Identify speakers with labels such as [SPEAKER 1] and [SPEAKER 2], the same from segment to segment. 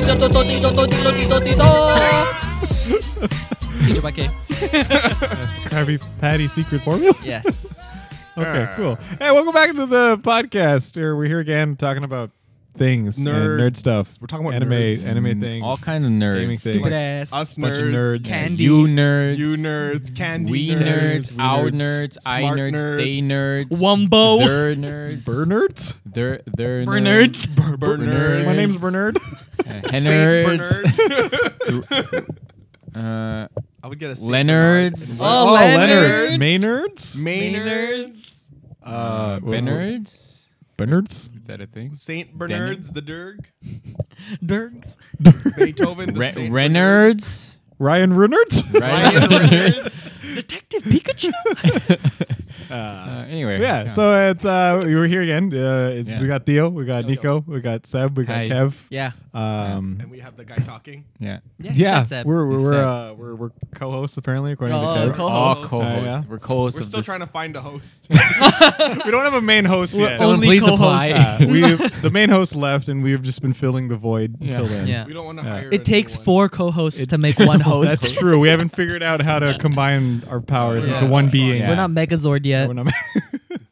[SPEAKER 1] dito to dito dito dito. Teacher by K.
[SPEAKER 2] Krabby Patty secret formula.
[SPEAKER 1] Yes.
[SPEAKER 2] Okay,
[SPEAKER 3] Ah.
[SPEAKER 2] cool. Hey, welcome back to the podcast. Here we're here again talking about things, and
[SPEAKER 3] Nerds.
[SPEAKER 2] nerd stuff.
[SPEAKER 3] We're talking about
[SPEAKER 2] anime,
[SPEAKER 3] nerds.
[SPEAKER 2] anime things,
[SPEAKER 4] Mm, All kind of nerds.
[SPEAKER 2] gaming things.
[SPEAKER 1] Stupid ass.
[SPEAKER 3] Us
[SPEAKER 2] Bunch of
[SPEAKER 3] nerds,
[SPEAKER 2] nerds.
[SPEAKER 1] Candy.
[SPEAKER 4] You nerds.
[SPEAKER 3] you nerds, candy
[SPEAKER 4] We
[SPEAKER 3] nerds,
[SPEAKER 4] nerds. Our nerds. I
[SPEAKER 3] smart
[SPEAKER 4] nerds. They nerds.
[SPEAKER 1] Wumbo.
[SPEAKER 4] They're nerds.
[SPEAKER 2] Burr nerds.
[SPEAKER 4] They're, they're
[SPEAKER 1] We're
[SPEAKER 4] nerds.
[SPEAKER 1] nerds.
[SPEAKER 3] Bur- bur-
[SPEAKER 4] Nerds.
[SPEAKER 2] My
[SPEAKER 4] Yes.
[SPEAKER 2] name's Bernard.
[SPEAKER 4] Uh,
[SPEAKER 3] Saint
[SPEAKER 4] Hennerds.
[SPEAKER 3] Bernard.
[SPEAKER 4] uh,
[SPEAKER 3] I would get a Saint
[SPEAKER 4] Leonards.
[SPEAKER 3] Bernard.
[SPEAKER 1] Oh,
[SPEAKER 2] Leonards.
[SPEAKER 1] Leonards.
[SPEAKER 2] Maynards.
[SPEAKER 3] Maynards.
[SPEAKER 1] Um,
[SPEAKER 2] Uh,
[SPEAKER 4] Bernards.
[SPEAKER 2] Bernards.
[SPEAKER 4] Is that a thing?
[SPEAKER 3] Saint Bernards, the Derg.
[SPEAKER 1] Dergs.
[SPEAKER 3] Beethoven, the
[SPEAKER 4] Re-
[SPEAKER 3] Saint
[SPEAKER 4] Renards.
[SPEAKER 2] Ryan Renards.
[SPEAKER 4] Ryan
[SPEAKER 3] Bernard.
[SPEAKER 4] Renards.
[SPEAKER 1] Detective Pikachu.
[SPEAKER 4] Uh, anyway.
[SPEAKER 2] Yeah, so it's uh, we were here again. Uh, it's,
[SPEAKER 4] Yeah.
[SPEAKER 2] We got Theo, we got Nico, we got Seb, we got
[SPEAKER 4] Hi.
[SPEAKER 2] Kev.
[SPEAKER 1] Yeah.
[SPEAKER 2] Um,
[SPEAKER 3] And we have the guy talking.
[SPEAKER 4] Yeah.
[SPEAKER 1] Yeah. he
[SPEAKER 2] yeah,
[SPEAKER 1] said Seb.
[SPEAKER 2] we're we're
[SPEAKER 4] He's
[SPEAKER 2] we're,
[SPEAKER 4] Seb.
[SPEAKER 2] uh, we're we're co-hosts apparently according
[SPEAKER 1] Oh,
[SPEAKER 2] to Kev.
[SPEAKER 1] co-
[SPEAKER 4] All
[SPEAKER 3] Co-host.
[SPEAKER 4] co-hosts.
[SPEAKER 2] Yeah, yeah.
[SPEAKER 4] We're co-hosts
[SPEAKER 3] We're
[SPEAKER 4] of
[SPEAKER 3] still
[SPEAKER 4] this.
[SPEAKER 3] trying to find a host.
[SPEAKER 2] we don't have a main host
[SPEAKER 1] We're
[SPEAKER 2] yet.
[SPEAKER 4] Someone
[SPEAKER 1] Only
[SPEAKER 4] please
[SPEAKER 1] co-hosts.
[SPEAKER 4] apply.
[SPEAKER 2] Uh, we the main host left, and we've just been filling the void
[SPEAKER 4] Yeah.
[SPEAKER 2] until then.
[SPEAKER 1] Yeah.
[SPEAKER 3] we don't want to
[SPEAKER 2] Yeah.
[SPEAKER 3] hire.
[SPEAKER 1] It takes
[SPEAKER 3] anyone.
[SPEAKER 1] four co-hosts to make one
[SPEAKER 2] Well,
[SPEAKER 1] host.
[SPEAKER 2] That's true. We haven't figured out how to combine our powers
[SPEAKER 1] Yeah.
[SPEAKER 2] into one being.
[SPEAKER 4] Yeah.
[SPEAKER 1] We're not Megazord yet.
[SPEAKER 2] We're not-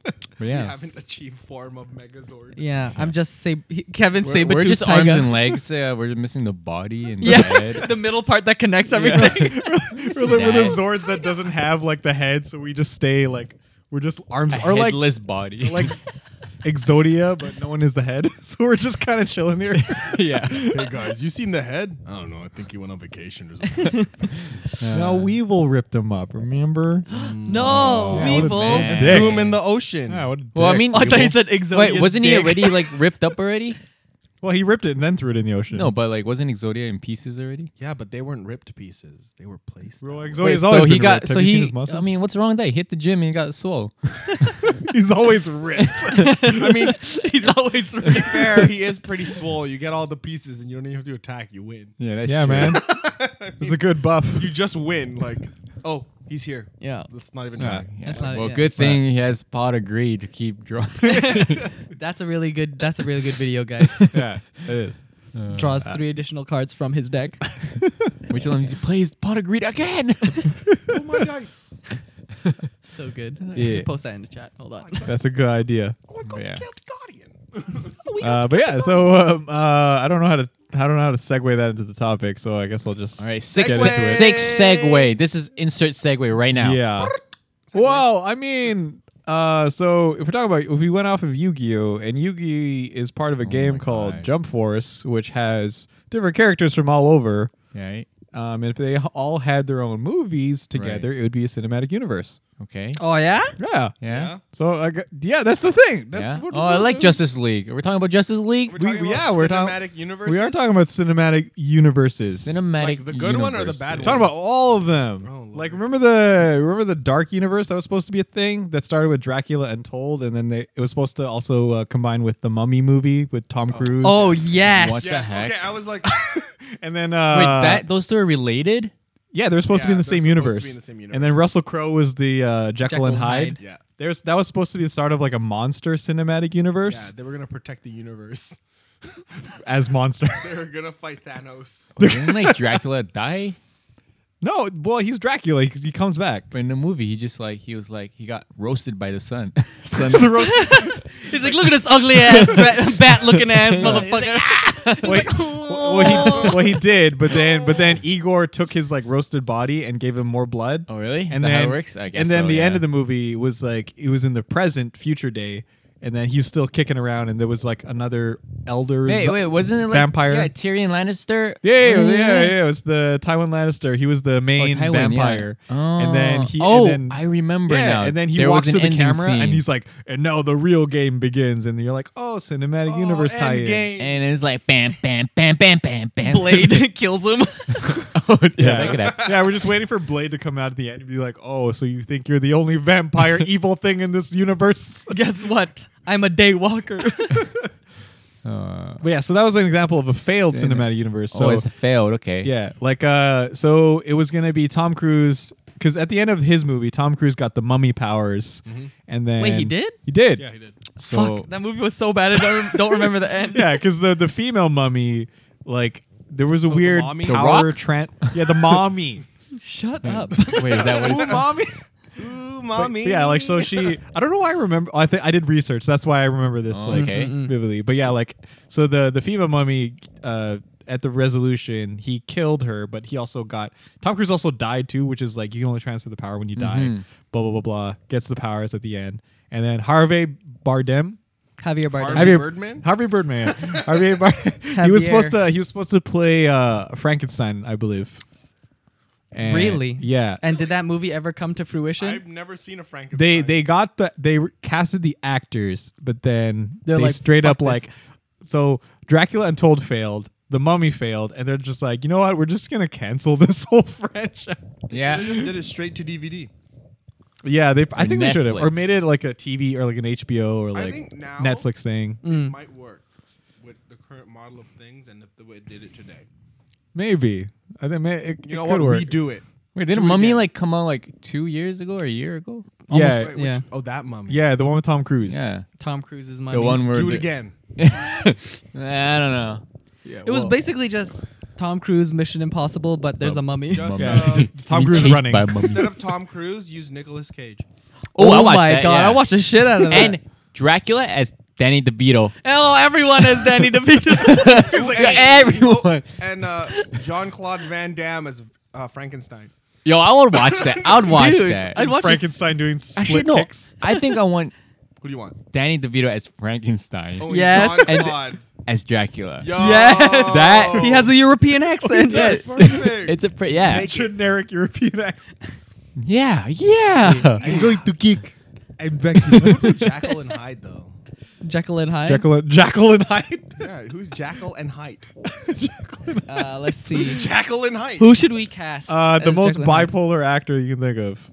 [SPEAKER 4] But
[SPEAKER 3] We
[SPEAKER 4] yeah.
[SPEAKER 3] haven't achieved form of Megazord.
[SPEAKER 1] Yeah, I'm just Sab- he- Kevin
[SPEAKER 4] We're,
[SPEAKER 1] Sabatooth
[SPEAKER 4] we're just
[SPEAKER 1] Taiga.
[SPEAKER 4] arms and legs. Uh, we're just missing the body and the
[SPEAKER 1] yeah,
[SPEAKER 4] head.
[SPEAKER 1] the middle part that connects everything.
[SPEAKER 2] we're, the, we're the
[SPEAKER 4] Yeah.
[SPEAKER 2] Zords that doesn't have like the head, so we just stay like we're just arms
[SPEAKER 4] A
[SPEAKER 2] or like
[SPEAKER 4] headless body.
[SPEAKER 2] like Exodia, but no one is the head, so we're just kind of chilling here.
[SPEAKER 4] yeah.
[SPEAKER 3] Hey guys, you seen the head? I don't know. I think he went on vacation or something.
[SPEAKER 2] no, Weevil ripped him up. Remember?
[SPEAKER 1] no,
[SPEAKER 2] Yeah, what a
[SPEAKER 1] Weevil.
[SPEAKER 4] man.
[SPEAKER 2] Dick.
[SPEAKER 3] Boom in the ocean.
[SPEAKER 2] Yeah, what a
[SPEAKER 4] Well, I
[SPEAKER 2] dick.
[SPEAKER 4] mean,
[SPEAKER 1] I thought he said Exodius.
[SPEAKER 4] Wait, wasn't he
[SPEAKER 1] dick.
[SPEAKER 4] already like ripped up already?
[SPEAKER 2] well, he ripped it and then threw it in the ocean.
[SPEAKER 4] No, but like wasn't Exodia in pieces already?
[SPEAKER 3] Yeah, but they weren't ripped pieces. They were placed.
[SPEAKER 2] Well,
[SPEAKER 3] that way.
[SPEAKER 2] Exodia's Oh, always been ripped. Have
[SPEAKER 4] so
[SPEAKER 2] you seen
[SPEAKER 4] he.
[SPEAKER 2] his muscles?
[SPEAKER 4] I mean, what's wrong with that? He hit the gym and he got swole.
[SPEAKER 2] he's always ripped.
[SPEAKER 3] I mean,
[SPEAKER 1] He's always
[SPEAKER 3] to be
[SPEAKER 1] right.
[SPEAKER 3] fair, he is pretty swole. You get all the pieces, and you don't even have to attack. You win.
[SPEAKER 4] Yeah, that's
[SPEAKER 2] yeah, man, it's a good buff.
[SPEAKER 3] You just win. Like, oh, he's here.
[SPEAKER 1] Yeah,
[SPEAKER 3] Let's not even try.
[SPEAKER 1] That's not-
[SPEAKER 4] well,
[SPEAKER 1] yeah.
[SPEAKER 4] good thing he has pot agree to keep drawing.
[SPEAKER 1] that's a really good. That's a really good video, guys.
[SPEAKER 2] yeah, it is.
[SPEAKER 1] Draws
[SPEAKER 4] Uh,
[SPEAKER 1] three additional cards from his deck.
[SPEAKER 4] we tell him he plays pot agree again.
[SPEAKER 3] oh my god!
[SPEAKER 1] So good.
[SPEAKER 2] Yeah.
[SPEAKER 1] Yeah. Post that in the chat. Hold on.
[SPEAKER 2] That's a good idea.
[SPEAKER 3] Oh my god!
[SPEAKER 4] Yeah.
[SPEAKER 3] The Guardian.
[SPEAKER 2] Uh, but yeah, so um, uh, I don't know how to I don't know how to segue that into the topic, so I guess I'll just.
[SPEAKER 4] All right, six
[SPEAKER 2] Get into it.
[SPEAKER 4] six segue. This is insert segue right now.
[SPEAKER 2] Yeah. Well, I mean, uh, so if we're talking about if we went off of Yu-Gi-Oh, and Yu-Gi is part of a game
[SPEAKER 4] Oh my
[SPEAKER 2] called
[SPEAKER 4] God.
[SPEAKER 2] Jump Force, which has different characters from all over.
[SPEAKER 4] Right.
[SPEAKER 2] Um, and if they h- all had their own movies together, it would be a cinematic universe.
[SPEAKER 4] Okay.
[SPEAKER 1] Oh yeah.
[SPEAKER 2] Yeah.
[SPEAKER 4] Yeah.
[SPEAKER 2] So I got, yeah, that's the thing.
[SPEAKER 4] Yeah.
[SPEAKER 2] That- what-
[SPEAKER 4] Oh, I
[SPEAKER 2] what-
[SPEAKER 4] like Justice League. Are we talking about Justice League?
[SPEAKER 2] We- yeah, we're talking-
[SPEAKER 3] cinematic universe.
[SPEAKER 2] We are talking about cinematic universes.
[SPEAKER 4] Cinematic.
[SPEAKER 3] Like the good one or the
[SPEAKER 4] universe.
[SPEAKER 3] bad
[SPEAKER 2] We're talking about all of them.
[SPEAKER 3] Oh, Lord.
[SPEAKER 2] like remember the remember the dark universe that was supposed to be a thing that started with Dracula Untold, and then they it was supposed to also uh, combine with the Mummy movie with Tom Cruise.
[SPEAKER 1] Oh yes.
[SPEAKER 4] What the
[SPEAKER 3] Yeah.
[SPEAKER 4] heck?
[SPEAKER 3] Okay, I was like,
[SPEAKER 2] and then uh,
[SPEAKER 4] Wait, that those two are related?
[SPEAKER 2] yeah, they're supposed to be in
[SPEAKER 3] Yeah,
[SPEAKER 2] the
[SPEAKER 3] they're
[SPEAKER 2] same
[SPEAKER 3] supposed
[SPEAKER 2] universe.
[SPEAKER 3] to be in the same
[SPEAKER 2] And then
[SPEAKER 3] universe.
[SPEAKER 2] Russell Crowe was the uh, Jekyll, and Hyde.
[SPEAKER 3] yeah,
[SPEAKER 2] There's that was supposed to be the start of like a monster cinematic
[SPEAKER 3] yeah.
[SPEAKER 2] universe
[SPEAKER 3] They were gonna protect the universe.
[SPEAKER 2] as monster.
[SPEAKER 3] They were gonna fight Thanos.
[SPEAKER 4] Oh, Didn't like Dracula die?
[SPEAKER 2] no, well he's Dracula. He, he comes back.
[SPEAKER 4] But in the movie, he just like he was like he got roasted by the sun. sun.
[SPEAKER 2] The roast-
[SPEAKER 1] He's like, look at this ugly ass bat looking ass motherfucker.
[SPEAKER 2] Wait, well, he, well, he did, but then but then Igor took his like roasted body and gave him more blood.
[SPEAKER 4] Oh really? Is
[SPEAKER 2] and
[SPEAKER 4] that
[SPEAKER 2] then
[SPEAKER 4] how it works? I guess.
[SPEAKER 2] and then
[SPEAKER 4] so,
[SPEAKER 2] the
[SPEAKER 4] yeah.
[SPEAKER 2] end of the movie was like it was in the present future day, and then he was still kicking around, and there was like another elder.
[SPEAKER 4] Wait,
[SPEAKER 2] zo-
[SPEAKER 4] wait, wasn't it like
[SPEAKER 2] vampire?
[SPEAKER 4] Yeah, Tyrion Lannister.
[SPEAKER 2] Yeah, yeah, yeah, yeah, It was the Tywin Lannister. He was the main
[SPEAKER 4] Oh, uh, Tywin, yeah.
[SPEAKER 2] vampire, and then he.
[SPEAKER 4] Oh,
[SPEAKER 2] and then,
[SPEAKER 4] I remember
[SPEAKER 2] yeah,
[SPEAKER 4] now.
[SPEAKER 2] and then he
[SPEAKER 4] There
[SPEAKER 2] walks
[SPEAKER 4] was
[SPEAKER 2] to
[SPEAKER 4] an
[SPEAKER 2] the
[SPEAKER 4] ending
[SPEAKER 2] camera
[SPEAKER 4] scene.
[SPEAKER 2] and he's like, "And now the real game begins." And you're like, "Oh, cinematic universe tie-in."
[SPEAKER 4] and it's like bam, bam, bam, bam, bam, bam.
[SPEAKER 1] Blade kills him.
[SPEAKER 4] oh, yeah,
[SPEAKER 2] Yeah,
[SPEAKER 4] that could happen.
[SPEAKER 2] yeah, we're just waiting for Blade to come out at the end and be like, "Oh, so you think you're the only vampire evil thing in this universe?"
[SPEAKER 1] Guess what? I'm a day walker.
[SPEAKER 4] Uh,
[SPEAKER 2] But yeah, so that was an example of a failed
[SPEAKER 4] Cine-
[SPEAKER 2] cinematic universe. So
[SPEAKER 4] oh, it's failed. Okay.
[SPEAKER 2] yeah, like uh, so it was gonna be Tom Cruise because at the end of his movie, Tom Cruise got the mummy powers, and then
[SPEAKER 1] Wait, he did?
[SPEAKER 2] He did.
[SPEAKER 3] yeah, he did.
[SPEAKER 4] So Oh.
[SPEAKER 1] Fuck, that movie was so bad. I don't, don't remember the end.
[SPEAKER 2] Yeah, because the the female mummy like There was a
[SPEAKER 3] the
[SPEAKER 2] weird
[SPEAKER 3] mommy?
[SPEAKER 4] The
[SPEAKER 2] power
[SPEAKER 4] Rock?
[SPEAKER 2] tran- Yeah, the mommy.
[SPEAKER 1] Shut up.
[SPEAKER 4] Wait, is that what
[SPEAKER 3] Ooh,
[SPEAKER 4] it's
[SPEAKER 3] mommy. Ooh, mommy.
[SPEAKER 2] yeah, like so she. I don't know why I remember. I think I did research. That's why I remember this
[SPEAKER 4] Oh,
[SPEAKER 2] like
[SPEAKER 4] okay.
[SPEAKER 3] Mm-hmm.
[SPEAKER 2] vividly. But yeah, like so the the FEMA mummy uh, at the resolution he killed her, but he also got Tom Cruise also died too, which is like you can only transfer the power when you die.
[SPEAKER 4] Mm-hmm.
[SPEAKER 2] Blah blah blah blah. Gets the powers at the end, and then Harvey Bardem.
[SPEAKER 1] Javier Bardem.
[SPEAKER 3] Harvey Birdman?
[SPEAKER 2] Harvey Birdman. Harvey Bardem. He was
[SPEAKER 1] Javier.
[SPEAKER 2] supposed to. He was supposed to play uh, Frankenstein, I believe. And-
[SPEAKER 1] Really?
[SPEAKER 2] Yeah.
[SPEAKER 1] And did that movie ever come to fruition?
[SPEAKER 3] I've never seen a Frankenstein.
[SPEAKER 2] they they got the they re- casted the actors, but then
[SPEAKER 1] They're
[SPEAKER 2] they
[SPEAKER 1] like,
[SPEAKER 2] straight
[SPEAKER 1] "Fuck
[SPEAKER 2] up
[SPEAKER 1] this."
[SPEAKER 2] like so Dracula Untold failed, The Mummy failed, and they're just like, you know what? We're just gonna cancel this whole franchise.
[SPEAKER 3] They
[SPEAKER 4] Yeah.
[SPEAKER 3] just did it straight to DVD.
[SPEAKER 2] Yeah, they. I think they should have, or
[SPEAKER 4] Netflix.
[SPEAKER 2] made it like a TV or like an HBO or
[SPEAKER 3] I
[SPEAKER 2] like
[SPEAKER 3] think now-
[SPEAKER 2] Netflix thing.
[SPEAKER 4] Mm.
[SPEAKER 3] It might work with the current model of things and if the way it did it today.
[SPEAKER 2] Maybe I think may, it,
[SPEAKER 3] You know
[SPEAKER 2] it
[SPEAKER 3] what?
[SPEAKER 2] could work.
[SPEAKER 3] Redo it.
[SPEAKER 4] Wait, didn't
[SPEAKER 3] Do it
[SPEAKER 4] Mummy
[SPEAKER 3] again.
[SPEAKER 4] like come out like two years ago or a year ago?
[SPEAKER 2] yeah,
[SPEAKER 3] Wait, which-
[SPEAKER 1] Yeah.
[SPEAKER 3] oh, that mummy.
[SPEAKER 2] yeah, the one with Tom Cruise.
[SPEAKER 4] Yeah.
[SPEAKER 1] Tom Cruise's mummy.
[SPEAKER 4] The one where
[SPEAKER 3] Do it
[SPEAKER 4] the-
[SPEAKER 3] again.
[SPEAKER 4] I don't know.
[SPEAKER 3] Yeah,
[SPEAKER 1] It was basically just Tom Cruise Mission Impossible, but there's a mummy.
[SPEAKER 3] Just,
[SPEAKER 4] Mummy.
[SPEAKER 3] uh,
[SPEAKER 2] Tom
[SPEAKER 4] He's
[SPEAKER 2] Cruise
[SPEAKER 4] chased
[SPEAKER 2] running.
[SPEAKER 4] by a mummy.
[SPEAKER 3] instead of Tom Cruise, use Nicolas Cage.
[SPEAKER 4] Oh, I watched
[SPEAKER 1] my
[SPEAKER 4] that,
[SPEAKER 1] god,
[SPEAKER 4] yeah.
[SPEAKER 1] I watched the shit out of that.
[SPEAKER 4] and Dracula as Danny DeVito.
[SPEAKER 1] oh, everyone is Danny DeVito.
[SPEAKER 4] Everyone.
[SPEAKER 3] And uh, Jean Claude Van Damme as uh, Frankenstein.
[SPEAKER 4] Yo, I would watch that. I would watch
[SPEAKER 1] Dude,
[SPEAKER 4] that.
[SPEAKER 1] I'd watch a s-
[SPEAKER 2] Frankenstein doing
[SPEAKER 4] Actually,
[SPEAKER 2] split
[SPEAKER 4] no.
[SPEAKER 2] kicks.
[SPEAKER 4] I think I want
[SPEAKER 3] Who do you want?
[SPEAKER 4] Danny DeVito as Frankenstein
[SPEAKER 3] Oh,
[SPEAKER 1] Yes.
[SPEAKER 3] Jean
[SPEAKER 4] And-
[SPEAKER 3] Claude.
[SPEAKER 4] as Dracula.
[SPEAKER 3] Yo.
[SPEAKER 1] Yes.
[SPEAKER 4] That-
[SPEAKER 1] Oh, he has a European accent.
[SPEAKER 3] does.
[SPEAKER 1] Yes.
[SPEAKER 3] Perfect.
[SPEAKER 4] It's a pretty yeah.
[SPEAKER 2] Generic European accent.
[SPEAKER 4] Yeah, yeah.
[SPEAKER 2] I'm going to kick. I'm back.
[SPEAKER 3] What would Jackal and Hyde though?
[SPEAKER 1] Jekyll and Hyde.
[SPEAKER 2] Jekyll and, Jekyll and Hyde.
[SPEAKER 3] Yeah, who's Jackal and Hyde?
[SPEAKER 1] Uh, let's see.
[SPEAKER 3] Who's Jackal and Hyde?
[SPEAKER 1] Who should we cast?
[SPEAKER 2] Uh, the
[SPEAKER 1] as
[SPEAKER 2] most
[SPEAKER 1] Jekyll and Hyde?
[SPEAKER 2] bipolar actor you can think of.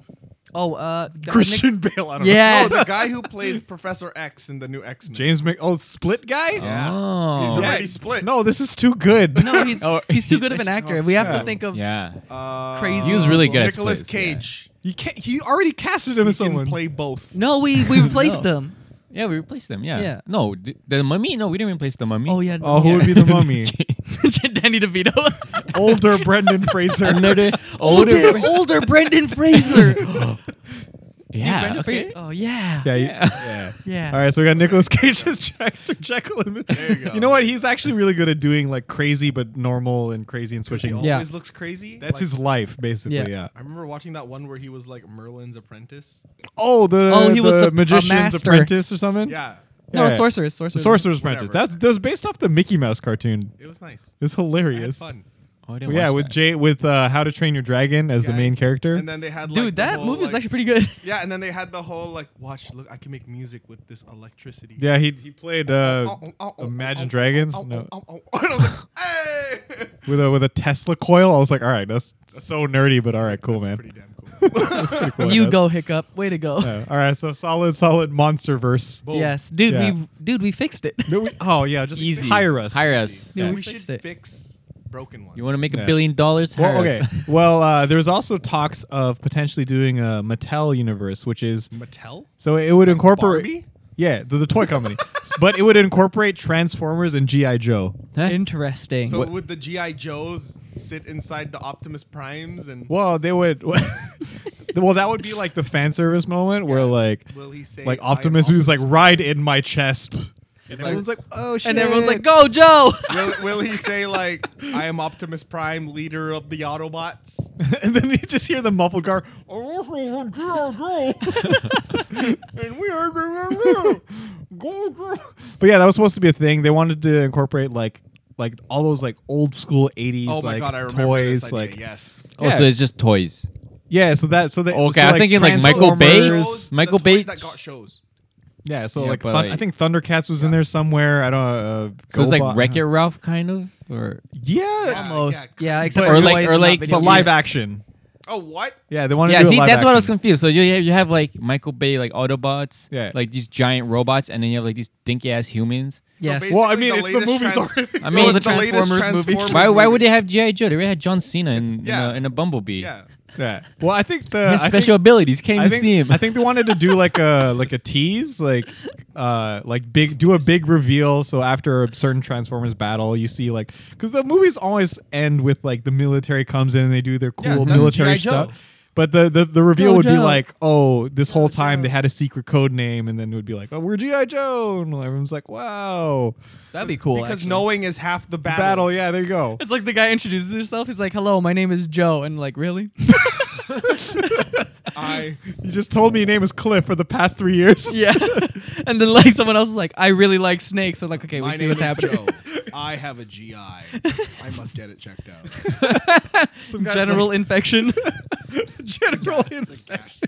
[SPEAKER 1] Oh, uh, Dominic-
[SPEAKER 2] Christian Bale. I don't know.
[SPEAKER 1] Yes.
[SPEAKER 3] No, Oh, the guy who plays Professor X in the new X Men.
[SPEAKER 2] James Mc. Oh, Split guy.
[SPEAKER 3] Yeah.
[SPEAKER 4] Oh.
[SPEAKER 3] He's already split.
[SPEAKER 2] No, this is too good.
[SPEAKER 1] no, he's
[SPEAKER 4] Oh,
[SPEAKER 1] he's too good of an
[SPEAKER 4] he's-
[SPEAKER 1] actor. We have
[SPEAKER 2] yeah.
[SPEAKER 1] to think of
[SPEAKER 4] yeah.
[SPEAKER 3] Uh,
[SPEAKER 1] crazy.
[SPEAKER 4] He was really good at
[SPEAKER 3] Nicolas
[SPEAKER 4] splits, yeah.
[SPEAKER 3] Cage.
[SPEAKER 2] you can't. He already casted him as
[SPEAKER 3] He
[SPEAKER 2] someone.
[SPEAKER 3] can play both.
[SPEAKER 1] No, we we replaced them.
[SPEAKER 4] Yeah, we replaced them. Yeah.
[SPEAKER 1] Yeah.
[SPEAKER 4] No, d- the mummy. No, we didn't replace the mummy.
[SPEAKER 1] Oh yeah.
[SPEAKER 2] Oh, who
[SPEAKER 1] yeah.
[SPEAKER 2] would be the mummy?
[SPEAKER 1] Danny DeVito.
[SPEAKER 2] Older Brendan Fraser.
[SPEAKER 4] Another
[SPEAKER 1] older,
[SPEAKER 4] older.
[SPEAKER 1] older Brendan Fraser.
[SPEAKER 4] yeah.
[SPEAKER 1] Brendan
[SPEAKER 4] okay.
[SPEAKER 1] Fraser. Oh yeah.
[SPEAKER 2] Yeah. you-
[SPEAKER 4] Yeah.
[SPEAKER 2] yeah.
[SPEAKER 1] Yeah.
[SPEAKER 2] All right, so we got Nicolas Cage as Dr. Jekyll. And
[SPEAKER 3] There you go.
[SPEAKER 2] know what? He's actually really good at doing like crazy, but normal and crazy and
[SPEAKER 3] He
[SPEAKER 2] switching.
[SPEAKER 3] always
[SPEAKER 1] Yeah.
[SPEAKER 3] looks crazy.
[SPEAKER 2] That's
[SPEAKER 3] Like,
[SPEAKER 2] his life, basically.
[SPEAKER 1] Yeah.
[SPEAKER 2] Yeah.
[SPEAKER 3] I remember watching that one where he was like Merlin's apprentice.
[SPEAKER 2] Oh, the
[SPEAKER 1] Oh, he
[SPEAKER 2] the
[SPEAKER 1] was the- a
[SPEAKER 2] magician's
[SPEAKER 1] master.
[SPEAKER 2] apprentice or something.
[SPEAKER 3] Yeah,
[SPEAKER 1] No,
[SPEAKER 2] Yeah.
[SPEAKER 1] sorceress,
[SPEAKER 2] The
[SPEAKER 1] sorceress.
[SPEAKER 2] Sorcerer's Apprentice.
[SPEAKER 3] Whatever.
[SPEAKER 2] That's that was based off the Mickey Mouse cartoon.
[SPEAKER 3] it was nice.
[SPEAKER 2] It's
[SPEAKER 3] I had
[SPEAKER 2] hilarious.
[SPEAKER 3] fun.
[SPEAKER 4] Oh, I didn't
[SPEAKER 2] Yeah,
[SPEAKER 4] watch
[SPEAKER 2] with
[SPEAKER 4] that.
[SPEAKER 2] Jay with uh, How to Train Your Dragon as the
[SPEAKER 3] Yeah.
[SPEAKER 2] main character.
[SPEAKER 3] And then they had like,
[SPEAKER 1] Dude,
[SPEAKER 3] the
[SPEAKER 1] that
[SPEAKER 3] whole,
[SPEAKER 1] movie is
[SPEAKER 3] like-
[SPEAKER 1] actually pretty good.
[SPEAKER 3] Yeah, and then they had the whole like, watch, look, I can make music with this electricity.
[SPEAKER 2] yeah, he he played uh,
[SPEAKER 3] Oh, oh, oh,
[SPEAKER 2] Imagine
[SPEAKER 3] oh, oh,
[SPEAKER 2] Dragons
[SPEAKER 3] oh,
[SPEAKER 2] no,
[SPEAKER 3] oh, oh, oh. And I was like, hey!
[SPEAKER 2] with a with a Tesla coil. I was like, all right, that's so nerdy, but all right, cool,
[SPEAKER 3] That's
[SPEAKER 2] man.
[SPEAKER 3] pretty damn cool.
[SPEAKER 2] That's pretty cool, I
[SPEAKER 1] you
[SPEAKER 2] guess.
[SPEAKER 1] go, Hiccup. Way to go.
[SPEAKER 2] Yeah, all right, so solid, solid monster verse.
[SPEAKER 3] Boom.
[SPEAKER 1] Yes, dude,
[SPEAKER 2] Yeah.
[SPEAKER 1] we dude we fixed it.
[SPEAKER 2] oh yeah, just
[SPEAKER 4] Easy.
[SPEAKER 2] hire us.
[SPEAKER 4] Hire us.
[SPEAKER 1] Yeah.
[SPEAKER 4] Yeah.
[SPEAKER 1] we
[SPEAKER 3] We should
[SPEAKER 1] fixed it.
[SPEAKER 3] fix broken ones.
[SPEAKER 4] You want to make a
[SPEAKER 2] Yeah.
[SPEAKER 4] billion dollars? Hire
[SPEAKER 2] Well, okay.
[SPEAKER 4] us.
[SPEAKER 2] well, uh, there's also talks of potentially doing a Mattel universe, which is
[SPEAKER 3] Mattel?
[SPEAKER 2] so it would incorporate.
[SPEAKER 3] Barbie?
[SPEAKER 2] Yeah, the, the toy company, but it would incorporate Transformers and GI Joe.
[SPEAKER 4] Huh?
[SPEAKER 1] Interesting.
[SPEAKER 3] So would the GI Joes sit inside the Optimus Primes and
[SPEAKER 2] Well, they would. well, that would be like the fan service moment where like,
[SPEAKER 3] will he say
[SPEAKER 2] like
[SPEAKER 3] I am
[SPEAKER 2] Optimus who's like ride in my chest, and
[SPEAKER 3] like-
[SPEAKER 2] everyone's like, oh shit,
[SPEAKER 1] and everyone's like, "Go, Joe!"
[SPEAKER 3] will, will he say like I am Optimus Prime, leader of the Autobots?
[SPEAKER 2] and then you just hear the muffled car.
[SPEAKER 3] And we are
[SPEAKER 2] But yeah, that was supposed to be a thing. They wanted to incorporate like like all those like old school 80s
[SPEAKER 3] Oh my
[SPEAKER 2] like
[SPEAKER 3] god, I remember
[SPEAKER 2] toys
[SPEAKER 3] this idea.
[SPEAKER 2] like
[SPEAKER 3] yes.
[SPEAKER 4] Oh, so
[SPEAKER 2] Yeah.
[SPEAKER 4] it's just toys.
[SPEAKER 2] yeah, so that so that
[SPEAKER 4] Okay,
[SPEAKER 2] so,
[SPEAKER 4] I'm thinking, like, Michael Bay.
[SPEAKER 2] Transformers.
[SPEAKER 3] Those-
[SPEAKER 4] Michael
[SPEAKER 3] the toys
[SPEAKER 4] Bay-
[SPEAKER 3] that got shows.
[SPEAKER 2] Yeah, so
[SPEAKER 4] Yeah,
[SPEAKER 2] like,
[SPEAKER 4] but,
[SPEAKER 2] Thun- I
[SPEAKER 4] like-
[SPEAKER 2] think Thundercats was in there somewhere. I don't know. Uh,
[SPEAKER 4] So it's like
[SPEAKER 2] Gobot-
[SPEAKER 4] Wreck It Ralph, kind of, or
[SPEAKER 2] Yeah,
[SPEAKER 1] Almost.
[SPEAKER 3] yeah,
[SPEAKER 1] Yeah, except
[SPEAKER 2] Or
[SPEAKER 1] for
[SPEAKER 4] like-
[SPEAKER 1] toys
[SPEAKER 4] or
[SPEAKER 1] and not
[SPEAKER 4] like-
[SPEAKER 1] video
[SPEAKER 2] but live
[SPEAKER 1] games.
[SPEAKER 2] action.
[SPEAKER 3] Oh what?
[SPEAKER 2] Yeah, they wanted
[SPEAKER 4] yeah.
[SPEAKER 2] to do
[SPEAKER 4] See,
[SPEAKER 2] a live
[SPEAKER 4] that's what I was
[SPEAKER 2] action.
[SPEAKER 4] confused. So you have, you have like Michael Bay, like Autobots,
[SPEAKER 2] Yeah.
[SPEAKER 4] like these giant robots, and then you have like these dinky ass humans.
[SPEAKER 1] Yes.
[SPEAKER 3] basically-
[SPEAKER 2] Well, I mean,
[SPEAKER 3] the
[SPEAKER 2] it's the
[SPEAKER 3] latest
[SPEAKER 2] movies
[SPEAKER 3] trans-
[SPEAKER 2] already.
[SPEAKER 4] I
[SPEAKER 3] So
[SPEAKER 4] mean,
[SPEAKER 3] it's the latest
[SPEAKER 4] Transformers movies.
[SPEAKER 3] Transformers
[SPEAKER 4] Why, why
[SPEAKER 3] movie.
[SPEAKER 4] would they have GI Joe? They already had John Cena in in
[SPEAKER 3] yeah.
[SPEAKER 4] a- in a Bumblebee.
[SPEAKER 3] Yeah.
[SPEAKER 2] Yeah. Well, I think the
[SPEAKER 4] His
[SPEAKER 2] Uh, I
[SPEAKER 4] special
[SPEAKER 2] think,
[SPEAKER 4] abilities can't
[SPEAKER 2] I
[SPEAKER 4] even
[SPEAKER 2] think,
[SPEAKER 4] see him.
[SPEAKER 2] I think they wanted to do like a like a tease, like uh like big do a big reveal. So after a certain Transformers battle, you see like because the movies always end with like the military comes in and they do their cool
[SPEAKER 3] Yeah, that's
[SPEAKER 2] military
[SPEAKER 3] G.I. Joe.
[SPEAKER 2] stuff. But the, the, the reveal would be
[SPEAKER 1] Joe.
[SPEAKER 2] like, oh, this whole time they had a secret code name, and then it would be like, oh, we're GI Joe, and everyone's like, wow,
[SPEAKER 4] That'd be cool.
[SPEAKER 3] because
[SPEAKER 4] actually.
[SPEAKER 3] knowing is half the battle.
[SPEAKER 2] battle, yeah, there you go.
[SPEAKER 1] It's like the guy introduces himself. He's like, "Hello, my name is Joe," and like, really?
[SPEAKER 3] I
[SPEAKER 2] You just told me your name is Cliff for the past three years.
[SPEAKER 1] yeah. and then like someone else is like, "I really like snakes." I'm like, okay, we
[SPEAKER 3] my
[SPEAKER 1] see
[SPEAKER 3] name
[SPEAKER 1] what's
[SPEAKER 3] is
[SPEAKER 1] happening.
[SPEAKER 3] Joe. I have a GI. I must get it checked out.
[SPEAKER 2] Some guy's
[SPEAKER 1] General infection.
[SPEAKER 2] like, general.
[SPEAKER 3] It's a gash.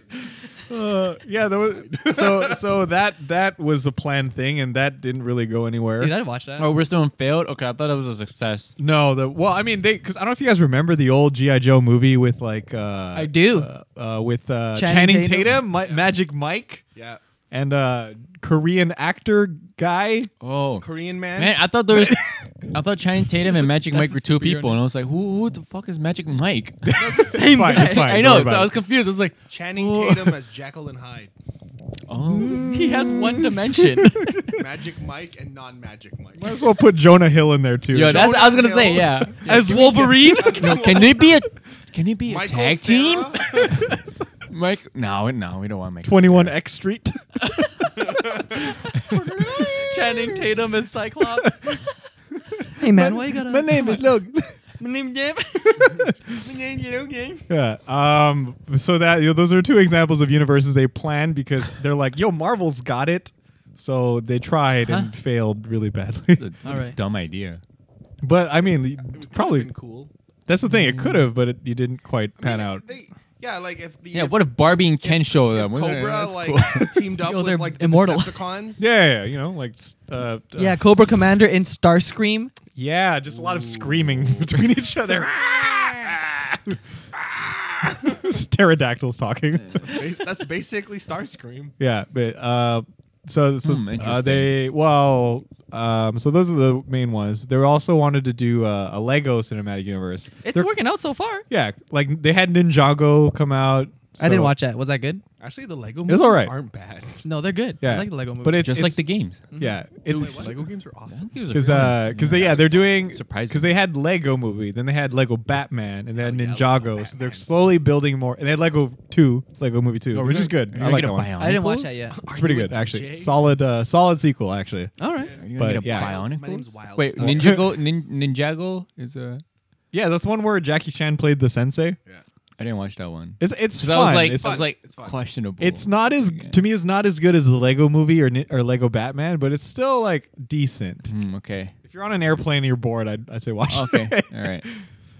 [SPEAKER 2] uh, yeah, that was, so so that that was a planned thing, and that didn't really go anywhere.
[SPEAKER 1] Dude, I'd watch that.
[SPEAKER 4] Oh, we're still in failed. Okay, I thought it was a success.
[SPEAKER 2] no, the well, I mean, they because I don't know if you guys remember the old GI Joe movie with like uh,
[SPEAKER 1] I do.
[SPEAKER 2] uh, uh, with uh,
[SPEAKER 1] Channing
[SPEAKER 2] Channing,
[SPEAKER 1] Tatum?
[SPEAKER 2] Tatum, Mi- Magic Mike,
[SPEAKER 3] Yeah,
[SPEAKER 2] and uh, Korean actor guy.
[SPEAKER 4] Oh
[SPEAKER 3] Korean man.
[SPEAKER 4] man, I thought there was. I thought Channing Tatum and Magic
[SPEAKER 1] That's
[SPEAKER 4] Mike
[SPEAKER 1] a
[SPEAKER 4] were two
[SPEAKER 1] superhero
[SPEAKER 4] people, and I was like, who, who the fuck is Magic Mike?
[SPEAKER 2] It's fine, it's fine.
[SPEAKER 4] I
[SPEAKER 2] don't
[SPEAKER 4] know.
[SPEAKER 2] worry
[SPEAKER 4] So
[SPEAKER 2] about
[SPEAKER 4] I
[SPEAKER 2] it.
[SPEAKER 4] was confused. I was like,
[SPEAKER 3] Channing
[SPEAKER 4] Whoa.
[SPEAKER 3] Tatum as Jekyll and Hyde.
[SPEAKER 4] oh,
[SPEAKER 1] he has one dimension.
[SPEAKER 3] Magic Mike and non-magic Mike.
[SPEAKER 2] Might as well put Jonah Hill in there too.
[SPEAKER 4] yo, that's I was gonna
[SPEAKER 3] Jonah
[SPEAKER 4] say,
[SPEAKER 3] Hill.
[SPEAKER 4] yeah.
[SPEAKER 1] As Wolverine.
[SPEAKER 4] No, can they be a? Can it be a
[SPEAKER 3] Michael
[SPEAKER 4] tag team?
[SPEAKER 3] Cera?
[SPEAKER 4] Mike, no, no, we don't want Mike.
[SPEAKER 2] Twenty One X Street.
[SPEAKER 1] Channing Tatum as Cyclops. hey man, why you gotta?
[SPEAKER 2] My name is Look.
[SPEAKER 1] My name Jim.
[SPEAKER 2] Yeah. Um. So that you know, those are two examples of universes they planned because they're like, "Yo, Marvel's got it," so they tried and failed really badly.
[SPEAKER 4] All
[SPEAKER 1] All
[SPEAKER 4] right.
[SPEAKER 1] right.
[SPEAKER 4] Dumb idea.
[SPEAKER 2] but I mean, probably
[SPEAKER 3] been cool.
[SPEAKER 2] that's the thing. It could have, but it, you didn't quite pan out.
[SPEAKER 3] They, yeah, like if the
[SPEAKER 4] Yeah, what if Barbie and Ken show
[SPEAKER 3] if
[SPEAKER 4] them? Wouldn't it-
[SPEAKER 3] Cobra
[SPEAKER 4] that's
[SPEAKER 3] like
[SPEAKER 4] cool.
[SPEAKER 3] teamed up
[SPEAKER 1] Yo, they're
[SPEAKER 3] with like the
[SPEAKER 1] immortal.
[SPEAKER 3] Decepticons?
[SPEAKER 2] yeah, yeah, yeah, you know, like s- uh,
[SPEAKER 1] yeah,
[SPEAKER 2] uh,
[SPEAKER 1] Cobra Commander in Starscream.
[SPEAKER 2] yeah, just a lot of screaming between each other. Pterodactyls talking.
[SPEAKER 3] Bas- that's basically Starscream.
[SPEAKER 2] Yeah, but uh, so so
[SPEAKER 4] Hmm,
[SPEAKER 2] uh,
[SPEAKER 4] interesting.
[SPEAKER 2] they well, um, so those are the main ones. They also wanted to do uh, a Lego cinematic universe.
[SPEAKER 1] It's
[SPEAKER 2] They're-
[SPEAKER 1] working out so far.
[SPEAKER 2] Yeah, like they had Ninjago come out.
[SPEAKER 1] I didn't
[SPEAKER 2] so-
[SPEAKER 1] watch that. Was that good?
[SPEAKER 3] Actually, the Lego
[SPEAKER 2] was
[SPEAKER 3] movies
[SPEAKER 2] alright.
[SPEAKER 3] aren't bad.
[SPEAKER 1] No, they're good. I
[SPEAKER 2] Yeah,
[SPEAKER 1] like the Lego movie.
[SPEAKER 2] but it's
[SPEAKER 4] Just like the games.
[SPEAKER 3] Mm.
[SPEAKER 2] Yeah,
[SPEAKER 3] Wait,
[SPEAKER 2] it's
[SPEAKER 3] what? Lego games are awesome.
[SPEAKER 2] because because they yeah they're doing
[SPEAKER 4] Surprising.
[SPEAKER 2] because they had Lego movie, then they had Lego Batman, and then
[SPEAKER 3] Oh, yeah, Lego
[SPEAKER 2] Ninjago. so they're slowly building more, and they had Lego two, Lego movie two, which is good. I like that one.
[SPEAKER 1] I didn't watch that yet.
[SPEAKER 2] It's
[SPEAKER 3] Are
[SPEAKER 2] pretty
[SPEAKER 3] you a
[SPEAKER 2] good actually.
[SPEAKER 3] DJ?
[SPEAKER 2] Solid uh, solid sequel actually.
[SPEAKER 1] All right.
[SPEAKER 2] But,
[SPEAKER 4] But need a
[SPEAKER 2] yeah.
[SPEAKER 4] bionic
[SPEAKER 3] My name's
[SPEAKER 4] voice?
[SPEAKER 3] Wild
[SPEAKER 4] Wait,
[SPEAKER 3] Star.
[SPEAKER 4] Ninjago, nin, Ninjago is a.
[SPEAKER 2] Yeah, that's one where Jackie Chan played the sensei.
[SPEAKER 3] Yeah.
[SPEAKER 4] I didn't watch that one.
[SPEAKER 2] It's it's
[SPEAKER 4] 'Cause
[SPEAKER 2] fun.
[SPEAKER 4] I was like,
[SPEAKER 2] it's,
[SPEAKER 4] I was like,
[SPEAKER 3] It's fun.
[SPEAKER 4] questionable.
[SPEAKER 2] it's not as to me. It's not as good as the Lego Movie or Ni- or Lego Batman, but it's still like decent.
[SPEAKER 4] Hmm, okay.
[SPEAKER 2] If you're on an airplane and you're bored, I'd, I'd say watch. it.
[SPEAKER 4] Okay. All right.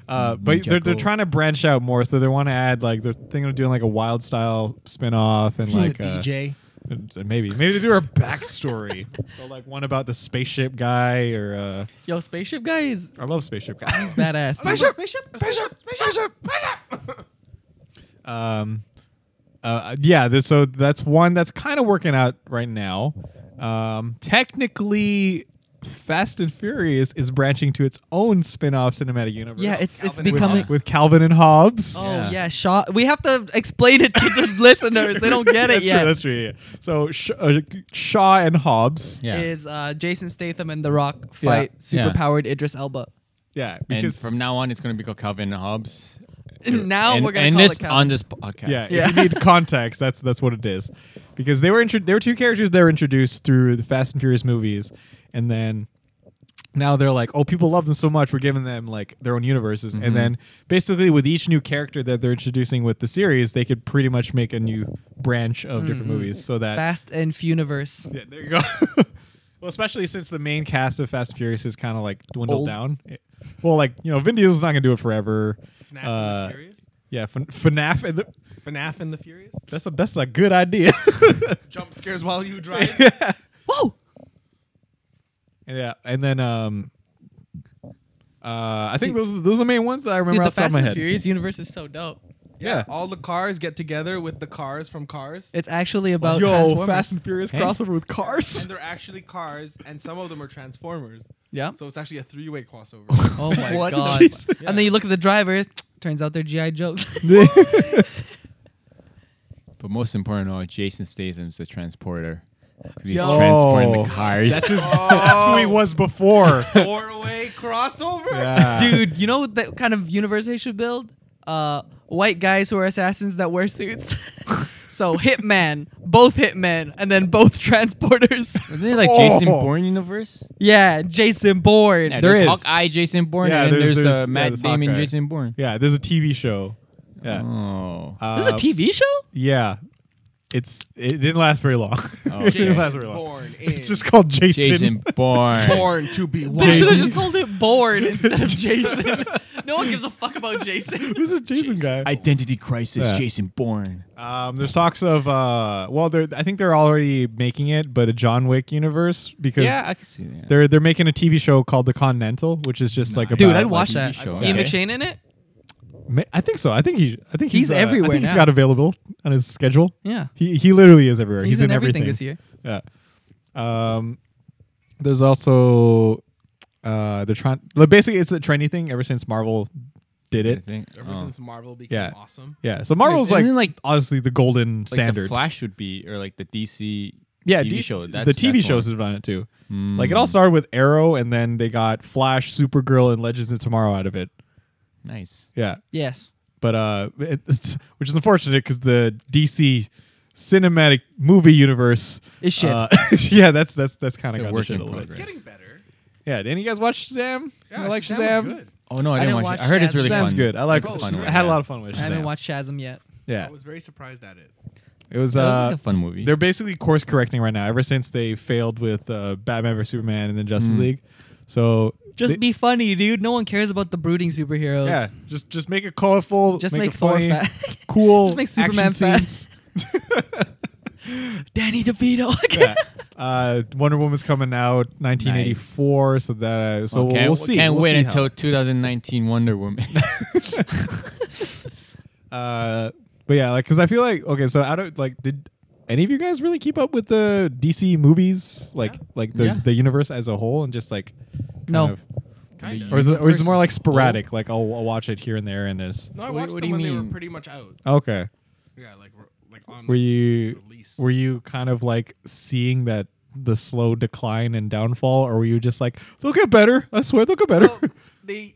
[SPEAKER 2] Uh, but they're, they're
[SPEAKER 4] Ninjago.
[SPEAKER 2] trying to branch out more, so they want to add like they're thinking of doing like a wild style spin off and like uh, uh, maybe maybe they do a backstory, so like one about the spaceship guy or uh,
[SPEAKER 1] Yo, spaceship guy is
[SPEAKER 2] I love spaceship guy.
[SPEAKER 1] badass.
[SPEAKER 3] Bishop, Bishop, Bishop, Bishop, Bishop.
[SPEAKER 2] um, uh, yeah, there's- so that's one that's kind of working out right now. Um, technically, Fast and Furious is branching to its own spin-off cinematic universe.
[SPEAKER 1] yeah, it's it's
[SPEAKER 3] Calvin and
[SPEAKER 1] becoming.
[SPEAKER 4] Hobbes.
[SPEAKER 2] with Calvin and Hobbes.
[SPEAKER 1] Oh
[SPEAKER 4] Yeah.
[SPEAKER 1] yeah. Shaw. We have to explain it to the listeners. They don't get it
[SPEAKER 2] that's
[SPEAKER 1] yet.
[SPEAKER 2] True, that's true. Yeah. So Sh- uh, Shaw and Hobbes.
[SPEAKER 4] Yeah.
[SPEAKER 1] Is uh, Jason Statham and The Rock fight
[SPEAKER 4] Yeah.
[SPEAKER 1] super superpowered Idris Elba?
[SPEAKER 2] Yeah,
[SPEAKER 4] and
[SPEAKER 2] because
[SPEAKER 4] from now on, it's gonna be called Calvin and Hobbes.
[SPEAKER 1] And now
[SPEAKER 4] and,
[SPEAKER 1] we're gonna
[SPEAKER 4] and
[SPEAKER 1] call
[SPEAKER 4] this
[SPEAKER 1] it Calvin.
[SPEAKER 4] on this podcast.
[SPEAKER 2] yeah,
[SPEAKER 1] Yeah.
[SPEAKER 2] if you need context, that's that's what it is. Because they were intro- there were two characters that were introduced through the Fast and Furious movies, and then now they're like, oh, people love them so much, we're giving them like their own universes,
[SPEAKER 3] Mm-hmm.
[SPEAKER 2] and then basically with each new character that they're introducing with the series, they could pretty much make a new branch of different movies. So
[SPEAKER 1] Mm-hmm.
[SPEAKER 2] that
[SPEAKER 1] Fast and Funiverse.
[SPEAKER 2] Yeah, there you go. well, especially since the main cast of Fast and Furious is kind of like dwindled
[SPEAKER 1] Old.
[SPEAKER 2] down. It- well, like you know, Vin Diesel's not gonna do it forever.
[SPEAKER 3] FNAF and
[SPEAKER 2] Uh,
[SPEAKER 3] the Furious.
[SPEAKER 2] yeah, F- FNAF. And the,
[SPEAKER 3] FNAF and the Furious.
[SPEAKER 2] that's a that's a good idea.
[SPEAKER 3] Jump scares while you drive.
[SPEAKER 1] Whoa!
[SPEAKER 2] yeah, and then um, uh, I think those are, those are the main ones that I remember
[SPEAKER 1] Dude, the
[SPEAKER 2] off the top
[SPEAKER 1] Fast
[SPEAKER 2] of my
[SPEAKER 1] and
[SPEAKER 2] head.
[SPEAKER 1] Furious universe is so dope.
[SPEAKER 2] Yeah.
[SPEAKER 3] All the cars get together with the cars from Cars.
[SPEAKER 1] It's actually about
[SPEAKER 2] Yo,
[SPEAKER 1] Transformers.
[SPEAKER 2] Fast and Furious
[SPEAKER 4] Hey.
[SPEAKER 2] crossover with Cars.
[SPEAKER 3] and they're actually cars, and some of them are Transformers.
[SPEAKER 1] yeah.
[SPEAKER 3] So it's actually a three-way crossover.
[SPEAKER 1] Oh my
[SPEAKER 2] What?
[SPEAKER 1] god.
[SPEAKER 2] Jesus.
[SPEAKER 1] And then you look at the drivers. Turns out they're GI Joes.
[SPEAKER 4] But most important of all, Jason Statham's the transporter. 'Cause He's
[SPEAKER 2] Yo.
[SPEAKER 4] transporting
[SPEAKER 2] Oh.
[SPEAKER 4] the cars.
[SPEAKER 2] That's his. That's who he was before.
[SPEAKER 3] Four-way crossover.
[SPEAKER 1] Dude, you know that kind of universe they should build? Uh, white guys who are assassins that wear suits. so Hitman, both Hitmen, and then both transporters.
[SPEAKER 4] Isn't it like Jason
[SPEAKER 2] Oh.
[SPEAKER 4] Bourne universe?
[SPEAKER 1] yeah, Jason Bourne.
[SPEAKER 4] Yeah,
[SPEAKER 2] There
[SPEAKER 4] there's
[SPEAKER 2] is.
[SPEAKER 4] Hawkeye Jason Bourne,
[SPEAKER 2] Yeah,
[SPEAKER 4] and then
[SPEAKER 2] there's-
[SPEAKER 4] there's,
[SPEAKER 2] there's-
[SPEAKER 4] uh,
[SPEAKER 2] yeah,
[SPEAKER 4] Matt
[SPEAKER 2] there's
[SPEAKER 4] Damon
[SPEAKER 2] Hawkeye.
[SPEAKER 4] Jason Bourne.
[SPEAKER 2] Yeah, there's a TV show. Yeah.
[SPEAKER 4] Oh.
[SPEAKER 2] Uh,
[SPEAKER 1] This is a TV show?
[SPEAKER 2] Yeah. It's it didn't last very long. it didn't last very long.
[SPEAKER 3] Born
[SPEAKER 2] It's just called Jason.
[SPEAKER 4] Jason Bourne.
[SPEAKER 3] born to be
[SPEAKER 1] They should
[SPEAKER 3] one.
[SPEAKER 1] have just called it Bourne instead of Jason. no one gives a fuck about Jason.
[SPEAKER 2] Who's this Jason guy?
[SPEAKER 4] Identity crisis.
[SPEAKER 2] Yeah.
[SPEAKER 4] Jason Bourne.
[SPEAKER 2] Um, there's talks of uh, well, they're I think they're already making it, but a John Wick universe because
[SPEAKER 4] Yeah, I can see that.
[SPEAKER 2] they're they're making a TV show called The Continental, which is just like a
[SPEAKER 1] Dude,
[SPEAKER 2] about,
[SPEAKER 1] I'd watch that.
[SPEAKER 4] like a TV show.
[SPEAKER 1] Ian
[SPEAKER 4] Okay.
[SPEAKER 1] McShane in it?
[SPEAKER 2] Ma- I think so. I think he. I think he's,
[SPEAKER 1] He's
[SPEAKER 2] uh,
[SPEAKER 1] everywhere
[SPEAKER 2] I think he's
[SPEAKER 1] now.
[SPEAKER 2] got available on his schedule.
[SPEAKER 1] Yeah.
[SPEAKER 2] He he literally is everywhere.
[SPEAKER 1] He's
[SPEAKER 2] He's,
[SPEAKER 1] in everything this year.
[SPEAKER 2] Yeah. Um, there's also uh, they're trying. Like, basically, it's a trendy thing ever since Marvel did
[SPEAKER 4] I
[SPEAKER 2] it.
[SPEAKER 4] think.
[SPEAKER 3] Ever
[SPEAKER 4] oh.
[SPEAKER 3] since Marvel became
[SPEAKER 2] Yeah.
[SPEAKER 3] awesome.
[SPEAKER 2] Yeah. So Marvel's
[SPEAKER 4] Isn't
[SPEAKER 2] like,
[SPEAKER 4] it like-
[SPEAKER 2] honestly the golden
[SPEAKER 4] like
[SPEAKER 2] standard.
[SPEAKER 4] the Flash would be, or like the DC
[SPEAKER 2] yeah,
[SPEAKER 4] TV
[SPEAKER 2] D-
[SPEAKER 4] show. That's,
[SPEAKER 2] the TV
[SPEAKER 4] that's
[SPEAKER 2] shows have done it too.
[SPEAKER 4] Mm.
[SPEAKER 2] Like it all started with Arrow, and then they got Flash, Supergirl, and Legends of Tomorrow out of it.
[SPEAKER 4] One. Nice.
[SPEAKER 2] Yeah,
[SPEAKER 1] Yes.
[SPEAKER 2] but uh, it, it's, which is unfortunate because the DC cinematic movie universe
[SPEAKER 1] Is shit.
[SPEAKER 2] uh, yeah, that's that's that's kind
[SPEAKER 4] It's
[SPEAKER 2] of
[SPEAKER 4] a
[SPEAKER 2] got to
[SPEAKER 4] work
[SPEAKER 2] shit
[SPEAKER 4] in
[SPEAKER 2] a little
[SPEAKER 4] progress.
[SPEAKER 2] bit.
[SPEAKER 3] It's getting better.
[SPEAKER 2] Yeah, did any of you guys watch Shazam?
[SPEAKER 3] Yeah,
[SPEAKER 2] I like
[SPEAKER 3] Shazam
[SPEAKER 2] Shazam.
[SPEAKER 3] was good.
[SPEAKER 4] Oh no, I,
[SPEAKER 1] I
[SPEAKER 4] didn't
[SPEAKER 1] didn't
[SPEAKER 4] watch it.
[SPEAKER 1] watch
[SPEAKER 4] I heard it's
[SPEAKER 1] Shazam.
[SPEAKER 4] really
[SPEAKER 2] Shazam's
[SPEAKER 4] fun.
[SPEAKER 2] good. I like.
[SPEAKER 3] Oh,
[SPEAKER 2] I
[SPEAKER 3] it's fun,
[SPEAKER 2] had a
[SPEAKER 4] yeah.
[SPEAKER 2] lot of fun with Shazam.
[SPEAKER 1] I haven't watched Shazam yet.
[SPEAKER 2] Yeah,
[SPEAKER 3] I was very surprised at it.
[SPEAKER 2] it was.
[SPEAKER 4] That looked
[SPEAKER 2] Uh,
[SPEAKER 4] like a fun movie.
[SPEAKER 2] they're basically course correcting right now. Ever since they failed with uh, Batman vs Superman and then
[SPEAKER 4] Mm.
[SPEAKER 2] Justice League, so
[SPEAKER 1] Just
[SPEAKER 2] they-
[SPEAKER 1] be funny, dude. No one cares about the brooding superheroes.
[SPEAKER 2] yeah, just just make it colorful.
[SPEAKER 1] Just
[SPEAKER 2] make,
[SPEAKER 1] make
[SPEAKER 2] it
[SPEAKER 1] Thor
[SPEAKER 2] funny,
[SPEAKER 1] fat.
[SPEAKER 2] Cool.
[SPEAKER 1] Just make Superman
[SPEAKER 2] action
[SPEAKER 1] fat.
[SPEAKER 2] scenes.
[SPEAKER 1] Danny DeVito.
[SPEAKER 2] Yeah. Uh, Wonder Woman's coming out 1984, so that uh, so
[SPEAKER 4] Okay,
[SPEAKER 2] we'll,
[SPEAKER 4] well,
[SPEAKER 2] see.
[SPEAKER 4] Can't
[SPEAKER 2] We'll
[SPEAKER 4] wait
[SPEAKER 2] see how-
[SPEAKER 4] until 2019 Wonder Woman.
[SPEAKER 2] Uh, but yeah, like, cause I feel like okay, so I don't like. Did any of you guys really keep up with the DC movies, like like the
[SPEAKER 4] Yeah.
[SPEAKER 2] the universe as a whole, and just like kind
[SPEAKER 1] No.
[SPEAKER 2] of-
[SPEAKER 3] Kind
[SPEAKER 4] Kinda.
[SPEAKER 2] or
[SPEAKER 3] of.
[SPEAKER 2] is it or is it more
[SPEAKER 4] Universe
[SPEAKER 2] like
[SPEAKER 4] as a
[SPEAKER 2] sporadic? Like I'll, I'll watch it here and there, and this.
[SPEAKER 3] No, I
[SPEAKER 4] What-
[SPEAKER 3] watched
[SPEAKER 4] what
[SPEAKER 3] them
[SPEAKER 4] do you
[SPEAKER 3] when they were
[SPEAKER 4] mean?
[SPEAKER 3] pretty much out.
[SPEAKER 2] Okay,
[SPEAKER 3] Yeah, like re- like on
[SPEAKER 2] were you
[SPEAKER 3] release.
[SPEAKER 2] were you kind of like seeing that the slow decline and downfall, or were you just like they'll get better? I swear they'll get better.
[SPEAKER 3] Well, they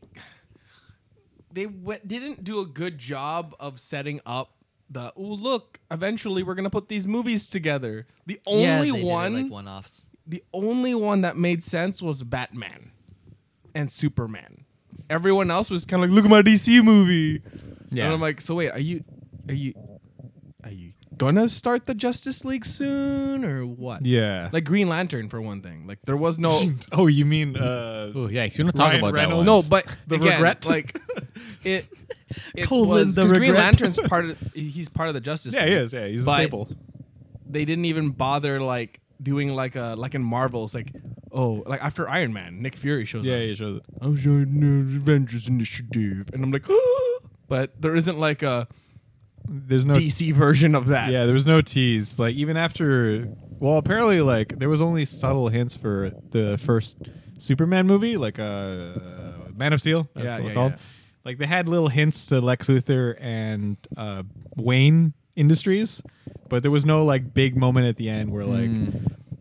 [SPEAKER 3] they w- didn't do a good job of setting up the oh look eventually we're gonna put these movies together the only one
[SPEAKER 1] offs.
[SPEAKER 3] the only one that made sense was batman and superman everyone else was kind of like look at my dc movie
[SPEAKER 4] Yeah.
[SPEAKER 3] and i'm like so wait are you are you are you gonna start the justice league soon or what
[SPEAKER 2] yeah.
[SPEAKER 3] like green lantern for one thing like there was no
[SPEAKER 2] oh, you mean uh,
[SPEAKER 4] oh yeah, you want to talk
[SPEAKER 2] Ryan
[SPEAKER 4] about
[SPEAKER 2] Reynolds.
[SPEAKER 4] that
[SPEAKER 3] No,
[SPEAKER 4] one?
[SPEAKER 3] but
[SPEAKER 2] The
[SPEAKER 3] again,
[SPEAKER 2] regret?
[SPEAKER 3] like it. It
[SPEAKER 1] Colon,
[SPEAKER 3] was
[SPEAKER 1] the
[SPEAKER 3] 'cause Green
[SPEAKER 1] regret.
[SPEAKER 3] Lantern's part of he's part of the Justice.
[SPEAKER 2] yeah, he
[SPEAKER 3] League,
[SPEAKER 2] is. Yeah, he's a
[SPEAKER 3] but
[SPEAKER 2] staple.
[SPEAKER 3] They didn't even bother like doing like a like in Marvels like oh like after Iron Man Nick Fury shows
[SPEAKER 2] Yeah,
[SPEAKER 3] up.
[SPEAKER 2] he shows it.
[SPEAKER 3] I'm joining the Avengers Initiative, and I'm like, but there isn't like a
[SPEAKER 2] There's no
[SPEAKER 3] DC version of that.
[SPEAKER 2] Yeah, there was no tease. Like even after, well, apparently like there was only subtle hints for the first Superman movie, like uh, Man of Steel. That's
[SPEAKER 3] Yeah,
[SPEAKER 2] what
[SPEAKER 3] yeah,
[SPEAKER 2] called.
[SPEAKER 3] yeah.
[SPEAKER 2] Like they had little hints to Lex Luthor and uh, Wayne Industries, but there was no like big moment at the end where like
[SPEAKER 3] Hmm.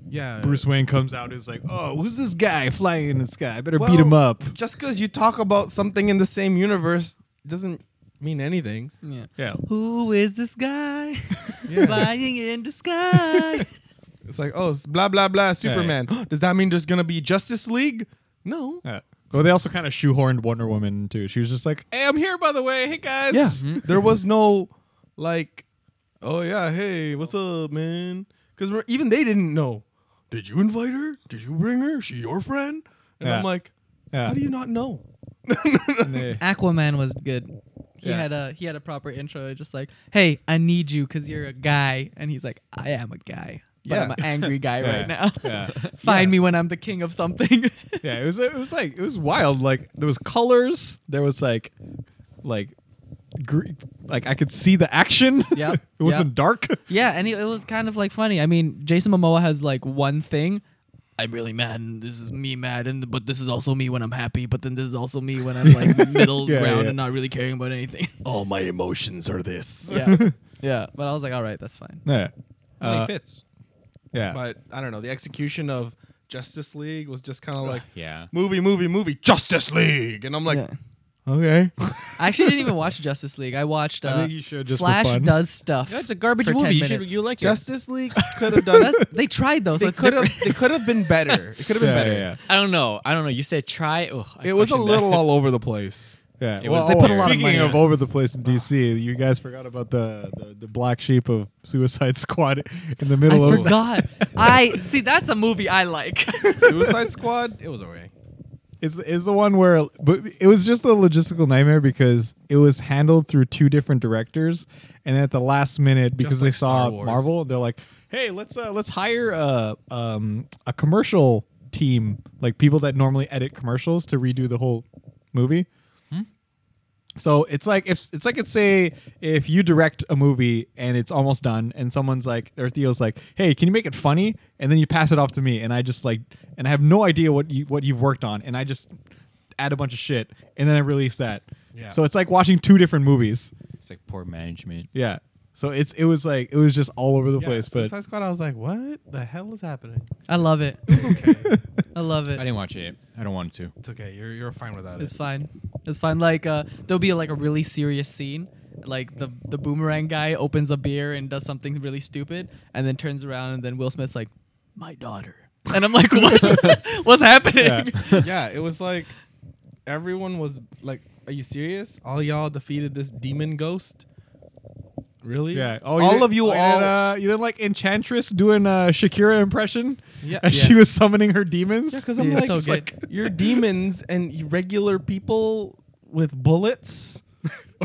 [SPEAKER 3] yeah.
[SPEAKER 2] Bruce Wayne comes out and is like, "Oh, who's this guy flying in the sky? I better
[SPEAKER 3] Well,
[SPEAKER 2] beat him up."
[SPEAKER 3] Just because you talk about something in the same universe doesn't mean anything.
[SPEAKER 1] Yeah.
[SPEAKER 2] Yeah.
[SPEAKER 1] Who is this guy flying in the sky?
[SPEAKER 3] It's like, oh, it's blah blah blah, Superman. Does that mean there's gonna be Justice League? No.
[SPEAKER 2] Yeah. Well, they also kind of shoehorned Wonder Woman too. She was just like, "Hey, I'm here by the way. Hey guys." Mm-hmm.
[SPEAKER 3] Yeah. there was no like, oh yeah, hey, what's up, man? Because even they didn't know. Did you invite her? Did you bring her? Is she your friend? And
[SPEAKER 2] Yeah.
[SPEAKER 3] I'm like,
[SPEAKER 2] Yeah.
[SPEAKER 3] how do you not know?
[SPEAKER 2] And they-
[SPEAKER 1] Aquaman was good. He
[SPEAKER 2] Yeah.
[SPEAKER 1] had a he had a proper intro, just like, "Hey, I need you because you're a guy," and he's like, "I am a guy, but
[SPEAKER 3] Yeah.
[SPEAKER 1] I'm an angry guy right now.
[SPEAKER 2] Yeah. Yeah.
[SPEAKER 1] Find me when I'm the king of something."
[SPEAKER 2] yeah, it was it was like it was wild. Like there was colors, there was like like gre- like I could see the action.
[SPEAKER 1] Yep,
[SPEAKER 2] it wasn't
[SPEAKER 1] yep.
[SPEAKER 2] dark.
[SPEAKER 1] yeah, and it, it was kind of like funny. I mean, Jason Momoa has like one thing, I'm really mad, and this is me mad, and but this is also me when I'm happy, but then this is also me when I'm like middle
[SPEAKER 2] Yeah,
[SPEAKER 1] ground
[SPEAKER 2] yeah.
[SPEAKER 1] and not really caring about anything.
[SPEAKER 3] All my emotions are this.
[SPEAKER 1] yeah, yeah. But I was like, all right, that's fine.
[SPEAKER 2] Yeah.
[SPEAKER 3] I mean,
[SPEAKER 2] Uh,
[SPEAKER 3] it fits.
[SPEAKER 2] yeah.
[SPEAKER 3] But I don't know. The execution of Justice League was just kind of like
[SPEAKER 4] Yeah.
[SPEAKER 3] movie, movie, movie, Justice League, and I'm like,
[SPEAKER 1] yeah.
[SPEAKER 2] Okay.
[SPEAKER 1] I actually didn't even watch Justice League. I watched. Uh,
[SPEAKER 2] I think you should just for
[SPEAKER 1] Flash
[SPEAKER 2] fun.
[SPEAKER 1] does stuff.
[SPEAKER 4] That's a garbage
[SPEAKER 1] for 10
[SPEAKER 4] movie. You, should,
[SPEAKER 1] minutes.
[SPEAKER 4] you like it.
[SPEAKER 3] Justice League could have done.
[SPEAKER 1] That's- they tried though, so
[SPEAKER 3] they
[SPEAKER 1] it's
[SPEAKER 3] could have.
[SPEAKER 1] different.
[SPEAKER 3] They could have been better. It could have been
[SPEAKER 2] yeah,
[SPEAKER 3] better.
[SPEAKER 2] yeah,
[SPEAKER 4] I don't know. I don't know. You said try. Oh, I
[SPEAKER 3] It was a
[SPEAKER 4] questioned that.
[SPEAKER 3] little all over the place.
[SPEAKER 2] yeah.
[SPEAKER 4] It
[SPEAKER 2] well,
[SPEAKER 4] was- They put a
[SPEAKER 2] oh,
[SPEAKER 1] lot of
[SPEAKER 2] speaking
[SPEAKER 1] money in
[SPEAKER 2] of,
[SPEAKER 1] it.
[SPEAKER 2] over the place in DC, you guys forgot about the, the, the black sheep of Suicide Squad in the
[SPEAKER 1] I
[SPEAKER 2] middle of
[SPEAKER 1] forgot. I see. That's a movie I like.
[SPEAKER 3] Suicide Squad. It was okay.
[SPEAKER 2] is is the one where but it was just a logistical nightmare because it was handled through two different directors and at the last minute because
[SPEAKER 3] like
[SPEAKER 2] they saw
[SPEAKER 3] Star Wars.
[SPEAKER 2] Marvel they're like hey let's uh, let's hire a um a commercial team like people that normally edit commercials to redo the whole movie so it's like if it's like it's say if you direct a movie and it's almost done and someone's like or Theo's like, "Hey, can you make it funny?" and then you pass it off to me and I just like and I have no idea what you what you've worked on and I just add a bunch of shit and then I release that.
[SPEAKER 3] Yeah.
[SPEAKER 2] So it's like watching two different movies.
[SPEAKER 4] It's like poor management.
[SPEAKER 2] Yeah. So it's it was like it was just all over the place but
[SPEAKER 3] Suicide Squad. I was like, what the hell is happening?
[SPEAKER 1] I love it.
[SPEAKER 3] okay.
[SPEAKER 1] I love
[SPEAKER 4] I
[SPEAKER 1] it.
[SPEAKER 4] didn't watch it. I don't want to.
[SPEAKER 3] It's okay. You're you're fine without
[SPEAKER 1] It's
[SPEAKER 3] it.
[SPEAKER 1] fine. It's fine. Like uh, there'll be like a really serious scene. Like the the boomerang guy opens a beer and does something really stupid, and then turns around, and then Will Smith's like, "My daughter," and I'm like, "What? What's happening?"
[SPEAKER 2] Yeah.
[SPEAKER 3] yeah, it was like everyone was like, "Are you serious? All y'all defeated this demon ghost? Really?
[SPEAKER 2] yeah. Oh,
[SPEAKER 3] all
[SPEAKER 2] didn't-
[SPEAKER 3] of you
[SPEAKER 2] didn't,
[SPEAKER 3] all.
[SPEAKER 2] uh, you didn't like Enchantress doing a Shakira impression?
[SPEAKER 3] Yeah.
[SPEAKER 2] As
[SPEAKER 3] Yeah.
[SPEAKER 2] she was summoning her demons?
[SPEAKER 3] yeah, because I'm
[SPEAKER 1] Yeah,
[SPEAKER 3] like,
[SPEAKER 1] so
[SPEAKER 3] it's
[SPEAKER 1] good.
[SPEAKER 3] like, you're demons and you regular people with bullets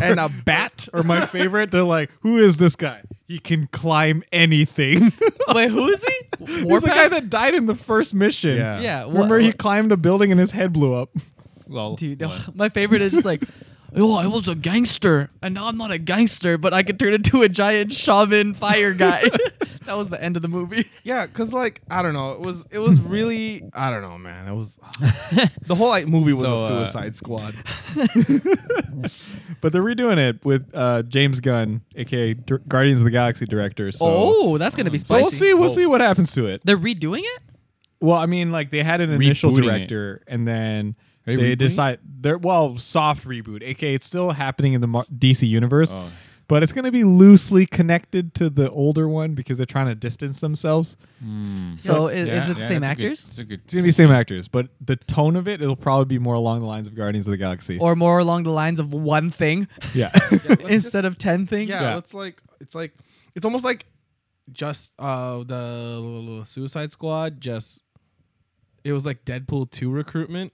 [SPEAKER 3] and a bat.
[SPEAKER 2] or my favorite, they're like, "Who is this guy? He can climb anything."
[SPEAKER 1] Wait, who is he?
[SPEAKER 2] He's the
[SPEAKER 1] Warpath?
[SPEAKER 2] guy that died in the first mission.
[SPEAKER 3] Yeah.
[SPEAKER 1] Yeah, wha-
[SPEAKER 2] Remember, he
[SPEAKER 1] wha-
[SPEAKER 2] climbed a building and his head blew up.
[SPEAKER 4] Well,
[SPEAKER 1] Dude,
[SPEAKER 4] what?
[SPEAKER 1] my favorite is just like, oh, I was a gangster, and now I'm not a gangster, but I could turn into a giant shaman fire guy. that was the end of the movie.
[SPEAKER 3] Yeah, cause like I don't know, it was it was really I don't know, man. It was the whole like, movie was a
[SPEAKER 4] So, uh,
[SPEAKER 3] Suicide Squad.
[SPEAKER 2] But they're redoing it with uh, James Gunn, aka Dir- Guardians of the Galaxy director. So,
[SPEAKER 1] oh, that's gonna be
[SPEAKER 2] so
[SPEAKER 1] spicy. Oh.
[SPEAKER 2] we'll see. We'll see what happens to it.
[SPEAKER 1] They're redoing it.
[SPEAKER 2] Well, I mean, like they had an initial
[SPEAKER 4] Rebooting it.
[SPEAKER 2] director, and then
[SPEAKER 4] Are they
[SPEAKER 2] they
[SPEAKER 4] rebooting
[SPEAKER 2] decide they're well soft reboot, aka it's still happening in the Mar- DC universe,
[SPEAKER 4] Oh.
[SPEAKER 2] but it's going to be loosely connected to the older one because they're trying to distance themselves.
[SPEAKER 1] So i-
[SPEAKER 4] Yeah,
[SPEAKER 1] is it the same
[SPEAKER 4] yeah, that's a good-
[SPEAKER 1] actors
[SPEAKER 4] that's a good-
[SPEAKER 2] It's gonna be the same actors, but the tone of it it'll probably be more along the lines of Guardians of the Galaxy.
[SPEAKER 1] or more along the lines of one thing
[SPEAKER 2] yeah,
[SPEAKER 1] instead of ten things?
[SPEAKER 3] yeah,
[SPEAKER 2] Yeah.
[SPEAKER 3] it's like it's like it's almost like just uh the Suicide Squad. Just it was like Deadpool two recruitment,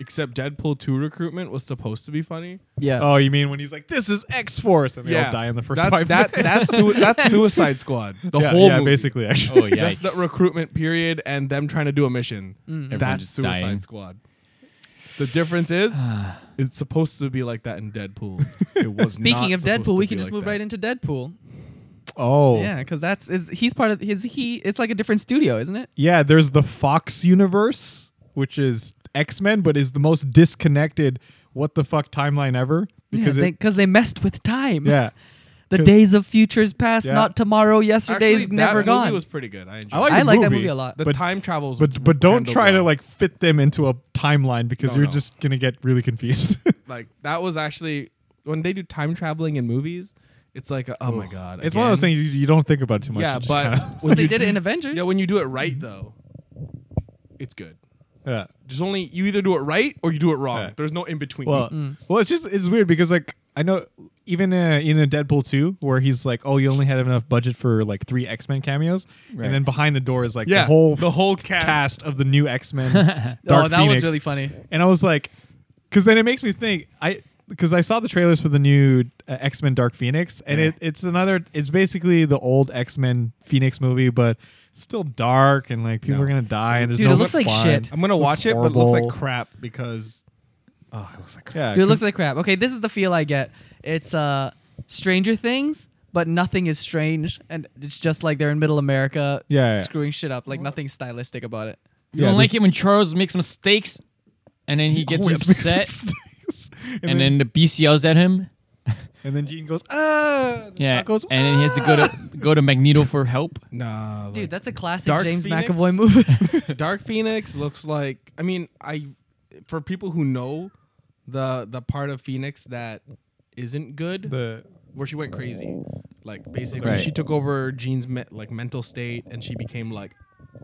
[SPEAKER 3] except Deadpool two recruitment was supposed to be funny.
[SPEAKER 1] yeah.
[SPEAKER 2] oh, you mean when he's like, "This is X Force," and they all die in the first
[SPEAKER 3] that,
[SPEAKER 2] five
[SPEAKER 3] That
[SPEAKER 2] minutes.
[SPEAKER 3] that's sui- that's Suicide Squad. The
[SPEAKER 2] yeah,
[SPEAKER 3] whole
[SPEAKER 2] yeah,
[SPEAKER 3] movie.
[SPEAKER 2] basically, actually.
[SPEAKER 4] Oh yeah.
[SPEAKER 3] That's the recruitment period and them trying to do a mission. That's
[SPEAKER 4] just
[SPEAKER 3] Suicide
[SPEAKER 4] dying.
[SPEAKER 3] Squad. The difference is it's supposed to be like that in Deadpool. It was
[SPEAKER 1] Speaking
[SPEAKER 3] not
[SPEAKER 1] of
[SPEAKER 3] supposed
[SPEAKER 1] Deadpool,
[SPEAKER 3] to
[SPEAKER 1] we
[SPEAKER 3] be
[SPEAKER 1] can just
[SPEAKER 3] like
[SPEAKER 1] move
[SPEAKER 3] that.
[SPEAKER 1] right into Deadpool.
[SPEAKER 2] Oh,
[SPEAKER 1] Yeah, because that's is he's part of his he. It's like a different studio, isn't it?
[SPEAKER 2] Yeah, there's the Fox universe, which is X Men, but is the most disconnected. What the fuck timeline ever?
[SPEAKER 1] Because
[SPEAKER 2] it-
[SPEAKER 1] they, messed with time.
[SPEAKER 2] yeah.
[SPEAKER 1] the
[SPEAKER 2] 'cause-
[SPEAKER 1] days of futures past,
[SPEAKER 2] Yeah.
[SPEAKER 1] not tomorrow. Yesterday's
[SPEAKER 3] Actually,
[SPEAKER 1] never
[SPEAKER 3] that
[SPEAKER 1] gone.
[SPEAKER 3] Movie was pretty good. I enjoyed.
[SPEAKER 2] I like,
[SPEAKER 1] I
[SPEAKER 2] the
[SPEAKER 1] like that
[SPEAKER 2] movie,
[SPEAKER 1] movie a lot.
[SPEAKER 3] the
[SPEAKER 2] but
[SPEAKER 3] time travels, was
[SPEAKER 2] but but don't
[SPEAKER 3] handled
[SPEAKER 2] try to
[SPEAKER 3] well.
[SPEAKER 2] like fit them into a timeline because
[SPEAKER 3] No,
[SPEAKER 2] you're
[SPEAKER 3] no.
[SPEAKER 2] just gonna get really confused.
[SPEAKER 3] like that was actually when they do time traveling in movies. It's like oh my god,
[SPEAKER 2] it's one of those
[SPEAKER 3] again?
[SPEAKER 2] things you, you don't think about too much.
[SPEAKER 3] Yeah,
[SPEAKER 2] you just
[SPEAKER 3] but
[SPEAKER 2] kinda-
[SPEAKER 1] Well,
[SPEAKER 3] when
[SPEAKER 1] they
[SPEAKER 3] you,
[SPEAKER 1] did it in Avengers.
[SPEAKER 3] yeah, when you do it right though, it's good.
[SPEAKER 2] yeah.
[SPEAKER 3] There's only you either do it right or you do it wrong.
[SPEAKER 2] Yeah.
[SPEAKER 3] There's no in between.
[SPEAKER 2] Well,
[SPEAKER 1] mm.
[SPEAKER 2] well, it's just it's weird because like I know even uh, in a Deadpool two where he's like, oh, you only had enough budget for like three X Men cameos,
[SPEAKER 4] Right.
[SPEAKER 2] and then behind the door is like
[SPEAKER 3] Yeah,
[SPEAKER 2] the whole
[SPEAKER 3] the whole cast.
[SPEAKER 2] of the new X Men. Dark
[SPEAKER 1] oh, that
[SPEAKER 2] Phoenix.
[SPEAKER 1] was really funny.
[SPEAKER 2] And I was like, because then it makes me think I. Because I saw the trailers for the new uh, X Men Dark Phoenix, and it, it's another, it's basically the old X Men Phoenix movie, but still dark and like people
[SPEAKER 3] No.
[SPEAKER 2] are gonna die. And there's
[SPEAKER 1] Dude,
[SPEAKER 2] no
[SPEAKER 1] it looks like
[SPEAKER 2] fun.
[SPEAKER 1] shit.
[SPEAKER 3] I'm gonna watch it, but it looks
[SPEAKER 2] horrible.
[SPEAKER 3] like crap because oh, it looks like crap.
[SPEAKER 2] Yeah,
[SPEAKER 1] Dude, it
[SPEAKER 2] 'cause-
[SPEAKER 1] looks like crap. Okay, this is the feel I get. It's uh, Stranger Things, but nothing is strange, and it's just like they're in Middle America,
[SPEAKER 2] Yeah, yeah.
[SPEAKER 1] screwing shit up. Like nothing stylistic about it.
[SPEAKER 4] You don't like it when Charles makes mistakes, and then he gets
[SPEAKER 2] always makes
[SPEAKER 4] upset,
[SPEAKER 2] mistakes. and,
[SPEAKER 4] and
[SPEAKER 2] then,
[SPEAKER 4] then the beast yells at him.
[SPEAKER 2] and then Gene goes ah. And
[SPEAKER 4] Yeah,
[SPEAKER 2] Spock goes,
[SPEAKER 4] and then he has to go to go to Magneto for help.
[SPEAKER 3] Nah,
[SPEAKER 1] Dude, that's a classic
[SPEAKER 3] Dark
[SPEAKER 1] James
[SPEAKER 3] Phoenix?
[SPEAKER 1] McAvoy movie.
[SPEAKER 3] Dark Phoenix looks like. I mean, I for people who know the the part of Phoenix that isn't good,
[SPEAKER 2] the
[SPEAKER 3] where she went crazy, like basically
[SPEAKER 4] Right.
[SPEAKER 3] she took over Jean's me- like mental state and she became like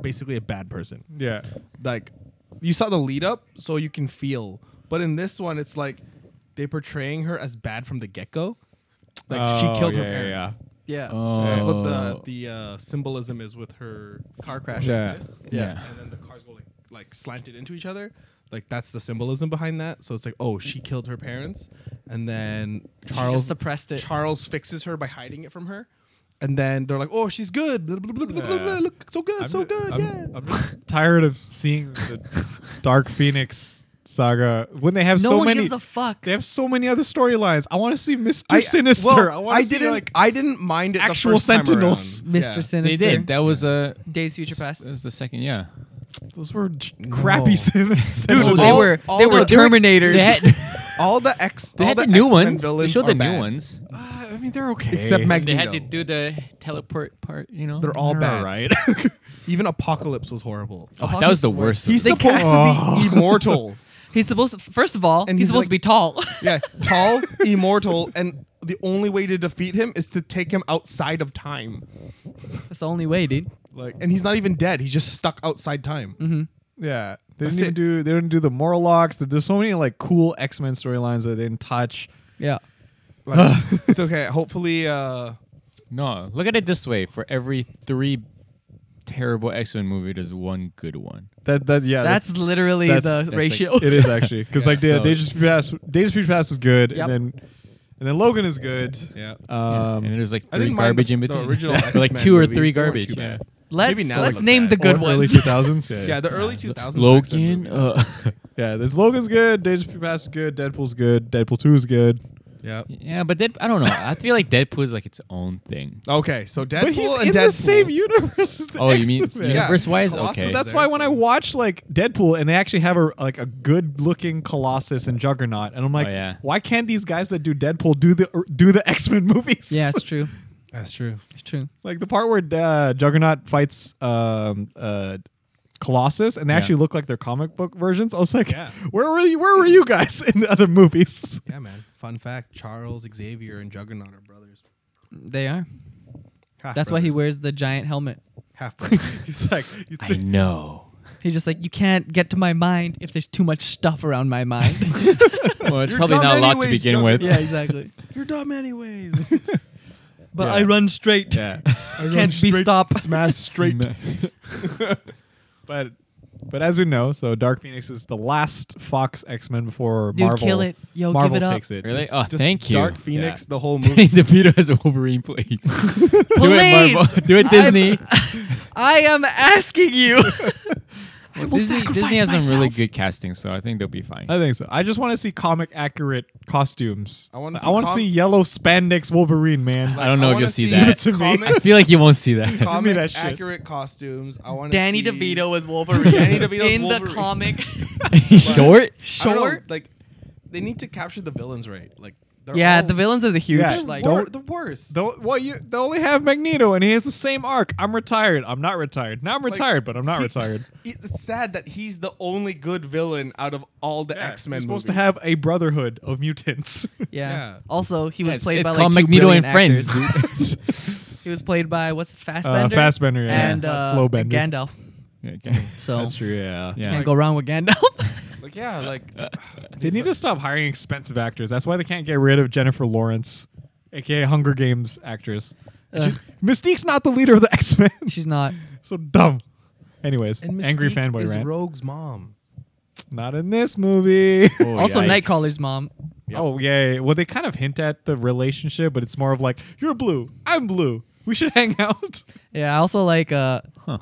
[SPEAKER 3] basically a bad person.
[SPEAKER 2] yeah.
[SPEAKER 3] Like you saw the lead up, so you can feel. But in this one, it's like they're portraying her as bad from the get go. Like
[SPEAKER 2] Oh,
[SPEAKER 3] she killed
[SPEAKER 2] yeah,
[SPEAKER 3] her
[SPEAKER 2] yeah,
[SPEAKER 3] parents.
[SPEAKER 1] yeah.
[SPEAKER 3] That's what the the uh, symbolism is with her
[SPEAKER 1] Car crash.
[SPEAKER 2] Yeah.
[SPEAKER 3] like this.
[SPEAKER 1] Yeah.
[SPEAKER 3] And then the cars go like like slanted into each other. Like that's the symbolism behind that. So it's like, oh, she killed her parents, and then
[SPEAKER 1] she
[SPEAKER 3] Charles
[SPEAKER 1] just suppressed it.
[SPEAKER 3] Charles fixes her by hiding it from her, and then they're like, oh, she's good. Blah, blah, blah, blah, blah,
[SPEAKER 2] Yeah.
[SPEAKER 3] blah, Look so good,
[SPEAKER 2] I'm
[SPEAKER 3] so
[SPEAKER 2] ju-
[SPEAKER 3] good.
[SPEAKER 2] I'm,
[SPEAKER 3] yeah.
[SPEAKER 2] I'm just tired of seeing the Dark Phoenix saga when they have
[SPEAKER 1] no
[SPEAKER 2] so
[SPEAKER 1] one
[SPEAKER 2] many.
[SPEAKER 1] gives a fuck.
[SPEAKER 2] they have so many other storylines. I want to see Mister
[SPEAKER 3] I-
[SPEAKER 2] Sinister.
[SPEAKER 3] well,
[SPEAKER 2] I want to see
[SPEAKER 3] didn't.
[SPEAKER 2] like
[SPEAKER 3] I didn't mind it. the
[SPEAKER 2] actual
[SPEAKER 3] first time
[SPEAKER 2] sentinels.
[SPEAKER 3] around.
[SPEAKER 1] Mr.
[SPEAKER 3] Yeah.
[SPEAKER 1] Sinister.
[SPEAKER 4] they did. That uh, was a
[SPEAKER 1] Days Future Past.
[SPEAKER 4] that was the second. Yeah,
[SPEAKER 2] those were j- crappy Sentinels.
[SPEAKER 1] Dude, they
[SPEAKER 3] all-
[SPEAKER 1] were
[SPEAKER 3] all
[SPEAKER 1] they were
[SPEAKER 3] the-
[SPEAKER 1] Terminators.
[SPEAKER 4] they had,
[SPEAKER 3] All the X.
[SPEAKER 4] they
[SPEAKER 3] all
[SPEAKER 4] had the,
[SPEAKER 3] the,
[SPEAKER 4] new
[SPEAKER 3] X-Men
[SPEAKER 4] ones. They
[SPEAKER 3] villains
[SPEAKER 4] showed the
[SPEAKER 3] are
[SPEAKER 4] new
[SPEAKER 3] bad.
[SPEAKER 4] ones.
[SPEAKER 2] Ah, I mean, they're okay.
[SPEAKER 3] Except Mag-
[SPEAKER 4] They had to
[SPEAKER 3] Magneto.
[SPEAKER 4] do the teleport part. You know,
[SPEAKER 3] They're all
[SPEAKER 2] They're
[SPEAKER 3] bad.
[SPEAKER 2] alright.
[SPEAKER 3] Even Apocalypse was horrible.
[SPEAKER 4] Oh, that was the
[SPEAKER 1] Apocalypse were-
[SPEAKER 4] worst.
[SPEAKER 3] He's
[SPEAKER 1] They
[SPEAKER 3] supposed to be immortal.
[SPEAKER 1] He's supposed to, first of all,
[SPEAKER 3] And he's
[SPEAKER 1] he's,
[SPEAKER 3] like-
[SPEAKER 1] supposed to be tall.
[SPEAKER 3] Yeah, tall, immortal, and the only way to defeat him is to take him outside of time.
[SPEAKER 1] That's the only way, dude.
[SPEAKER 3] Like, and he's not even dead. He's just stuck outside time.
[SPEAKER 2] yeah, they
[SPEAKER 3] That's
[SPEAKER 2] didn't even
[SPEAKER 3] it.
[SPEAKER 2] do. They didn't do the Morlocks. There's so many like cool X Men storylines that they didn't touch.
[SPEAKER 1] Yeah.
[SPEAKER 3] Like, it's okay. Hopefully, uh,
[SPEAKER 4] No, look at it this way: for every three terrible X Men movie, there's one good one.
[SPEAKER 2] That that yeah.
[SPEAKER 1] That's literally
[SPEAKER 2] that's-
[SPEAKER 1] the
[SPEAKER 2] that's like-
[SPEAKER 1] ratio.
[SPEAKER 2] it is actually because like the
[SPEAKER 4] so-
[SPEAKER 2] Days of Future Past, Days of Future Past was good,
[SPEAKER 1] Yep.
[SPEAKER 2] and then and then Logan is good.
[SPEAKER 3] yeah.
[SPEAKER 2] Um,
[SPEAKER 4] and there's like
[SPEAKER 3] I
[SPEAKER 4] Uh, three
[SPEAKER 3] didn't mind the-
[SPEAKER 4] garbage in
[SPEAKER 3] the
[SPEAKER 4] between.
[SPEAKER 3] original
[SPEAKER 4] Or, like
[SPEAKER 3] X-Men
[SPEAKER 4] two or
[SPEAKER 3] movies,
[SPEAKER 4] three
[SPEAKER 3] they weren't
[SPEAKER 4] garbage.
[SPEAKER 3] too
[SPEAKER 4] Yeah.
[SPEAKER 3] bad.
[SPEAKER 1] let's
[SPEAKER 3] Maybe now
[SPEAKER 1] let's
[SPEAKER 3] it's
[SPEAKER 1] name
[SPEAKER 3] bad.
[SPEAKER 1] the good
[SPEAKER 2] or
[SPEAKER 1] ones.
[SPEAKER 2] Early 2000s. Yeah.
[SPEAKER 3] yeah, the early 2000s.
[SPEAKER 4] Logan. Uh,
[SPEAKER 2] Yeah, there's Logan's good, Days of Future Past is good, Deadpool's good, Deadpool 2 is good.
[SPEAKER 3] Yeah.
[SPEAKER 4] yeah, but then I don't know. I feel like Deadpool is like its own thing.
[SPEAKER 3] Okay, so Deadpool
[SPEAKER 2] But he's
[SPEAKER 3] and
[SPEAKER 2] in
[SPEAKER 3] Deadpool.
[SPEAKER 2] the same universe as the
[SPEAKER 4] Oh, you mean
[SPEAKER 2] X-Men.
[SPEAKER 3] Yeah.
[SPEAKER 4] universe wise?
[SPEAKER 3] Colossus
[SPEAKER 4] Okay.
[SPEAKER 2] So
[SPEAKER 3] that-
[SPEAKER 2] that's why when I watch like Deadpool and they actually have a like a good looking Colossus and Juggernaut, and I'm like,
[SPEAKER 4] Oh, yeah.
[SPEAKER 2] why can't these guys that do Deadpool do the or do the X Men movies?
[SPEAKER 1] Yeah, it's true.
[SPEAKER 3] That's true.
[SPEAKER 1] It's true.
[SPEAKER 2] like the part where uh, Juggernaut fights um, uh, Colossus, and they
[SPEAKER 4] Yeah.
[SPEAKER 2] actually look like their comic book versions. I was like,
[SPEAKER 3] Yeah.
[SPEAKER 2] where were you? Where were you guys in the other movies?
[SPEAKER 3] Yeah, man. Fun fact: Charles Xavier and Juggernaut are brothers.
[SPEAKER 1] They are.
[SPEAKER 3] Half
[SPEAKER 1] That's why he
[SPEAKER 3] brothers.
[SPEAKER 1] wears the giant helmet.
[SPEAKER 3] half brothers.
[SPEAKER 2] He's like, you
[SPEAKER 4] I know.
[SPEAKER 1] He's just like, you can't get to my mind if there's too much stuff around my mind.
[SPEAKER 4] Well, it's
[SPEAKER 3] You're
[SPEAKER 4] probably
[SPEAKER 3] dumb
[SPEAKER 4] not a lot to
[SPEAKER 3] anyways,
[SPEAKER 4] begin
[SPEAKER 3] Joker.
[SPEAKER 4] with.
[SPEAKER 1] yeah, exactly.
[SPEAKER 3] You're dumb, anyways.
[SPEAKER 1] But
[SPEAKER 2] Yeah.
[SPEAKER 1] I run straight.
[SPEAKER 2] yeah,
[SPEAKER 1] Can't be stopped.
[SPEAKER 2] smash straight.
[SPEAKER 4] Sma-
[SPEAKER 2] but but as we know, so Dark Phoenix is the last Fox X Men before
[SPEAKER 1] Dude,
[SPEAKER 2] Marvel.
[SPEAKER 1] kill it. Yo, give
[SPEAKER 2] Marvel
[SPEAKER 1] it up.
[SPEAKER 2] takes it.
[SPEAKER 4] Really?
[SPEAKER 2] Just-
[SPEAKER 4] oh,
[SPEAKER 3] Just
[SPEAKER 4] thank you.
[SPEAKER 3] Dark Phoenix,
[SPEAKER 2] Yeah.
[SPEAKER 3] the whole movie.
[SPEAKER 4] Danny DeVito as Wolverine, please. Do it,
[SPEAKER 1] Please.
[SPEAKER 4] Marvel. Do it, Disney.
[SPEAKER 1] I am asking you.
[SPEAKER 4] Well,
[SPEAKER 1] will
[SPEAKER 4] Disney,
[SPEAKER 1] sacrifice
[SPEAKER 4] Disney has some really
[SPEAKER 1] myself.
[SPEAKER 4] good casting, so I think they'll be fine.
[SPEAKER 2] I think so. I just want to see comic accurate costumes.
[SPEAKER 3] I wanna
[SPEAKER 2] I
[SPEAKER 3] see
[SPEAKER 2] want to
[SPEAKER 3] com-
[SPEAKER 2] see yellow spandex Wolverine, man.
[SPEAKER 4] I don't know if
[SPEAKER 3] wanna
[SPEAKER 4] you'll see
[SPEAKER 2] Give it
[SPEAKER 4] that.
[SPEAKER 2] to me.
[SPEAKER 4] I feel like you won't see that.
[SPEAKER 2] Give me
[SPEAKER 3] comic
[SPEAKER 2] that shit.
[SPEAKER 3] accurate costumes. I want
[SPEAKER 1] Danny
[SPEAKER 3] see,
[SPEAKER 1] DeVito as Wolverine
[SPEAKER 3] Danny DeVito's
[SPEAKER 1] in the
[SPEAKER 3] Wolverine.
[SPEAKER 1] comic.
[SPEAKER 4] Short.
[SPEAKER 3] I don't know,
[SPEAKER 1] Short.
[SPEAKER 3] like they need to capture the villains right. Like they're
[SPEAKER 1] Yeah,
[SPEAKER 3] all-
[SPEAKER 1] the villains are the huge.
[SPEAKER 2] Yeah,
[SPEAKER 1] like,
[SPEAKER 3] Wor- the worst.
[SPEAKER 2] Though, well, you they only have Magneto, and he has the same arc. I'm retired. I'm not retired. Now I'm
[SPEAKER 3] Like,
[SPEAKER 2] retired, but I'm not
[SPEAKER 3] he-
[SPEAKER 2] retired.
[SPEAKER 3] It's sad that he's the only good villain out of all the X Men.
[SPEAKER 2] He's supposed to have a brotherhood of mutants.
[SPEAKER 1] yeah.
[SPEAKER 3] yeah.
[SPEAKER 1] Also, he was
[SPEAKER 4] It's,
[SPEAKER 1] played
[SPEAKER 4] it's
[SPEAKER 1] by like
[SPEAKER 4] called
[SPEAKER 1] two
[SPEAKER 4] Magneto and
[SPEAKER 1] brilliant
[SPEAKER 4] Friends.
[SPEAKER 1] actors.
[SPEAKER 4] dude.
[SPEAKER 1] He was played by what's
[SPEAKER 2] uh,
[SPEAKER 1] Fassbender,
[SPEAKER 2] Fastbender yeah.
[SPEAKER 1] and
[SPEAKER 2] Not
[SPEAKER 1] uh,
[SPEAKER 2] Slowbender.
[SPEAKER 1] Gandalf.
[SPEAKER 4] Okay.
[SPEAKER 1] So
[SPEAKER 2] That's true. Yeah.
[SPEAKER 4] Yeah.
[SPEAKER 1] can't go wrong with Gandalf.
[SPEAKER 3] Like yeah, like
[SPEAKER 4] Uh,
[SPEAKER 2] They need to stop hiring expensive actors. That's why they can't get rid of Jennifer Lawrence, aka Hunger Games actress.
[SPEAKER 1] Ugh.
[SPEAKER 2] She- Mystique's not the leader of the X Men.
[SPEAKER 1] She's not.
[SPEAKER 2] so dumb. Anyways,
[SPEAKER 3] Mystique
[SPEAKER 2] angry fanboy
[SPEAKER 3] is
[SPEAKER 2] rant.
[SPEAKER 3] Rogue's mom.
[SPEAKER 2] not in this movie.
[SPEAKER 4] Oh,
[SPEAKER 1] also,
[SPEAKER 4] yikes.
[SPEAKER 1] Nightcrawler's mom.
[SPEAKER 3] Yep.
[SPEAKER 2] Oh yeah. yeah. Well, they kind of hint at the relationship, but it's more of like you're blue, I'm blue. We should hang out.
[SPEAKER 1] Yeah, I also like uh,
[SPEAKER 4] Huh.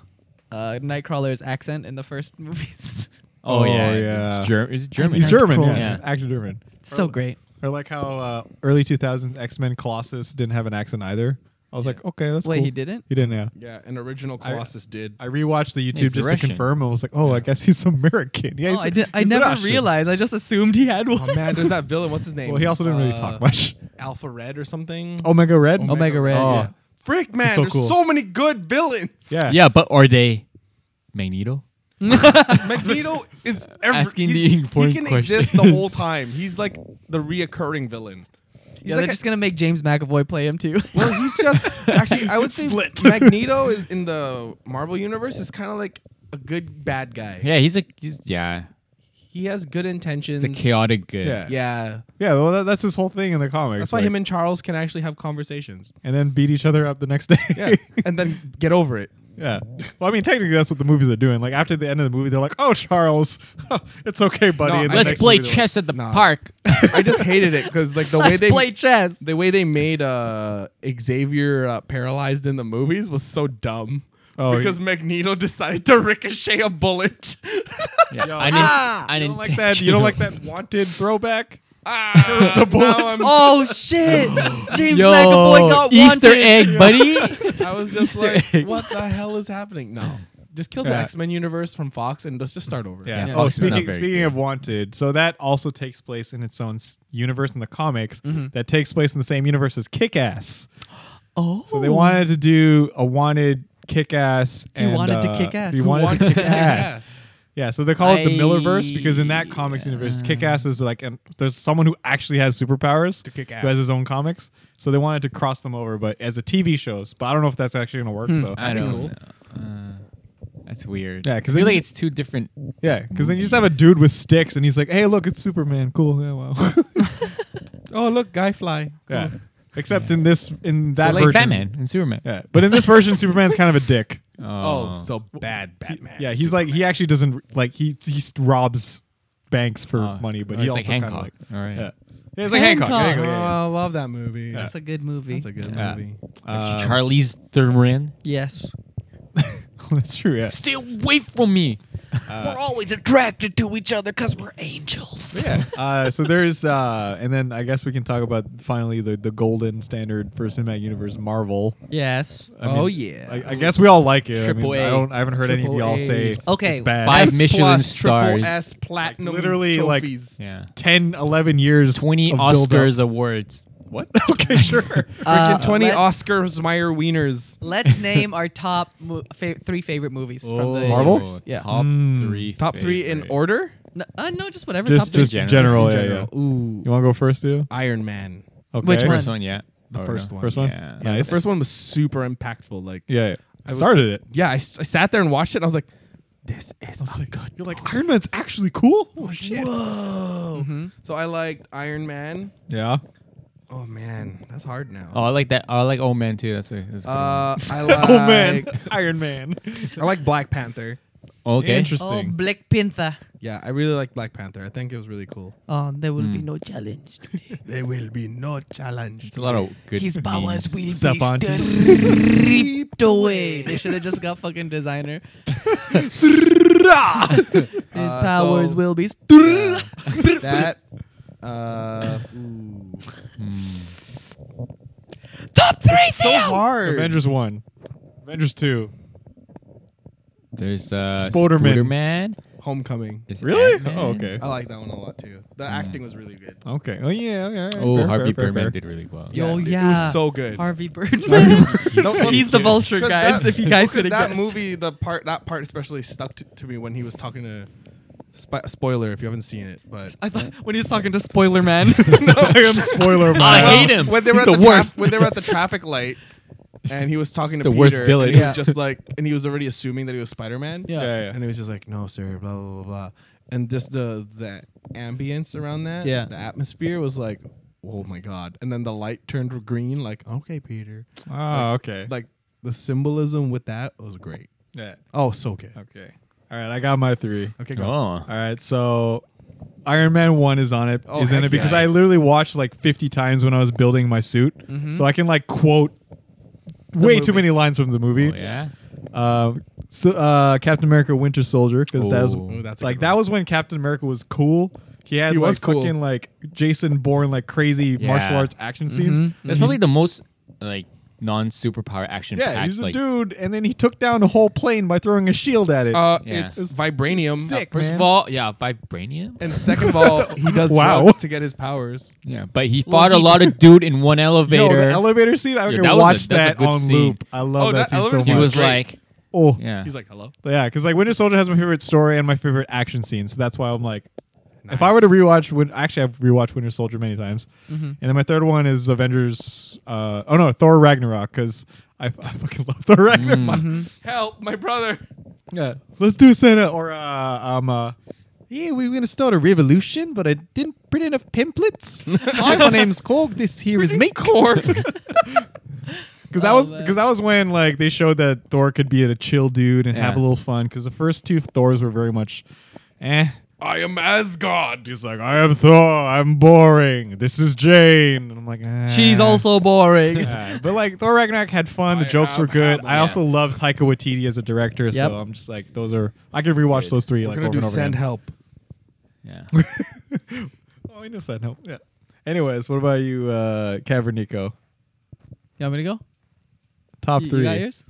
[SPEAKER 1] uh, Nightcrawler's accent in the first movies.
[SPEAKER 4] Oh,
[SPEAKER 2] Oh,
[SPEAKER 4] yeah.
[SPEAKER 2] yeah.
[SPEAKER 4] It's Ger- is it German.
[SPEAKER 2] He's German,
[SPEAKER 1] Cool.
[SPEAKER 2] yeah.
[SPEAKER 4] Yeah.
[SPEAKER 2] Actor German.
[SPEAKER 1] It's so great.
[SPEAKER 2] Or like how uh, early 2000s X Men Colossus didn't have an accent either. I was like, okay, that's
[SPEAKER 1] Wait,
[SPEAKER 2] cool.
[SPEAKER 1] he didn't?
[SPEAKER 2] He didn't. Yeah.
[SPEAKER 3] Yeah, an original Colossus did.
[SPEAKER 2] I rewatched the
[SPEAKER 4] He's
[SPEAKER 2] YouTube
[SPEAKER 4] the
[SPEAKER 2] just to
[SPEAKER 4] Russian.
[SPEAKER 2] confirm. and I was like, oh, I guess he's American. Yeah,
[SPEAKER 1] Oh,
[SPEAKER 2] he's,
[SPEAKER 1] I, did, I
[SPEAKER 2] he's
[SPEAKER 1] never
[SPEAKER 2] Russian.
[SPEAKER 1] realized. I just assumed he had one.
[SPEAKER 3] oh man, there's that villain. What's his name?
[SPEAKER 2] Well, he also didn't really
[SPEAKER 3] Uh,
[SPEAKER 2] talk much.
[SPEAKER 3] Alpha Red or something.
[SPEAKER 2] Omega Red.
[SPEAKER 1] Omega Red.
[SPEAKER 2] Oh.
[SPEAKER 1] yeah.
[SPEAKER 3] Oh, frick, man!
[SPEAKER 2] so
[SPEAKER 3] there's
[SPEAKER 2] cool.
[SPEAKER 3] so many good villains.
[SPEAKER 2] Yeah.
[SPEAKER 4] Yeah, but are they Magneto?
[SPEAKER 3] Magneto is every,
[SPEAKER 4] Asking
[SPEAKER 3] he's-
[SPEAKER 4] the important
[SPEAKER 3] He can exist the
[SPEAKER 4] questions.
[SPEAKER 3] whole time. He's like the reoccurring villain. He's
[SPEAKER 1] Yeah,
[SPEAKER 3] like
[SPEAKER 1] they're
[SPEAKER 3] a-
[SPEAKER 1] just gonna make James McAvoy play him too.
[SPEAKER 3] well, he's just actually I would say Magneto is in the Marvel universe is kind of like a good bad guy.
[SPEAKER 4] Yeah, he's a he's yeah,
[SPEAKER 3] He has good intentions.
[SPEAKER 4] he's a chaotic good.
[SPEAKER 2] Yeah.
[SPEAKER 3] yeah,
[SPEAKER 2] Yeah, well, that, that's his whole thing in the comics.
[SPEAKER 3] that's why
[SPEAKER 2] like-
[SPEAKER 3] him and Charles can actually have conversations.
[SPEAKER 2] and then beat each other up the next day.
[SPEAKER 3] Yeah, and then get over it.
[SPEAKER 2] Yeah. Well, I mean, technically, that's what the movies are doing. Like after the end of the movie, they're like, "Oh, Charles, it's okay, buddy."
[SPEAKER 3] No,
[SPEAKER 2] and the
[SPEAKER 4] Let's
[SPEAKER 2] next
[SPEAKER 4] play
[SPEAKER 2] movie, they're
[SPEAKER 4] chess at the
[SPEAKER 3] Nah.
[SPEAKER 4] park.
[SPEAKER 3] I just hated it because like the way
[SPEAKER 1] Let's
[SPEAKER 3] they
[SPEAKER 1] play chess.
[SPEAKER 3] the way they made uh Xavier uh, paralyzed in the movies was so dumb.
[SPEAKER 2] Oh,
[SPEAKER 3] because Magneto decided to ricochet a bullet.
[SPEAKER 4] Yeah,
[SPEAKER 2] Yo.
[SPEAKER 4] I didn't,
[SPEAKER 1] Ah!
[SPEAKER 4] I
[SPEAKER 2] Like, you
[SPEAKER 4] didn't
[SPEAKER 2] don't like that? You don't like that wanted throwback?
[SPEAKER 3] ah,
[SPEAKER 2] The
[SPEAKER 3] now
[SPEAKER 2] bullets.
[SPEAKER 3] I'm-
[SPEAKER 1] Oh shit! James
[SPEAKER 4] Yo,
[SPEAKER 1] McAvoy got
[SPEAKER 4] Easter
[SPEAKER 1] wanted.
[SPEAKER 4] egg, buddy.
[SPEAKER 3] I was just
[SPEAKER 4] Easter
[SPEAKER 3] like,
[SPEAKER 4] egg.
[SPEAKER 3] what the hell is happening? No. Just kill the
[SPEAKER 2] Yeah.
[SPEAKER 3] X Men universe from Fox and let's just start over.
[SPEAKER 2] Yeah.
[SPEAKER 1] Yeah.
[SPEAKER 2] Oh,
[SPEAKER 4] Fox is not
[SPEAKER 2] speaking
[SPEAKER 4] very
[SPEAKER 2] speaking
[SPEAKER 4] good.
[SPEAKER 2] of wanted, so that also takes place in its own s- universe in the comics.
[SPEAKER 4] Mm-hmm.
[SPEAKER 2] That takes place in the same universe as Kick Ass.
[SPEAKER 1] Oh,
[SPEAKER 2] So they wanted to do a wanted Kick Ass.
[SPEAKER 1] He wanted to kick ass.
[SPEAKER 2] He
[SPEAKER 1] Who
[SPEAKER 2] wanted,
[SPEAKER 3] wanted
[SPEAKER 2] to
[SPEAKER 3] to
[SPEAKER 2] kick
[SPEAKER 3] kick
[SPEAKER 2] ass.
[SPEAKER 3] ass?
[SPEAKER 2] Yeah, so they call it the Millerverse because in that
[SPEAKER 4] I- uh,
[SPEAKER 2] comics universe, Kick Ass is like an, there's someone who actually has superpowers, to
[SPEAKER 3] kick
[SPEAKER 2] who has
[SPEAKER 3] ass.
[SPEAKER 2] his own comics. So they wanted to cross them over, but as a TV shows. But I don't know if that's actually gonna work. So
[SPEAKER 4] I don't
[SPEAKER 3] cool.
[SPEAKER 4] know. Uh, that's weird.
[SPEAKER 2] Yeah, 'cause
[SPEAKER 4] I
[SPEAKER 2] then
[SPEAKER 4] feel like
[SPEAKER 2] you-
[SPEAKER 4] it's two different.
[SPEAKER 2] Yeah, because then you just have a dude with sticks, and he's like, "Hey, look, it's Superman. Cool. Yeah, wow.
[SPEAKER 3] Oh, look, Guy Fly.
[SPEAKER 2] yeah. Except in this, in
[SPEAKER 4] That
[SPEAKER 2] that
[SPEAKER 4] like
[SPEAKER 2] version,
[SPEAKER 4] Batman and Superman.
[SPEAKER 2] Yeah, but in this version, Superman's kind of a dick.
[SPEAKER 3] Oh, so bad Batman.
[SPEAKER 2] Yeah, he's like he actually doesn't like he he s- robs banks for
[SPEAKER 4] Oh,
[SPEAKER 2] money, but
[SPEAKER 4] oh,
[SPEAKER 2] he
[SPEAKER 4] it's
[SPEAKER 2] also
[SPEAKER 4] like
[SPEAKER 2] kinda
[SPEAKER 4] Hancock.
[SPEAKER 2] like-
[SPEAKER 4] All right.
[SPEAKER 2] Yeah. Yeah, it's like Hancock.
[SPEAKER 1] Hancock.
[SPEAKER 2] Hancock,
[SPEAKER 3] Oh,
[SPEAKER 2] yeah,
[SPEAKER 3] I love that movie.
[SPEAKER 1] That's a good movie.
[SPEAKER 3] That's a good
[SPEAKER 2] Yeah.
[SPEAKER 3] movie.
[SPEAKER 2] yeah. Um,
[SPEAKER 4] Charlie's Theron.
[SPEAKER 1] yes.
[SPEAKER 2] that's true. Yeah.
[SPEAKER 4] Stay away from me.
[SPEAKER 1] we're always attracted to each other because we're angels.
[SPEAKER 2] Yeah. Uh, so there's, uh, and then I guess we can talk about finally the, the golden standard for cinematic universe, Marvel.
[SPEAKER 1] Yes.
[SPEAKER 2] I
[SPEAKER 3] oh,
[SPEAKER 2] mean,
[SPEAKER 3] yeah.
[SPEAKER 2] I, I guess we all like it. I,
[SPEAKER 4] Triple
[SPEAKER 2] mean, I
[SPEAKER 4] A.
[SPEAKER 2] don't. I haven't heard any of
[SPEAKER 3] Triple
[SPEAKER 2] y'all
[SPEAKER 3] A.
[SPEAKER 2] say it's-
[SPEAKER 1] Okay,
[SPEAKER 2] it's bad.
[SPEAKER 4] five
[SPEAKER 3] S
[SPEAKER 4] Michelin
[SPEAKER 3] plus, triple
[SPEAKER 4] stars.
[SPEAKER 3] S platinum.
[SPEAKER 2] literally, like-
[SPEAKER 3] trophies.
[SPEAKER 4] Yeah.
[SPEAKER 2] 10, 11 years.
[SPEAKER 4] 20
[SPEAKER 2] of
[SPEAKER 4] Oscars
[SPEAKER 2] buildup.
[SPEAKER 4] awards.
[SPEAKER 2] What? okay, sure.
[SPEAKER 1] Uh,
[SPEAKER 3] Freaking 20
[SPEAKER 1] let's-
[SPEAKER 3] Oscars Meyer Wieners.
[SPEAKER 1] Let's name our top mo- fa- three favorite movies from
[SPEAKER 4] Oh.
[SPEAKER 1] the
[SPEAKER 2] Marvel?
[SPEAKER 1] universe. Yeah.
[SPEAKER 4] Top
[SPEAKER 2] Mm.
[SPEAKER 4] three.
[SPEAKER 3] Top three in
[SPEAKER 4] favorite.
[SPEAKER 3] order?
[SPEAKER 1] No, uh, no, just whatever.
[SPEAKER 2] just
[SPEAKER 1] top three.
[SPEAKER 2] just general.
[SPEAKER 4] general. Just
[SPEAKER 2] Oh, yeah,
[SPEAKER 4] in
[SPEAKER 2] yeah.
[SPEAKER 3] Ooh.
[SPEAKER 2] You want to go first, too?
[SPEAKER 3] Iron Man.
[SPEAKER 2] Okay.
[SPEAKER 1] Which one?
[SPEAKER 4] First one, yeah.
[SPEAKER 3] The
[SPEAKER 4] Or
[SPEAKER 3] first
[SPEAKER 4] no?
[SPEAKER 3] one.
[SPEAKER 2] First one.
[SPEAKER 4] Yeah.
[SPEAKER 2] Nice.
[SPEAKER 3] The first one was super impactful. Like,
[SPEAKER 2] Yeah. yeah.
[SPEAKER 3] I was-
[SPEAKER 2] started it.
[SPEAKER 3] Yeah, I, s- I sat there and watched it, and I was like, "This is a good."
[SPEAKER 2] You're like Iron Man's actually cool. Mm-hmm. Oh
[SPEAKER 3] shit. Whoa! So I liked Iron Man.
[SPEAKER 2] Yeah.
[SPEAKER 3] Oh man, that's hard
[SPEAKER 4] Oh,
[SPEAKER 3] now.
[SPEAKER 4] I like that. I like Old Man too. That's a. That's a
[SPEAKER 3] uh, I like.
[SPEAKER 2] oh man, Iron Man.
[SPEAKER 3] I like Black Panther.
[SPEAKER 4] good one. okay.
[SPEAKER 1] Oh,
[SPEAKER 2] Interesting.
[SPEAKER 1] Black Panther.
[SPEAKER 3] Yeah, I really like Black Panther. I think it was really cool.
[SPEAKER 1] Oh, there will be no challenge.
[SPEAKER 3] There will be no challenge.
[SPEAKER 4] It's a lot of good. memes.
[SPEAKER 1] will
[SPEAKER 2] Sup, auntie?
[SPEAKER 1] stripped away. They should have just got fucking designer. His
[SPEAKER 3] Uh,
[SPEAKER 1] powers
[SPEAKER 3] so-
[SPEAKER 1] will be.
[SPEAKER 3] Yeah. that. Uh, ooh.
[SPEAKER 1] Top three,
[SPEAKER 3] so hard.
[SPEAKER 2] Avengers one, Avengers two.
[SPEAKER 4] There's uh,
[SPEAKER 2] Spoderman.
[SPEAKER 4] Spoderman.
[SPEAKER 3] Homecoming.
[SPEAKER 4] There's
[SPEAKER 2] Really?
[SPEAKER 4] Ant-Man.
[SPEAKER 2] Oh, okay.
[SPEAKER 3] I like that one a lot too.
[SPEAKER 4] Mm.
[SPEAKER 3] The acting was really good.
[SPEAKER 2] Okay. Oh yeah. Okay. all right.
[SPEAKER 4] Oh,
[SPEAKER 2] Fair,
[SPEAKER 4] Harvey
[SPEAKER 2] fair, fair,
[SPEAKER 4] Birdman
[SPEAKER 2] fair.
[SPEAKER 4] did really well.
[SPEAKER 1] Yo,
[SPEAKER 3] it- it
[SPEAKER 1] yeah.
[SPEAKER 3] was so good.
[SPEAKER 1] Harvey Birdman. He's the vulture,
[SPEAKER 3] Because
[SPEAKER 1] guys.
[SPEAKER 3] that-
[SPEAKER 1] if you guys
[SPEAKER 3] because
[SPEAKER 1] could
[SPEAKER 3] that
[SPEAKER 1] guessed.
[SPEAKER 3] movie, the part that part especially stuck to, to me when he was talking to. Sp- spoiler if you haven't seen it, but
[SPEAKER 1] I thought when he was talking to Spoiler Man.
[SPEAKER 2] I am spoiler man.
[SPEAKER 4] I hate him.
[SPEAKER 3] when they were
[SPEAKER 4] He's
[SPEAKER 3] at
[SPEAKER 4] the
[SPEAKER 3] the, tra-
[SPEAKER 4] worst.
[SPEAKER 3] when they were at the traffic light, and he was talking
[SPEAKER 4] He's
[SPEAKER 3] to
[SPEAKER 4] the
[SPEAKER 3] Peter,
[SPEAKER 4] worst villain.
[SPEAKER 3] and he
[SPEAKER 1] Yeah.
[SPEAKER 3] was just like, and he was already assuming that he was Spider Man,
[SPEAKER 1] Yeah.
[SPEAKER 2] Yeah, yeah.
[SPEAKER 3] and he was just like, no sir, blah blah blah, blah. and just the the ambience around that,
[SPEAKER 1] Yeah.
[SPEAKER 3] the atmosphere was like, oh my god, and then the light turned green, like okay Peter,
[SPEAKER 2] Oh, okay.
[SPEAKER 3] like the symbolism with that was great.
[SPEAKER 2] yeah.
[SPEAKER 3] Oh, so good.
[SPEAKER 2] Okay. All right. I got my three.
[SPEAKER 3] Okay, go.
[SPEAKER 4] Oh.
[SPEAKER 2] All right. So Iron Man one is on it.
[SPEAKER 3] Oh,
[SPEAKER 2] is in
[SPEAKER 3] heck
[SPEAKER 2] it because
[SPEAKER 3] yeah.
[SPEAKER 2] I literally watched like 50 times when I was building my suit, so I can like quote way
[SPEAKER 1] movie.
[SPEAKER 2] too many lines from the movie.
[SPEAKER 4] Oh, yeah.
[SPEAKER 2] Um, so, uh, Captain America Winter Soldier because that was
[SPEAKER 4] Ooh,
[SPEAKER 3] that's a
[SPEAKER 2] like
[SPEAKER 3] good
[SPEAKER 2] that
[SPEAKER 3] one.
[SPEAKER 2] was when Captain America was cool. He had
[SPEAKER 3] He
[SPEAKER 2] like
[SPEAKER 3] was cool.
[SPEAKER 2] fucking like Jason Bourne like crazy martial
[SPEAKER 4] Yeah.
[SPEAKER 2] arts action scenes.
[SPEAKER 4] That's probably the most like non superpower action
[SPEAKER 2] Yeah,
[SPEAKER 4] packed
[SPEAKER 2] he's a
[SPEAKER 4] like
[SPEAKER 2] dude, and then he took down a whole plane by throwing a shield at it.
[SPEAKER 3] Uh,
[SPEAKER 4] Yeah.
[SPEAKER 3] It's vibranium.
[SPEAKER 2] Sick,
[SPEAKER 4] First
[SPEAKER 2] man.
[SPEAKER 4] of all, yeah, vibranium.
[SPEAKER 3] And second of all, he does
[SPEAKER 2] Wow.
[SPEAKER 3] drugs to get his powers.
[SPEAKER 4] Yeah, but he fought a lot of dude in one
[SPEAKER 2] Yo,
[SPEAKER 4] elevator.
[SPEAKER 2] the elevator scene. I
[SPEAKER 4] Yeah,
[SPEAKER 2] can
[SPEAKER 4] that was a-
[SPEAKER 2] watch
[SPEAKER 4] that's a
[SPEAKER 2] that
[SPEAKER 4] good
[SPEAKER 2] on
[SPEAKER 4] scene.
[SPEAKER 2] loop. I love
[SPEAKER 3] Oh,
[SPEAKER 2] that,
[SPEAKER 3] that
[SPEAKER 2] scene so
[SPEAKER 3] elevator
[SPEAKER 2] much.
[SPEAKER 4] he
[SPEAKER 3] scene
[SPEAKER 4] was
[SPEAKER 3] great.
[SPEAKER 4] like,
[SPEAKER 2] oh, yeah,
[SPEAKER 4] yeah,
[SPEAKER 3] He's like, hello.
[SPEAKER 2] because like Winter Soldier has my favorite story and my favorite action scene. So that's why I'm like, if I were to rewatch, Win- actually I've rewatched Winter Soldier many times, and then my third one is Avengers. Uh, oh no, Thor Ragnarok because I, I fucking love Thor Ragnarok.
[SPEAKER 3] Help, my brother.
[SPEAKER 2] Yeah, let's do Santa or uh, um. Uh, yeah, we were gonna start a revolution, but I didn't print enough pamphlets. Hi, my name's Korg. This here is Mick Korg. Because that
[SPEAKER 1] Oh,
[SPEAKER 2] was
[SPEAKER 1] man.
[SPEAKER 2] because that was when like they showed that Thor could be a chill dude and have a
[SPEAKER 4] Yeah.
[SPEAKER 2] little fun. Because the first two Thors were very much, eh.
[SPEAKER 3] I am Asgard.
[SPEAKER 2] He's like, I am Thor. I'm boring. This is Jane. And I'm like, eh.
[SPEAKER 1] She's also boring.
[SPEAKER 2] Yeah, but like Thor Ragnarok had fun. The
[SPEAKER 3] I
[SPEAKER 2] jokes were
[SPEAKER 3] have
[SPEAKER 2] good.
[SPEAKER 3] had
[SPEAKER 2] I
[SPEAKER 3] them.
[SPEAKER 2] also love Taika Waititi as a director,
[SPEAKER 1] Yep.
[SPEAKER 2] so I'm just like those are. I could rewatch those 3
[SPEAKER 3] We're
[SPEAKER 2] like
[SPEAKER 3] gonna
[SPEAKER 2] over
[SPEAKER 3] do
[SPEAKER 2] and over
[SPEAKER 3] send
[SPEAKER 2] again.
[SPEAKER 3] help.
[SPEAKER 4] yeah.
[SPEAKER 2] Oh, I know send help. Yeah. Anyways, what about you, uh, Cavernico?
[SPEAKER 1] You want me to go?
[SPEAKER 2] Top
[SPEAKER 1] You-
[SPEAKER 2] three.
[SPEAKER 1] You got yours?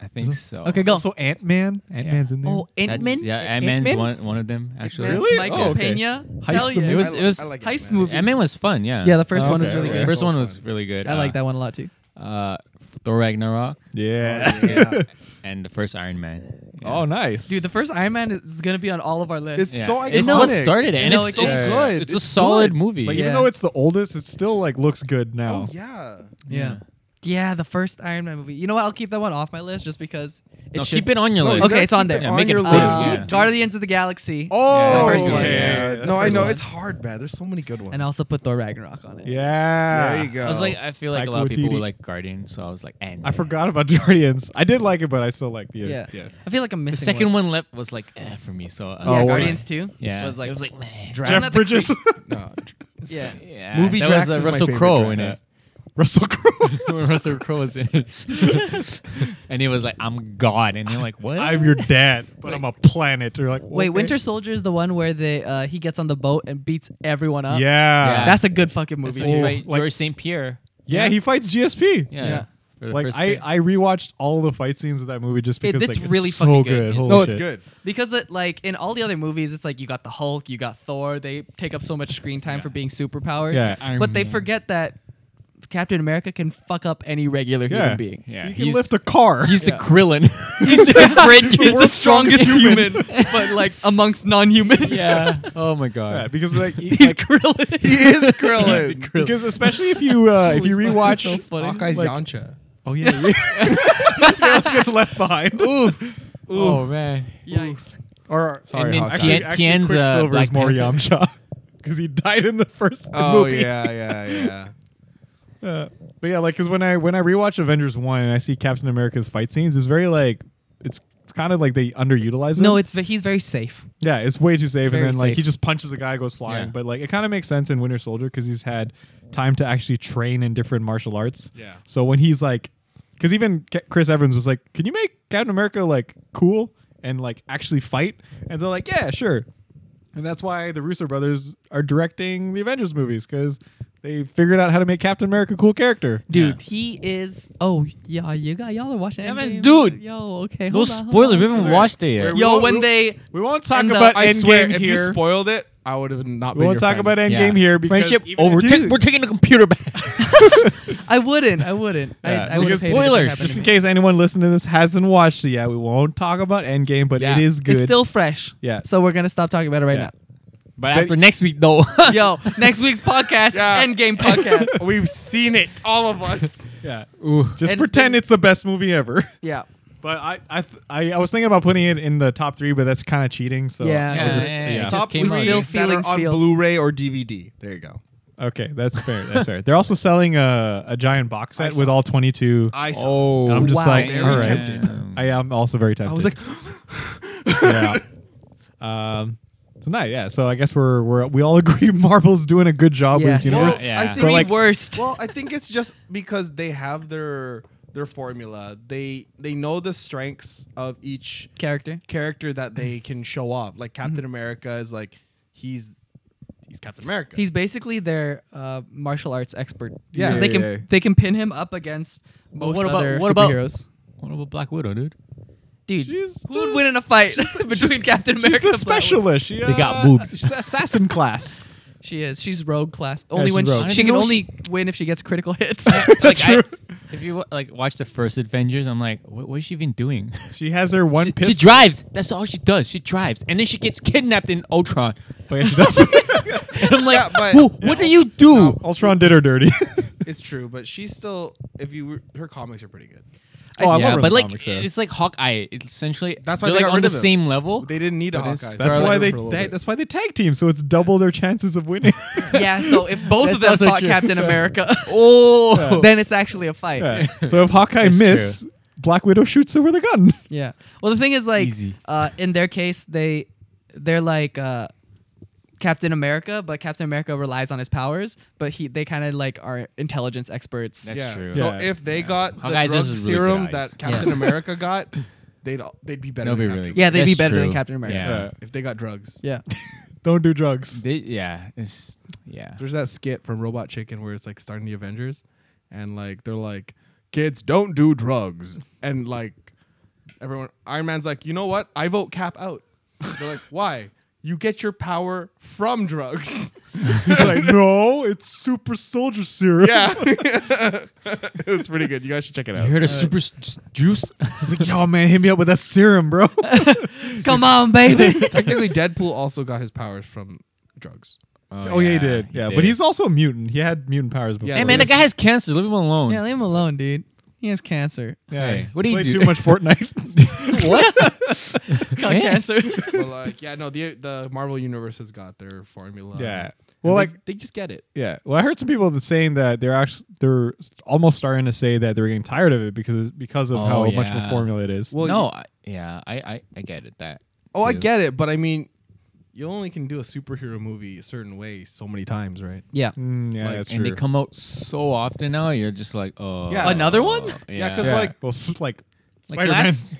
[SPEAKER 4] I think so.
[SPEAKER 1] Okay, go.
[SPEAKER 2] Also, Ant Man. Ant Man's in there.
[SPEAKER 1] Oh,
[SPEAKER 4] That's-
[SPEAKER 1] Ant-Man?
[SPEAKER 4] Yeah, Ant Man's
[SPEAKER 2] Ant-Man?
[SPEAKER 4] one one of them actually.
[SPEAKER 1] Man,
[SPEAKER 2] Really?
[SPEAKER 1] Michael
[SPEAKER 2] Oh, okay.
[SPEAKER 1] Pena.
[SPEAKER 2] Heist
[SPEAKER 1] Hell
[SPEAKER 2] the
[SPEAKER 1] yeah.
[SPEAKER 4] It was
[SPEAKER 3] I
[SPEAKER 4] it
[SPEAKER 3] like-
[SPEAKER 4] was
[SPEAKER 3] I like
[SPEAKER 1] Heist
[SPEAKER 3] Ant-Man.
[SPEAKER 1] movie.
[SPEAKER 4] Ant Man was fun. Yeah.
[SPEAKER 1] Yeah, the first
[SPEAKER 2] Oh,
[SPEAKER 1] one was
[SPEAKER 2] okay,
[SPEAKER 1] really
[SPEAKER 2] okay.
[SPEAKER 4] The
[SPEAKER 1] good.
[SPEAKER 4] first
[SPEAKER 3] So
[SPEAKER 4] one
[SPEAKER 3] fun.
[SPEAKER 4] was really good.
[SPEAKER 1] I like
[SPEAKER 4] Uh,
[SPEAKER 1] that one a lot too.
[SPEAKER 4] Uh, Thor Ragnarok
[SPEAKER 2] Yeah.
[SPEAKER 3] Oh, yeah.
[SPEAKER 4] and the first Iron Man. Yeah.
[SPEAKER 2] Oh, nice,
[SPEAKER 1] Dude, the first Iron Man is gonna be on all of our lists.
[SPEAKER 3] It's so iconic.
[SPEAKER 4] It's what started it, and
[SPEAKER 1] No,
[SPEAKER 4] it's,
[SPEAKER 1] it's
[SPEAKER 4] it's
[SPEAKER 3] good.
[SPEAKER 4] It's,
[SPEAKER 3] It's
[SPEAKER 4] a solid
[SPEAKER 3] good.
[SPEAKER 4] movie.
[SPEAKER 2] Like
[SPEAKER 1] Yeah.
[SPEAKER 2] even though it's the oldest, it still like looks good now.
[SPEAKER 3] Oh yeah.
[SPEAKER 1] yeah. Yeah, the first Iron Man movie. You know what? I'll keep that one off my list just because it
[SPEAKER 4] no,
[SPEAKER 1] should
[SPEAKER 4] keep it on your
[SPEAKER 3] No,
[SPEAKER 4] list.
[SPEAKER 3] exactly.
[SPEAKER 1] Okay, it's on
[SPEAKER 3] Keep
[SPEAKER 1] there.
[SPEAKER 3] it
[SPEAKER 4] Yeah,
[SPEAKER 3] on
[SPEAKER 4] make it
[SPEAKER 3] your
[SPEAKER 4] big.
[SPEAKER 3] list.
[SPEAKER 1] Uh,
[SPEAKER 4] Yeah.
[SPEAKER 1] Guardians of the Galaxy.
[SPEAKER 2] Oh,
[SPEAKER 1] the first one.
[SPEAKER 2] okay.
[SPEAKER 1] Yeah,
[SPEAKER 2] That's
[SPEAKER 3] No,
[SPEAKER 2] the
[SPEAKER 3] I
[SPEAKER 2] first
[SPEAKER 3] know
[SPEAKER 2] one.
[SPEAKER 3] it's hard, man. There's so many good ones.
[SPEAKER 1] and I also put Thor Ragnarok on it.
[SPEAKER 2] Yeah.
[SPEAKER 3] there you go.
[SPEAKER 4] I was like, I feel like
[SPEAKER 2] Taika
[SPEAKER 4] a lot of people
[SPEAKER 2] Waititi.
[SPEAKER 4] were like Guardians, so I was like, Ant.
[SPEAKER 2] I forgot about Guardians. I did like it, but I still like the
[SPEAKER 1] Yeah.
[SPEAKER 2] yeah.
[SPEAKER 1] I feel like I'm
[SPEAKER 4] The
[SPEAKER 1] missing
[SPEAKER 4] second one left was like eh, for me. So uh,
[SPEAKER 2] Oh,
[SPEAKER 1] Yeah,
[SPEAKER 2] wow.
[SPEAKER 1] Guardians 2
[SPEAKER 4] Yeah,
[SPEAKER 1] was like,
[SPEAKER 4] it was like meh.
[SPEAKER 3] Drax-
[SPEAKER 2] Jeff Bridges,
[SPEAKER 1] uh,
[SPEAKER 3] no,
[SPEAKER 1] yeah.
[SPEAKER 4] Yeah,
[SPEAKER 3] Movie
[SPEAKER 4] that
[SPEAKER 3] Drax
[SPEAKER 4] was, uh,
[SPEAKER 3] is my
[SPEAKER 4] Russell
[SPEAKER 3] favorite
[SPEAKER 4] Crowe in it.
[SPEAKER 3] Drax.
[SPEAKER 2] Russell Crowe.
[SPEAKER 4] When Russell Crowe was in it, and he was like, "I'm God," and you're like, "What?"
[SPEAKER 2] I'm your dad, but I'm a planet. You're like,
[SPEAKER 1] Wait,
[SPEAKER 2] okay.
[SPEAKER 1] Winter Soldier is the one where they uh, he gets on the boat and beats everyone
[SPEAKER 2] Yeah.
[SPEAKER 1] up.
[SPEAKER 2] Yeah.
[SPEAKER 1] that's a good fucking movie.
[SPEAKER 4] Movie
[SPEAKER 1] too.
[SPEAKER 2] Oh,
[SPEAKER 4] like,
[SPEAKER 2] like-
[SPEAKER 4] George St. Pierre.
[SPEAKER 2] he fights GSP.
[SPEAKER 4] Yeah,
[SPEAKER 1] Yeah.
[SPEAKER 4] for the
[SPEAKER 2] Like
[SPEAKER 4] first
[SPEAKER 2] I,
[SPEAKER 4] bit.
[SPEAKER 2] I rewatched all the fight scenes of that movie just
[SPEAKER 1] It-
[SPEAKER 2] because
[SPEAKER 1] it's
[SPEAKER 2] like, it's
[SPEAKER 1] really
[SPEAKER 2] so
[SPEAKER 1] fucking good.
[SPEAKER 2] good.
[SPEAKER 1] It's-
[SPEAKER 2] Holy
[SPEAKER 3] no, it's
[SPEAKER 2] shit.
[SPEAKER 3] good.
[SPEAKER 1] Because it, like in all the other movies, it's like you got the Hulk, you got Thor. They take up so much screen time for being superpowers.
[SPEAKER 2] Yeah.
[SPEAKER 4] Iron
[SPEAKER 1] but they
[SPEAKER 2] Mm-hmm.
[SPEAKER 4] Man.
[SPEAKER 1] forget that Captain America can fuck up any regular
[SPEAKER 2] Yeah.
[SPEAKER 1] human being.
[SPEAKER 4] yeah,
[SPEAKER 2] He can
[SPEAKER 4] he's,
[SPEAKER 2] lift a car.
[SPEAKER 4] he's
[SPEAKER 1] Yeah.
[SPEAKER 4] the Krillin. he's the great.
[SPEAKER 1] He's the
[SPEAKER 2] world's
[SPEAKER 1] strongest
[SPEAKER 2] strongest
[SPEAKER 1] human, but like amongst non-human.
[SPEAKER 4] yeah. Oh my god.
[SPEAKER 2] yeah, because like, he-
[SPEAKER 1] he's
[SPEAKER 2] like-
[SPEAKER 1] Krillin.
[SPEAKER 3] He is Krillin.
[SPEAKER 2] because especially if you uh, if you rewatch
[SPEAKER 1] so funny.
[SPEAKER 3] Hawkeye's
[SPEAKER 2] Like-
[SPEAKER 3] Yamcha.
[SPEAKER 2] Oh yeah, yeah. He always gets left behind.
[SPEAKER 4] Oh man.
[SPEAKER 1] Yikes.
[SPEAKER 2] Or
[SPEAKER 3] Sorry,
[SPEAKER 4] then
[SPEAKER 3] Hawkeye.
[SPEAKER 4] Tien-
[SPEAKER 2] actually, actually
[SPEAKER 4] Tien's, uh,
[SPEAKER 2] Quicksilver is
[SPEAKER 4] Black
[SPEAKER 2] more
[SPEAKER 4] Panther.
[SPEAKER 2] Yamcha because he died in the first movie.
[SPEAKER 3] Oh, yeah, yeah.
[SPEAKER 2] Uh, but yeah, like because when I when I rewatch Avengers one and I see Captain America's fight scenes, it's very like it's it's kind of like they underutilize it.
[SPEAKER 1] No, it's ve- he's very safe.
[SPEAKER 2] yeah, it's way too safe, and
[SPEAKER 1] very
[SPEAKER 2] then like he
[SPEAKER 1] safe.
[SPEAKER 2] just punches a guy, goes flying.
[SPEAKER 4] Yeah.
[SPEAKER 2] But like it kind of makes sense in Winter Soldier because he's had time to actually train in different martial arts.
[SPEAKER 3] Yeah.
[SPEAKER 2] So when he's like, because even Ca- Chris Evans was like, "Can you make Captain America like cool and like actually fight?" And they're like, "Yeah, sure." And that's why the Russo brothers are directing the Avengers movies because they figured out how to make Captain America a cool character.
[SPEAKER 1] Dude, he is. Oh yeah, you got y'all are watching.
[SPEAKER 4] Yeah,
[SPEAKER 1] Endgame?
[SPEAKER 4] man, dude.
[SPEAKER 1] Yo, okay.
[SPEAKER 4] No
[SPEAKER 1] Hold on, hold
[SPEAKER 4] spoilers.
[SPEAKER 1] on.
[SPEAKER 4] We haven't watched it
[SPEAKER 3] Where
[SPEAKER 4] yet.
[SPEAKER 3] we-
[SPEAKER 1] Yo,
[SPEAKER 3] won't-
[SPEAKER 1] when
[SPEAKER 3] we-
[SPEAKER 1] they
[SPEAKER 2] We won't talk
[SPEAKER 1] And the-
[SPEAKER 2] about
[SPEAKER 3] I
[SPEAKER 2] Endgame
[SPEAKER 3] swear, if you
[SPEAKER 2] here.
[SPEAKER 3] spoiled it, I would have not
[SPEAKER 2] we
[SPEAKER 3] been.
[SPEAKER 2] won't
[SPEAKER 3] your
[SPEAKER 2] talk
[SPEAKER 3] friend.
[SPEAKER 2] about Endgame
[SPEAKER 4] Yeah.
[SPEAKER 2] here because
[SPEAKER 4] friendship
[SPEAKER 2] even-
[SPEAKER 4] over.
[SPEAKER 1] dude.
[SPEAKER 4] ta- we're taking the computer back.
[SPEAKER 1] I wouldn't. I wouldn't.
[SPEAKER 2] Yeah,
[SPEAKER 1] I, I would
[SPEAKER 2] because
[SPEAKER 4] spoilers,
[SPEAKER 2] Just in case anyone listening to this hasn't watched it yet, we won't talk about Endgame, but
[SPEAKER 4] Yeah.
[SPEAKER 2] it is good.
[SPEAKER 1] It's still fresh.
[SPEAKER 2] Yeah.
[SPEAKER 1] So we're gonna stop talking about it right
[SPEAKER 2] Yeah.
[SPEAKER 4] But after next week, though.
[SPEAKER 1] now. Yo, next week's podcast,
[SPEAKER 3] Yeah.
[SPEAKER 1] Endgame podcast.
[SPEAKER 3] We've seen it, all of us.
[SPEAKER 2] yeah.
[SPEAKER 4] Ooh.
[SPEAKER 2] Just
[SPEAKER 1] And it's
[SPEAKER 2] pretend
[SPEAKER 1] been-
[SPEAKER 2] it's, the best movie ever.
[SPEAKER 1] yeah.
[SPEAKER 2] But I I, th- I I was thinking about putting it in the top three, but that's kind of cheating. So
[SPEAKER 1] Yeah.
[SPEAKER 2] I'll
[SPEAKER 1] Yeah,
[SPEAKER 2] just-
[SPEAKER 4] yeah, yeah. It
[SPEAKER 3] Top
[SPEAKER 4] just came
[SPEAKER 3] three
[SPEAKER 4] out.
[SPEAKER 1] Still
[SPEAKER 3] that
[SPEAKER 1] feeling
[SPEAKER 3] are on
[SPEAKER 1] feels.
[SPEAKER 3] Blu-ray or DVD. There you go.
[SPEAKER 2] Okay, that's fair. That's fair. They're also selling a, a giant box
[SPEAKER 3] I
[SPEAKER 2] set
[SPEAKER 3] saw
[SPEAKER 2] with
[SPEAKER 3] it.
[SPEAKER 2] all 22. I,
[SPEAKER 3] I saw.
[SPEAKER 4] Oh,
[SPEAKER 2] and I'm just
[SPEAKER 1] Wow.
[SPEAKER 2] like,
[SPEAKER 3] Very
[SPEAKER 2] all right.
[SPEAKER 3] tempted.
[SPEAKER 2] I am also very tempted.
[SPEAKER 3] I was like,
[SPEAKER 2] yeah. Um, so no, yeah. So I guess we're we're we all agree Marvel's doing a good job
[SPEAKER 1] Yes.
[SPEAKER 2] with this
[SPEAKER 3] well,
[SPEAKER 2] universe.
[SPEAKER 4] Yeah.
[SPEAKER 3] I
[SPEAKER 4] But
[SPEAKER 3] think
[SPEAKER 1] Three
[SPEAKER 2] like-
[SPEAKER 1] worst.
[SPEAKER 3] Well, I think it's just because they have their their formula. They they know the strengths of each
[SPEAKER 1] character.
[SPEAKER 4] Mm-hmm.
[SPEAKER 3] character that they can show off. Like Captain America is like he's he's Captain America.
[SPEAKER 1] He's basically their uh, martial arts expert. 'Cause
[SPEAKER 3] Yeah.
[SPEAKER 1] they can
[SPEAKER 2] Yeah, yeah, yeah.
[SPEAKER 1] they can pin him up against
[SPEAKER 4] But
[SPEAKER 1] most
[SPEAKER 4] what about-
[SPEAKER 1] other
[SPEAKER 4] what about-
[SPEAKER 1] superheroes.
[SPEAKER 4] What about Black Widow, dude?
[SPEAKER 1] Dude,
[SPEAKER 2] She's
[SPEAKER 1] who would
[SPEAKER 2] just-
[SPEAKER 1] win in a fight between Captain America?
[SPEAKER 2] She's the
[SPEAKER 1] and Black Widow?
[SPEAKER 2] specialist. She,
[SPEAKER 4] They got
[SPEAKER 2] uh,
[SPEAKER 4] boobs.
[SPEAKER 2] She's the assassin class.
[SPEAKER 1] She is. She's rogue class. Only
[SPEAKER 2] she's
[SPEAKER 1] when
[SPEAKER 2] rogue.
[SPEAKER 1] she, she
[SPEAKER 4] I
[SPEAKER 1] can
[SPEAKER 4] know
[SPEAKER 1] only win if she gets critical hits.
[SPEAKER 4] That's like, I, if you wa- like watch the first Avengers, I'm like, what, what is she even doing?
[SPEAKER 2] She has her one
[SPEAKER 4] She,
[SPEAKER 2] pistol.
[SPEAKER 4] she drives. That's all she does. She drives, and then she gets kidnapped in Ultron.
[SPEAKER 2] Oh, yeah, she does.
[SPEAKER 4] And I'm like,
[SPEAKER 3] Yeah, but-
[SPEAKER 4] "Who- what do you do?
[SPEAKER 2] Ultron did her dirty.
[SPEAKER 3] it's true, but she's still. If you were- her comics are pretty good.
[SPEAKER 2] oh, I
[SPEAKER 4] yeah,
[SPEAKER 2] love her in
[SPEAKER 4] but
[SPEAKER 2] the
[SPEAKER 4] like
[SPEAKER 2] comics, yeah.
[SPEAKER 4] it's like Hawkeye. It's essentially
[SPEAKER 3] That's why
[SPEAKER 4] they're
[SPEAKER 3] they
[SPEAKER 4] like
[SPEAKER 3] got rid
[SPEAKER 4] on the
[SPEAKER 3] of him.
[SPEAKER 4] same level.
[SPEAKER 3] They didn't need a
[SPEAKER 4] But it's-
[SPEAKER 3] Hawkeye.
[SPEAKER 2] that's
[SPEAKER 4] Scarlet
[SPEAKER 2] why
[SPEAKER 4] Witch
[SPEAKER 2] they,
[SPEAKER 3] for a little
[SPEAKER 2] they-
[SPEAKER 3] bit.
[SPEAKER 2] that's why they tag team, so it's double their chances of winning.
[SPEAKER 1] yeah, so if both of
[SPEAKER 4] That's
[SPEAKER 1] them
[SPEAKER 4] also
[SPEAKER 1] fought
[SPEAKER 4] true.
[SPEAKER 1] Captain America,
[SPEAKER 4] Oh,
[SPEAKER 1] then it's actually a fight.
[SPEAKER 2] Yeah. So if Hawkeye
[SPEAKER 4] That's
[SPEAKER 2] miss, Black Widow shoots her with a gun.
[SPEAKER 1] Yeah. Well, the thing is, like,
[SPEAKER 4] Easy.
[SPEAKER 1] uh, in their case, they they're like uh, Captain America, but Captain America relies on his powers. But he they kind of like are intelligence experts.
[SPEAKER 4] That's
[SPEAKER 3] yeah.
[SPEAKER 4] true.
[SPEAKER 3] So
[SPEAKER 2] Yeah.
[SPEAKER 3] if they got the
[SPEAKER 4] Hawkeye's
[SPEAKER 3] drug
[SPEAKER 4] just really good
[SPEAKER 3] serum
[SPEAKER 4] eyes.
[SPEAKER 3] that
[SPEAKER 4] Yeah.
[SPEAKER 3] Captain America got, they'd all- they'd be better.
[SPEAKER 4] That'll
[SPEAKER 3] than Captain
[SPEAKER 4] be really.
[SPEAKER 3] America
[SPEAKER 1] Yeah, they'd be
[SPEAKER 4] that's
[SPEAKER 1] better than
[SPEAKER 4] true.
[SPEAKER 1] Captain America.
[SPEAKER 4] Yeah,
[SPEAKER 2] Yeah.
[SPEAKER 3] If they got drugs,
[SPEAKER 1] Yeah.
[SPEAKER 2] Don't do drugs.
[SPEAKER 4] They- yeah, it's yeah.
[SPEAKER 3] There's that skit from Robot Chicken where it's like starting the Avengers, and like they're like, "Kids, don't do drugs," and like everyone, Iron Man's like, "You know what? I vote Cap out." They're like, "Why? You get your power from drugs."
[SPEAKER 2] He's like, no, it's super soldier serum.
[SPEAKER 3] yeah, it was pretty good. You guys should check it out.
[SPEAKER 4] You heard of super s- s- juice?
[SPEAKER 2] He's like, yo, man, hit me up with that serum, bro.
[SPEAKER 4] Oh,
[SPEAKER 1] Come on, baby.
[SPEAKER 3] Technically, Deadpool also got his powers from drugs.
[SPEAKER 2] oh, yeah, he did. Yeah, but he's also a mutant. He had mutant powers before.
[SPEAKER 3] Yeah,
[SPEAKER 4] Hey man, the guy has cancer. Leave him alone.
[SPEAKER 1] yeah, leave him alone, dude. He has cancer.
[SPEAKER 2] Yeah.
[SPEAKER 4] Hey, what do you
[SPEAKER 2] Played
[SPEAKER 4] do?
[SPEAKER 2] too much Fortnite.
[SPEAKER 4] what?
[SPEAKER 1] Got
[SPEAKER 4] Yeah.
[SPEAKER 1] cancer.
[SPEAKER 3] but like, yeah, no, the the Marvel universe has got their formula.
[SPEAKER 4] Uh,
[SPEAKER 2] yeah.
[SPEAKER 3] well,
[SPEAKER 2] Well,
[SPEAKER 3] like
[SPEAKER 2] like,
[SPEAKER 3] they just get it.
[SPEAKER 2] yeah. Well, I heard some people that saying that they're actually they're almost starting to say that they're getting tired of it because because of
[SPEAKER 4] Oh,
[SPEAKER 2] how much of a
[SPEAKER 4] yeah.
[SPEAKER 2] formula it is.
[SPEAKER 3] Well,
[SPEAKER 4] no, I, yeah, I, I I get it. That.
[SPEAKER 3] Oh, I
[SPEAKER 4] too.
[SPEAKER 3] get it, but I mean, you only can do a superhero movie a certain way so many times, right?
[SPEAKER 1] Yeah.
[SPEAKER 2] Mm, yeah,
[SPEAKER 3] like,
[SPEAKER 2] that's
[SPEAKER 4] and
[SPEAKER 2] true.
[SPEAKER 4] they come out so often now. You're just like, oh,
[SPEAKER 3] Yeah.
[SPEAKER 1] Another one?
[SPEAKER 4] Yeah,
[SPEAKER 3] Yeah, 'cause
[SPEAKER 2] yeah.
[SPEAKER 3] like-
[SPEAKER 2] well, s- like
[SPEAKER 4] like
[SPEAKER 2] Spider-Man.
[SPEAKER 4] last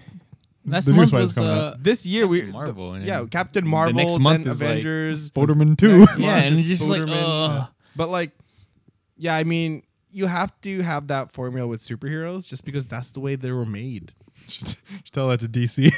[SPEAKER 4] last
[SPEAKER 2] The new
[SPEAKER 4] month
[SPEAKER 2] Spider's
[SPEAKER 4] was
[SPEAKER 2] coming
[SPEAKER 4] uh,
[SPEAKER 2] out.
[SPEAKER 3] This year we
[SPEAKER 4] Captain Marvel,
[SPEAKER 3] the-
[SPEAKER 4] and
[SPEAKER 3] yeah,
[SPEAKER 4] then
[SPEAKER 3] Captain
[SPEAKER 4] the
[SPEAKER 3] Marvel,
[SPEAKER 4] next month
[SPEAKER 3] then
[SPEAKER 4] is, like,
[SPEAKER 3] Avengers,
[SPEAKER 2] Spider-Man two.
[SPEAKER 3] next month
[SPEAKER 4] and
[SPEAKER 3] is
[SPEAKER 4] it's just like,
[SPEAKER 3] Spider-Man.
[SPEAKER 4] ugh.
[SPEAKER 3] But like, yeah, I mean, you have to have that formula with superheroes just because that's the way they were made.
[SPEAKER 2] Should tell that to DC.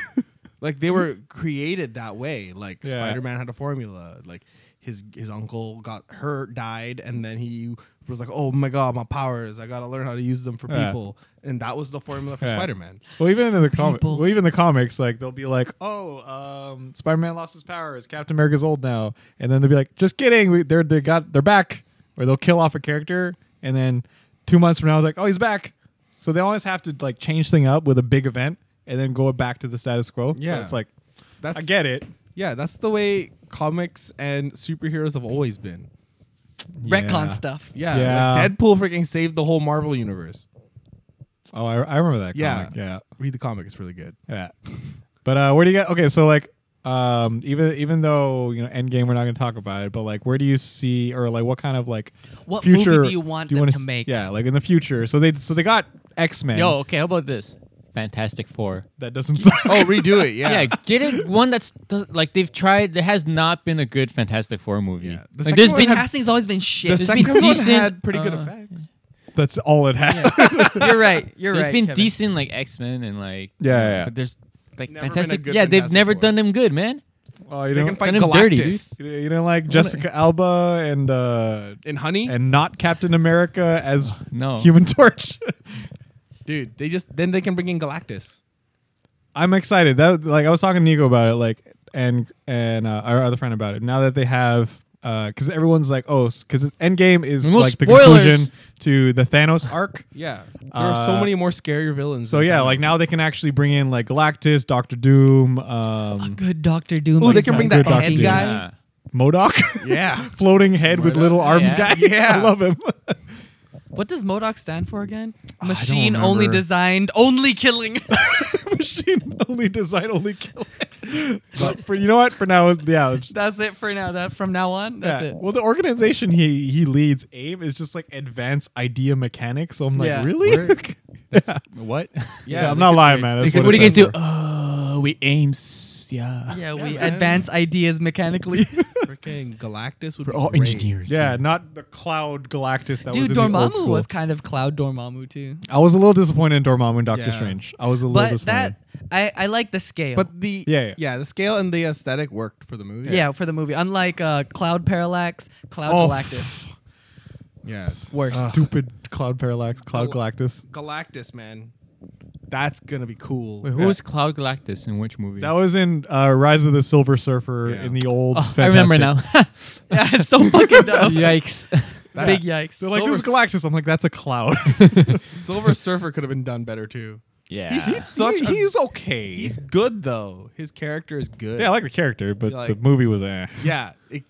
[SPEAKER 3] Like
[SPEAKER 4] Mm-hmm.
[SPEAKER 3] they were created that way. Like
[SPEAKER 2] Yeah.
[SPEAKER 3] Spider-Man had a formula. Like his his uncle got hurt, died, and then he was like, "Oh my god, my powers! I gotta learn how to use them for
[SPEAKER 2] Yeah.
[SPEAKER 3] people." And that was the formula for
[SPEAKER 2] Yeah.
[SPEAKER 3] Spider-Man.
[SPEAKER 2] well, even in the comics,
[SPEAKER 1] People.
[SPEAKER 2] well, even in the comics, like they'll be like, "Oh, um, Spider-Man lost his powers. Captain America's old now," and then they'll be like, "Just kidding. We, they're they got they're back." Or they'll kill off a character, and then two months from now, it's like, "Oh, he's back." So they always have to like change thing up with a big event, and then go back to the status quo.
[SPEAKER 3] Yeah.
[SPEAKER 2] so it's like
[SPEAKER 3] That's
[SPEAKER 2] I get it.
[SPEAKER 3] Yeah, that's the way comics and superheroes have always been.
[SPEAKER 1] Retcon
[SPEAKER 2] Yeah.
[SPEAKER 1] stuff.
[SPEAKER 3] Yeah,
[SPEAKER 2] Yeah.
[SPEAKER 3] Like Deadpool freaking saved the whole Marvel universe.
[SPEAKER 2] Oh, I, I remember that.
[SPEAKER 3] Yeah.
[SPEAKER 2] comic. yeah.
[SPEAKER 3] Read the comic; it's really good.
[SPEAKER 2] Yeah. But uh where do you get okay, so like um even even though, you know, Endgame we're not gonna talk about it, but like where do you see or like what kind of like
[SPEAKER 1] What movie
[SPEAKER 2] future
[SPEAKER 1] do you want them
[SPEAKER 2] wanna
[SPEAKER 1] to
[SPEAKER 2] s-
[SPEAKER 1] make?
[SPEAKER 2] Yeah, like in the future. So they so they got X Men.
[SPEAKER 4] Yo, okay, how about this? Fantastic Four.
[SPEAKER 2] that doesn't suck.
[SPEAKER 3] Oh, redo it! Yeah,
[SPEAKER 4] Yeah, get it. One that's does- like they've tried. There has not been a good Fantastic Four movie.
[SPEAKER 3] Yeah. The
[SPEAKER 4] Like, there's
[SPEAKER 3] second one
[SPEAKER 4] been
[SPEAKER 1] The casting's always been
[SPEAKER 3] the
[SPEAKER 1] shit.
[SPEAKER 4] There's
[SPEAKER 3] second
[SPEAKER 4] been
[SPEAKER 3] one
[SPEAKER 4] decent,
[SPEAKER 3] had pretty good
[SPEAKER 4] uh,
[SPEAKER 3] effects.
[SPEAKER 2] That's all it had.
[SPEAKER 1] you're right. You're
[SPEAKER 4] there's
[SPEAKER 1] right.
[SPEAKER 4] been
[SPEAKER 1] Kevin.
[SPEAKER 4] decent like X Men and like
[SPEAKER 2] Yeah, yeah, yeah.
[SPEAKER 4] but there's
[SPEAKER 3] Never
[SPEAKER 4] like
[SPEAKER 3] been a
[SPEAKER 4] Fantastic.
[SPEAKER 3] good
[SPEAKER 4] Yeah, they've
[SPEAKER 3] Fantastic
[SPEAKER 4] never
[SPEAKER 3] Four.
[SPEAKER 4] done them good, man.
[SPEAKER 2] oh, you
[SPEAKER 3] They can
[SPEAKER 2] don't
[SPEAKER 3] fight
[SPEAKER 4] Done him dirty, dude.
[SPEAKER 3] Galactus
[SPEAKER 2] you didn't like Jessica Alba and uh
[SPEAKER 3] in Honey,
[SPEAKER 2] and not Captain America as
[SPEAKER 4] No.
[SPEAKER 2] Human Torch.
[SPEAKER 3] dude. They just then they can bring in Galactus.
[SPEAKER 2] I'm excited. That like I was talking to Nico about it, like and and uh, our other friend about it. Now that they have, because everyone's like, oh, because Endgame is
[SPEAKER 4] No
[SPEAKER 2] like
[SPEAKER 4] spoilers.
[SPEAKER 2] the conclusion to the Thanos arc.
[SPEAKER 3] Yeah, there are so
[SPEAKER 2] Uh,
[SPEAKER 3] many more scarier villains.
[SPEAKER 2] So
[SPEAKER 3] than
[SPEAKER 2] yeah,
[SPEAKER 3] Thanos.
[SPEAKER 2] like now they can actually bring in like Galactus, Doctor Doom, um,
[SPEAKER 1] Good Doctor Doom.
[SPEAKER 3] Ooh, they
[SPEAKER 1] is
[SPEAKER 3] can bring
[SPEAKER 1] back.
[SPEAKER 3] that
[SPEAKER 2] Good
[SPEAKER 3] head
[SPEAKER 2] Doctor
[SPEAKER 3] guy.
[SPEAKER 4] Yeah.
[SPEAKER 2] Modoc,
[SPEAKER 3] yeah,
[SPEAKER 2] floating head with little arms
[SPEAKER 4] Yeah.
[SPEAKER 2] guy.
[SPEAKER 3] Yeah.
[SPEAKER 2] I love him.
[SPEAKER 1] What does MODOK stand for again?
[SPEAKER 2] I don't
[SPEAKER 1] Machine only
[SPEAKER 2] remember.
[SPEAKER 1] designed, only killing.
[SPEAKER 2] Machine only design, only kill. but for you know what? For now, yeah,
[SPEAKER 1] That's it for now. That from now on, that's
[SPEAKER 2] Yeah.
[SPEAKER 1] it.
[SPEAKER 2] Well, the organization he he leads, AIM, is just like advanced idea mechanics. So I'm like,
[SPEAKER 1] Yeah.
[SPEAKER 2] really? yeah.
[SPEAKER 4] What?
[SPEAKER 2] Yeah, I'm not lying, man. That's
[SPEAKER 4] what, do
[SPEAKER 2] it
[SPEAKER 4] you guys do?
[SPEAKER 2] stands
[SPEAKER 4] Uh, we aims. Yeah.
[SPEAKER 1] yeah, we
[SPEAKER 3] man.
[SPEAKER 1] advance ideas mechanically.
[SPEAKER 3] Freaking fucking Galactus would
[SPEAKER 4] For
[SPEAKER 3] be
[SPEAKER 4] all
[SPEAKER 3] great.
[SPEAKER 4] engineers.
[SPEAKER 2] Yeah, not the Cloud Galactus that was
[SPEAKER 1] Dude,
[SPEAKER 2] in the old
[SPEAKER 1] Dormammu
[SPEAKER 2] school.
[SPEAKER 1] was kind of Cloud Dormammu too.
[SPEAKER 2] I was a little disappointed in Dormammu and Doctor
[SPEAKER 3] Yeah.
[SPEAKER 2] Strange. I was a little
[SPEAKER 1] But
[SPEAKER 2] disappointed.
[SPEAKER 1] that I, I like the scale.
[SPEAKER 3] But the
[SPEAKER 2] Yeah, yeah.
[SPEAKER 3] the scale and the aesthetic worked for the movie.
[SPEAKER 1] yeah, for the movie. Unlike uh, Cloud Parallax, Cloud
[SPEAKER 2] Oh,
[SPEAKER 1] Galactus.
[SPEAKER 3] yeah.
[SPEAKER 1] Worse.
[SPEAKER 2] Stupid Cloud Parallax, Cloud
[SPEAKER 3] Gal-
[SPEAKER 2] Galactus.
[SPEAKER 3] Galactus, man, that's gonna be cool.
[SPEAKER 4] Wait, who
[SPEAKER 2] Yeah.
[SPEAKER 4] was Cloud Galactus in which movie?
[SPEAKER 2] That was in uh, Rise of the Silver Surfer
[SPEAKER 3] Yeah.
[SPEAKER 2] in the old.
[SPEAKER 4] Oh, I remember
[SPEAKER 2] Fantastic-
[SPEAKER 4] now.
[SPEAKER 1] yeah, it's so fucking dumb.
[SPEAKER 4] Yikes.
[SPEAKER 1] Big yikes.
[SPEAKER 2] They're like, this is
[SPEAKER 3] Silver
[SPEAKER 2] Galactus. I'm like, that's a cloud.
[SPEAKER 3] Silver Surfer could have been done better too.
[SPEAKER 4] yeah.
[SPEAKER 3] He's such. a-
[SPEAKER 2] he's okay.
[SPEAKER 3] he's good though. His character is good.
[SPEAKER 2] yeah, I like the character, but
[SPEAKER 3] Like-
[SPEAKER 2] the movie was eh.
[SPEAKER 3] yeah. It,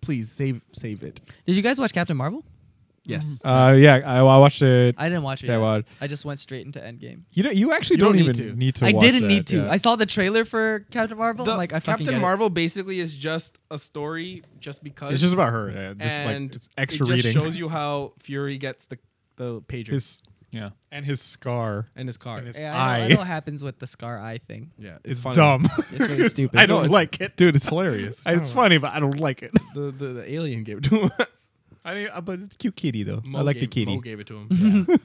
[SPEAKER 3] please save save it. Mm-hmm.
[SPEAKER 1] Did you guys watch Captain Marvel?
[SPEAKER 3] Yes.
[SPEAKER 2] Uh, yeah, I, I watched it.
[SPEAKER 1] I didn't watch it.
[SPEAKER 2] Yeah,
[SPEAKER 1] yet.
[SPEAKER 2] well-
[SPEAKER 1] I just went straight into Endgame.
[SPEAKER 2] you don't, you actually
[SPEAKER 3] You
[SPEAKER 2] don't,
[SPEAKER 3] don't need
[SPEAKER 2] even
[SPEAKER 3] to.
[SPEAKER 2] need to.
[SPEAKER 1] I
[SPEAKER 2] watch
[SPEAKER 1] didn't
[SPEAKER 2] that,
[SPEAKER 1] need to.
[SPEAKER 2] yeah.
[SPEAKER 1] I saw the trailer for Captain Marvel.
[SPEAKER 3] The-
[SPEAKER 1] I'm like, I fucking
[SPEAKER 3] Captain
[SPEAKER 1] get it.
[SPEAKER 3] Marvel basically is just a story, just because
[SPEAKER 2] It's just about her. Yeah, just
[SPEAKER 3] and
[SPEAKER 2] like it's extra
[SPEAKER 3] it just
[SPEAKER 2] reading.
[SPEAKER 3] shows you how Fury gets the the pager
[SPEAKER 2] his
[SPEAKER 4] yeah.
[SPEAKER 2] and his scar.
[SPEAKER 3] and his car.
[SPEAKER 2] and his-
[SPEAKER 1] Yeah, I know, I
[SPEAKER 2] Eye.
[SPEAKER 1] know what happens with the scar eye thing.
[SPEAKER 3] yeah,
[SPEAKER 2] It's
[SPEAKER 3] funny.
[SPEAKER 2] dumb.
[SPEAKER 1] It's really stupid.
[SPEAKER 2] I don't like it, dude. It's
[SPEAKER 3] hilarious.
[SPEAKER 2] it's funny, but I don't like it.
[SPEAKER 3] The, the the alien gave it to him.
[SPEAKER 2] I mean, uh, but it's a cute kitty though.
[SPEAKER 3] Mo
[SPEAKER 2] I like the
[SPEAKER 3] gave-
[SPEAKER 2] kitty.
[SPEAKER 3] Mo gave it to him. Yeah.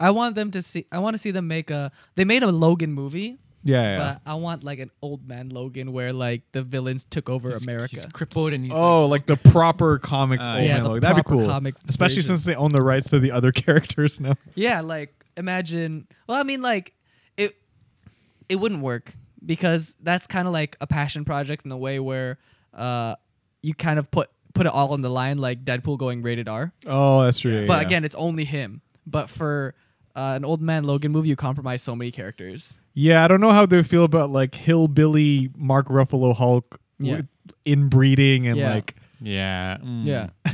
[SPEAKER 1] I want them to see. I want to see them make a. They made a Logan movie,
[SPEAKER 2] yeah. yeah.
[SPEAKER 1] but I want like an old man Logan where like the villains took over America.
[SPEAKER 4] He's crippled and he's
[SPEAKER 2] Oh, like, the proper comics.
[SPEAKER 4] Uh,
[SPEAKER 2] old
[SPEAKER 1] yeah,
[SPEAKER 2] man
[SPEAKER 1] the
[SPEAKER 2] look. That'd be
[SPEAKER 1] proper
[SPEAKER 2] cool.
[SPEAKER 1] comic
[SPEAKER 2] Especially
[SPEAKER 1] version.
[SPEAKER 2] since they own the rights to the other characters now.
[SPEAKER 1] yeah, like imagine. Well, I mean, like it. It wouldn't work because that's kind of like a passion project in the way where, uh, you kind of put put it all on the line, like Deadpool going rated R.
[SPEAKER 2] Oh, that's true.
[SPEAKER 1] But again, it's only him. But for uh, an old man Logan movie, you compromise so many characters.
[SPEAKER 2] Yeah, I don't know how they feel about like hillbilly Mark Ruffalo Hulk
[SPEAKER 1] Yeah.
[SPEAKER 2] with inbreeding and
[SPEAKER 1] Yeah.
[SPEAKER 2] like
[SPEAKER 4] yeah. mm.
[SPEAKER 1] Yeah.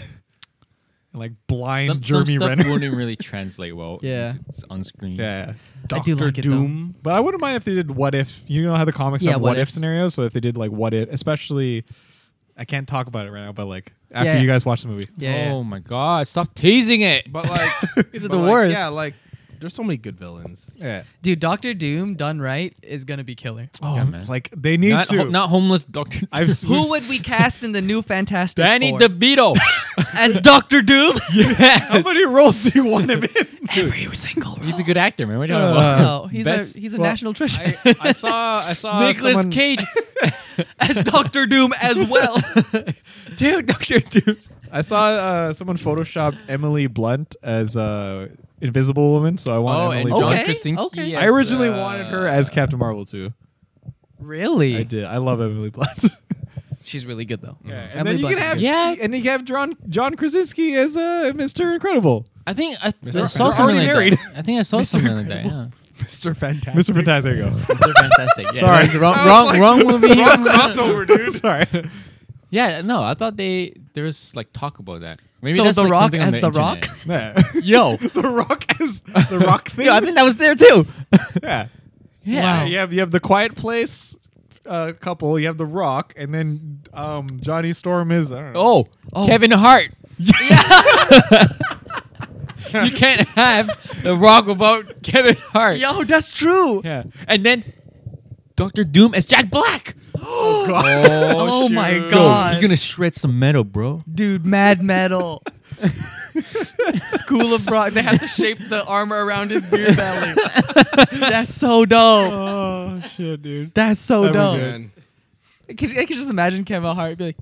[SPEAKER 2] and, like blind
[SPEAKER 4] Some, some
[SPEAKER 2] Jeremy
[SPEAKER 4] stuff
[SPEAKER 2] Renner.
[SPEAKER 4] wouldn't really translate well.
[SPEAKER 1] Yeah.
[SPEAKER 4] into- It's on screen.
[SPEAKER 2] yeah.
[SPEAKER 1] I do like it, though.
[SPEAKER 3] Doom.
[SPEAKER 2] But I wouldn't mind if they did what if. You know how the comics
[SPEAKER 1] Yeah,
[SPEAKER 2] have
[SPEAKER 1] what
[SPEAKER 2] what, if
[SPEAKER 1] ifs.
[SPEAKER 2] scenarios, so if they did like what if, especially I can't talk about it right now, but like after
[SPEAKER 1] Yeah.
[SPEAKER 2] you guys watch the movie.
[SPEAKER 1] Yeah.
[SPEAKER 4] Oh my god, stop teasing it.
[SPEAKER 3] But like,
[SPEAKER 4] These are
[SPEAKER 3] but
[SPEAKER 4] the
[SPEAKER 3] like,
[SPEAKER 4] worst.
[SPEAKER 3] Yeah, like there's so many good villains.
[SPEAKER 2] Yeah.
[SPEAKER 1] Dude, Doctor Doom done right is gonna be killer.
[SPEAKER 2] Oh,
[SPEAKER 4] Yeah, man.
[SPEAKER 2] like they need
[SPEAKER 4] not,
[SPEAKER 2] to.
[SPEAKER 4] ho- not homeless doctor.
[SPEAKER 2] I've s-
[SPEAKER 1] Who would we cast in the new Fantastic
[SPEAKER 4] Danny
[SPEAKER 1] Four
[SPEAKER 4] DeVito.
[SPEAKER 1] as Doctor Doom?
[SPEAKER 2] How
[SPEAKER 4] yes.
[SPEAKER 2] many roles do you want him in?
[SPEAKER 1] Every single role.
[SPEAKER 4] He's a good actor, man. What are you talking
[SPEAKER 2] Uh,
[SPEAKER 4] about?
[SPEAKER 1] no, he's
[SPEAKER 4] Best-
[SPEAKER 1] a he's a
[SPEAKER 2] well,
[SPEAKER 1] national treasure
[SPEAKER 2] I, I saw I saw
[SPEAKER 4] Nicholas
[SPEAKER 2] someone-
[SPEAKER 4] Cage,
[SPEAKER 1] as Doctor Doom as well.
[SPEAKER 4] dude, Doctor Doom.
[SPEAKER 2] I saw uh, someone Photoshop Emily Blunt as uh, Invisible Woman, so I want
[SPEAKER 4] Oh,
[SPEAKER 2] Emily
[SPEAKER 4] and
[SPEAKER 2] Blunt.
[SPEAKER 4] John
[SPEAKER 1] Okay,
[SPEAKER 4] Krasinski.
[SPEAKER 1] okay.
[SPEAKER 4] as,
[SPEAKER 2] I originally
[SPEAKER 4] uh,
[SPEAKER 2] wanted her as Captain Marvel too.
[SPEAKER 1] really?
[SPEAKER 2] I did. I love Emily Blunt.
[SPEAKER 1] She's really good though.
[SPEAKER 2] Yeah, and
[SPEAKER 1] Emily
[SPEAKER 2] then you
[SPEAKER 1] Blunt's
[SPEAKER 2] can have
[SPEAKER 1] good.
[SPEAKER 4] Yeah.
[SPEAKER 2] and you can have John John Krasinski as uh, Mr. Incredible,
[SPEAKER 4] I think I, th- I
[SPEAKER 3] Mr.
[SPEAKER 4] saw
[SPEAKER 2] Incredible.
[SPEAKER 4] something
[SPEAKER 2] Already
[SPEAKER 4] like
[SPEAKER 2] married.
[SPEAKER 4] that. I think I saw something like that. Yeah.
[SPEAKER 3] Mr. Fantastic.
[SPEAKER 2] Mr. Fantastic. There you go.
[SPEAKER 4] Mr. Fantastic. Yeah,
[SPEAKER 2] Sorry.
[SPEAKER 4] that's wrong,
[SPEAKER 3] I was
[SPEAKER 4] wrong,
[SPEAKER 3] like-
[SPEAKER 4] wrong movie.
[SPEAKER 3] Wrong crossover, dude.
[SPEAKER 2] Sorry.
[SPEAKER 4] Yeah, no, I thought they there was like talk about that. Maybe
[SPEAKER 1] So
[SPEAKER 4] that's
[SPEAKER 1] The
[SPEAKER 4] like,
[SPEAKER 1] Rock
[SPEAKER 4] something on
[SPEAKER 1] as The
[SPEAKER 4] internet.
[SPEAKER 1] Rock?
[SPEAKER 2] Yeah.
[SPEAKER 4] Yo,
[SPEAKER 2] the Rock as the Rock thing.
[SPEAKER 4] yo, I think that was there too.
[SPEAKER 1] Oh.
[SPEAKER 2] yeah.
[SPEAKER 1] Wow.
[SPEAKER 2] You have you have the Quiet Place uh, couple. You have the Rock, and then um, Johnny Storm is I don't know.
[SPEAKER 4] Oh,
[SPEAKER 1] Oh.
[SPEAKER 4] Kevin Hart. you can't have the Rock without Kevin Hart.
[SPEAKER 1] Yo, that's true.
[SPEAKER 4] Yeah, and then Doctor Doom as Jack Black.
[SPEAKER 1] oh
[SPEAKER 3] Oh,
[SPEAKER 1] my
[SPEAKER 3] shoot.
[SPEAKER 1] god.
[SPEAKER 4] Yo, you're gonna shred some metal, bro.
[SPEAKER 1] Dude, Mad Metal. School of Rock. They have to shape the armor around his beer belly. That's so dope.
[SPEAKER 2] Oh shit, dude.
[SPEAKER 1] That's so
[SPEAKER 2] That would be
[SPEAKER 1] dope.
[SPEAKER 2] good.
[SPEAKER 3] Man.
[SPEAKER 1] I could, I could just imagine Kevin Hart be like,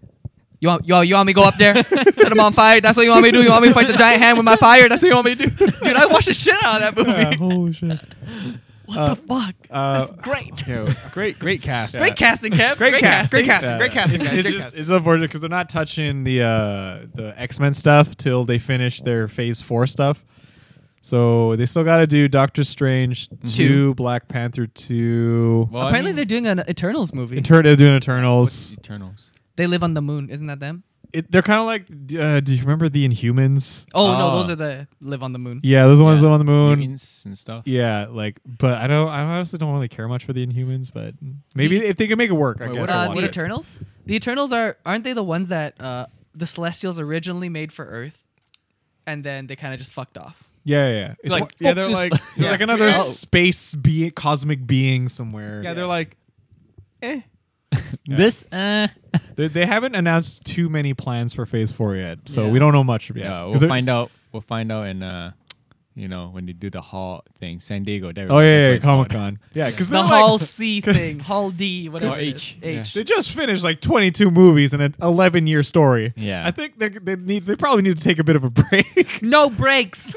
[SPEAKER 1] "You want, yo, you want me to go up there, set him on fire? That's what you want me to do? You want me to fight the giant hand with my fire? That's what you want me to do?" Dude, I watched the shit out of that movie.
[SPEAKER 2] Yeah, holy shit.
[SPEAKER 1] what
[SPEAKER 2] uh,
[SPEAKER 1] the fuck?
[SPEAKER 2] uh,
[SPEAKER 1] That's great.
[SPEAKER 3] Yo, great, great cast.
[SPEAKER 1] Great casting, Kev. Great,
[SPEAKER 3] cast, great
[SPEAKER 1] casting.
[SPEAKER 3] cast. great casting,
[SPEAKER 2] It's,
[SPEAKER 3] guys,
[SPEAKER 2] it's
[SPEAKER 3] great
[SPEAKER 2] just,
[SPEAKER 3] casting.
[SPEAKER 2] it's unfortunate because they're not touching the uh, the X Men stuff till they finish their Phase Four stuff. So they still got to do Doctor Strange two, Black Panther two.
[SPEAKER 4] Mm-hmm. Well,
[SPEAKER 1] Apparently, they're doing an Eternals movie.
[SPEAKER 2] Etern- they're doing Eternals.
[SPEAKER 4] Eternals.
[SPEAKER 1] They live on the moon, isn't that them?
[SPEAKER 2] It, they're kind of like, uh, do you remember the Inhumans?
[SPEAKER 1] Oh no,
[SPEAKER 4] Ah.
[SPEAKER 1] those are the live on the moon.
[SPEAKER 2] Yeah, those are the ones
[SPEAKER 4] Yeah.
[SPEAKER 2] that are on the moon.
[SPEAKER 4] Mutants and stuff.
[SPEAKER 2] yeah, like, but I don't. I honestly don't really care much for the Inhumans, but maybe if they can make it work, I
[SPEAKER 4] Wait,
[SPEAKER 2] guess.
[SPEAKER 4] what
[SPEAKER 2] I'll
[SPEAKER 1] Uh,
[SPEAKER 4] are
[SPEAKER 2] watch
[SPEAKER 1] the
[SPEAKER 2] it.
[SPEAKER 4] it.
[SPEAKER 1] Eternals. The Eternals are aren't they the ones that uh, the Celestials originally made for Earth, and then they kind of just fucked off.
[SPEAKER 2] yeah, yeah, yeah. It's
[SPEAKER 4] Like, Oh.
[SPEAKER 2] wa-
[SPEAKER 4] fuck
[SPEAKER 3] Yeah, they're
[SPEAKER 4] this-
[SPEAKER 3] like,
[SPEAKER 2] It's
[SPEAKER 3] yeah.
[SPEAKER 2] like another
[SPEAKER 3] Yeah.
[SPEAKER 2] space being, cosmic being somewhere.
[SPEAKER 3] Yeah, they're like, eh.
[SPEAKER 4] This, uh,
[SPEAKER 2] They, they haven't announced too many plans for Phase Four yet, so
[SPEAKER 1] Yeah.
[SPEAKER 2] we don't know much yet.
[SPEAKER 4] Yeah,
[SPEAKER 2] 'Cause
[SPEAKER 4] Uh, we'll
[SPEAKER 2] they're-
[SPEAKER 4] find out. We'll find out in uh, you know, when they do the hall thing, San Diego. There. we
[SPEAKER 2] Oh
[SPEAKER 4] go,
[SPEAKER 2] yeah,
[SPEAKER 4] that's
[SPEAKER 2] yeah,
[SPEAKER 4] what it's called.
[SPEAKER 2] Comic Con. Yeah, because
[SPEAKER 1] The
[SPEAKER 2] they're
[SPEAKER 1] Hall
[SPEAKER 2] like,
[SPEAKER 1] C thing, Hall D, whatever.
[SPEAKER 4] Or
[SPEAKER 1] it
[SPEAKER 4] H,
[SPEAKER 1] is. H.
[SPEAKER 2] they just finished like 22 movies in an 11 year story.
[SPEAKER 4] Yeah.
[SPEAKER 2] I think they, they need they probably need to take a bit of a break.
[SPEAKER 1] No brakes.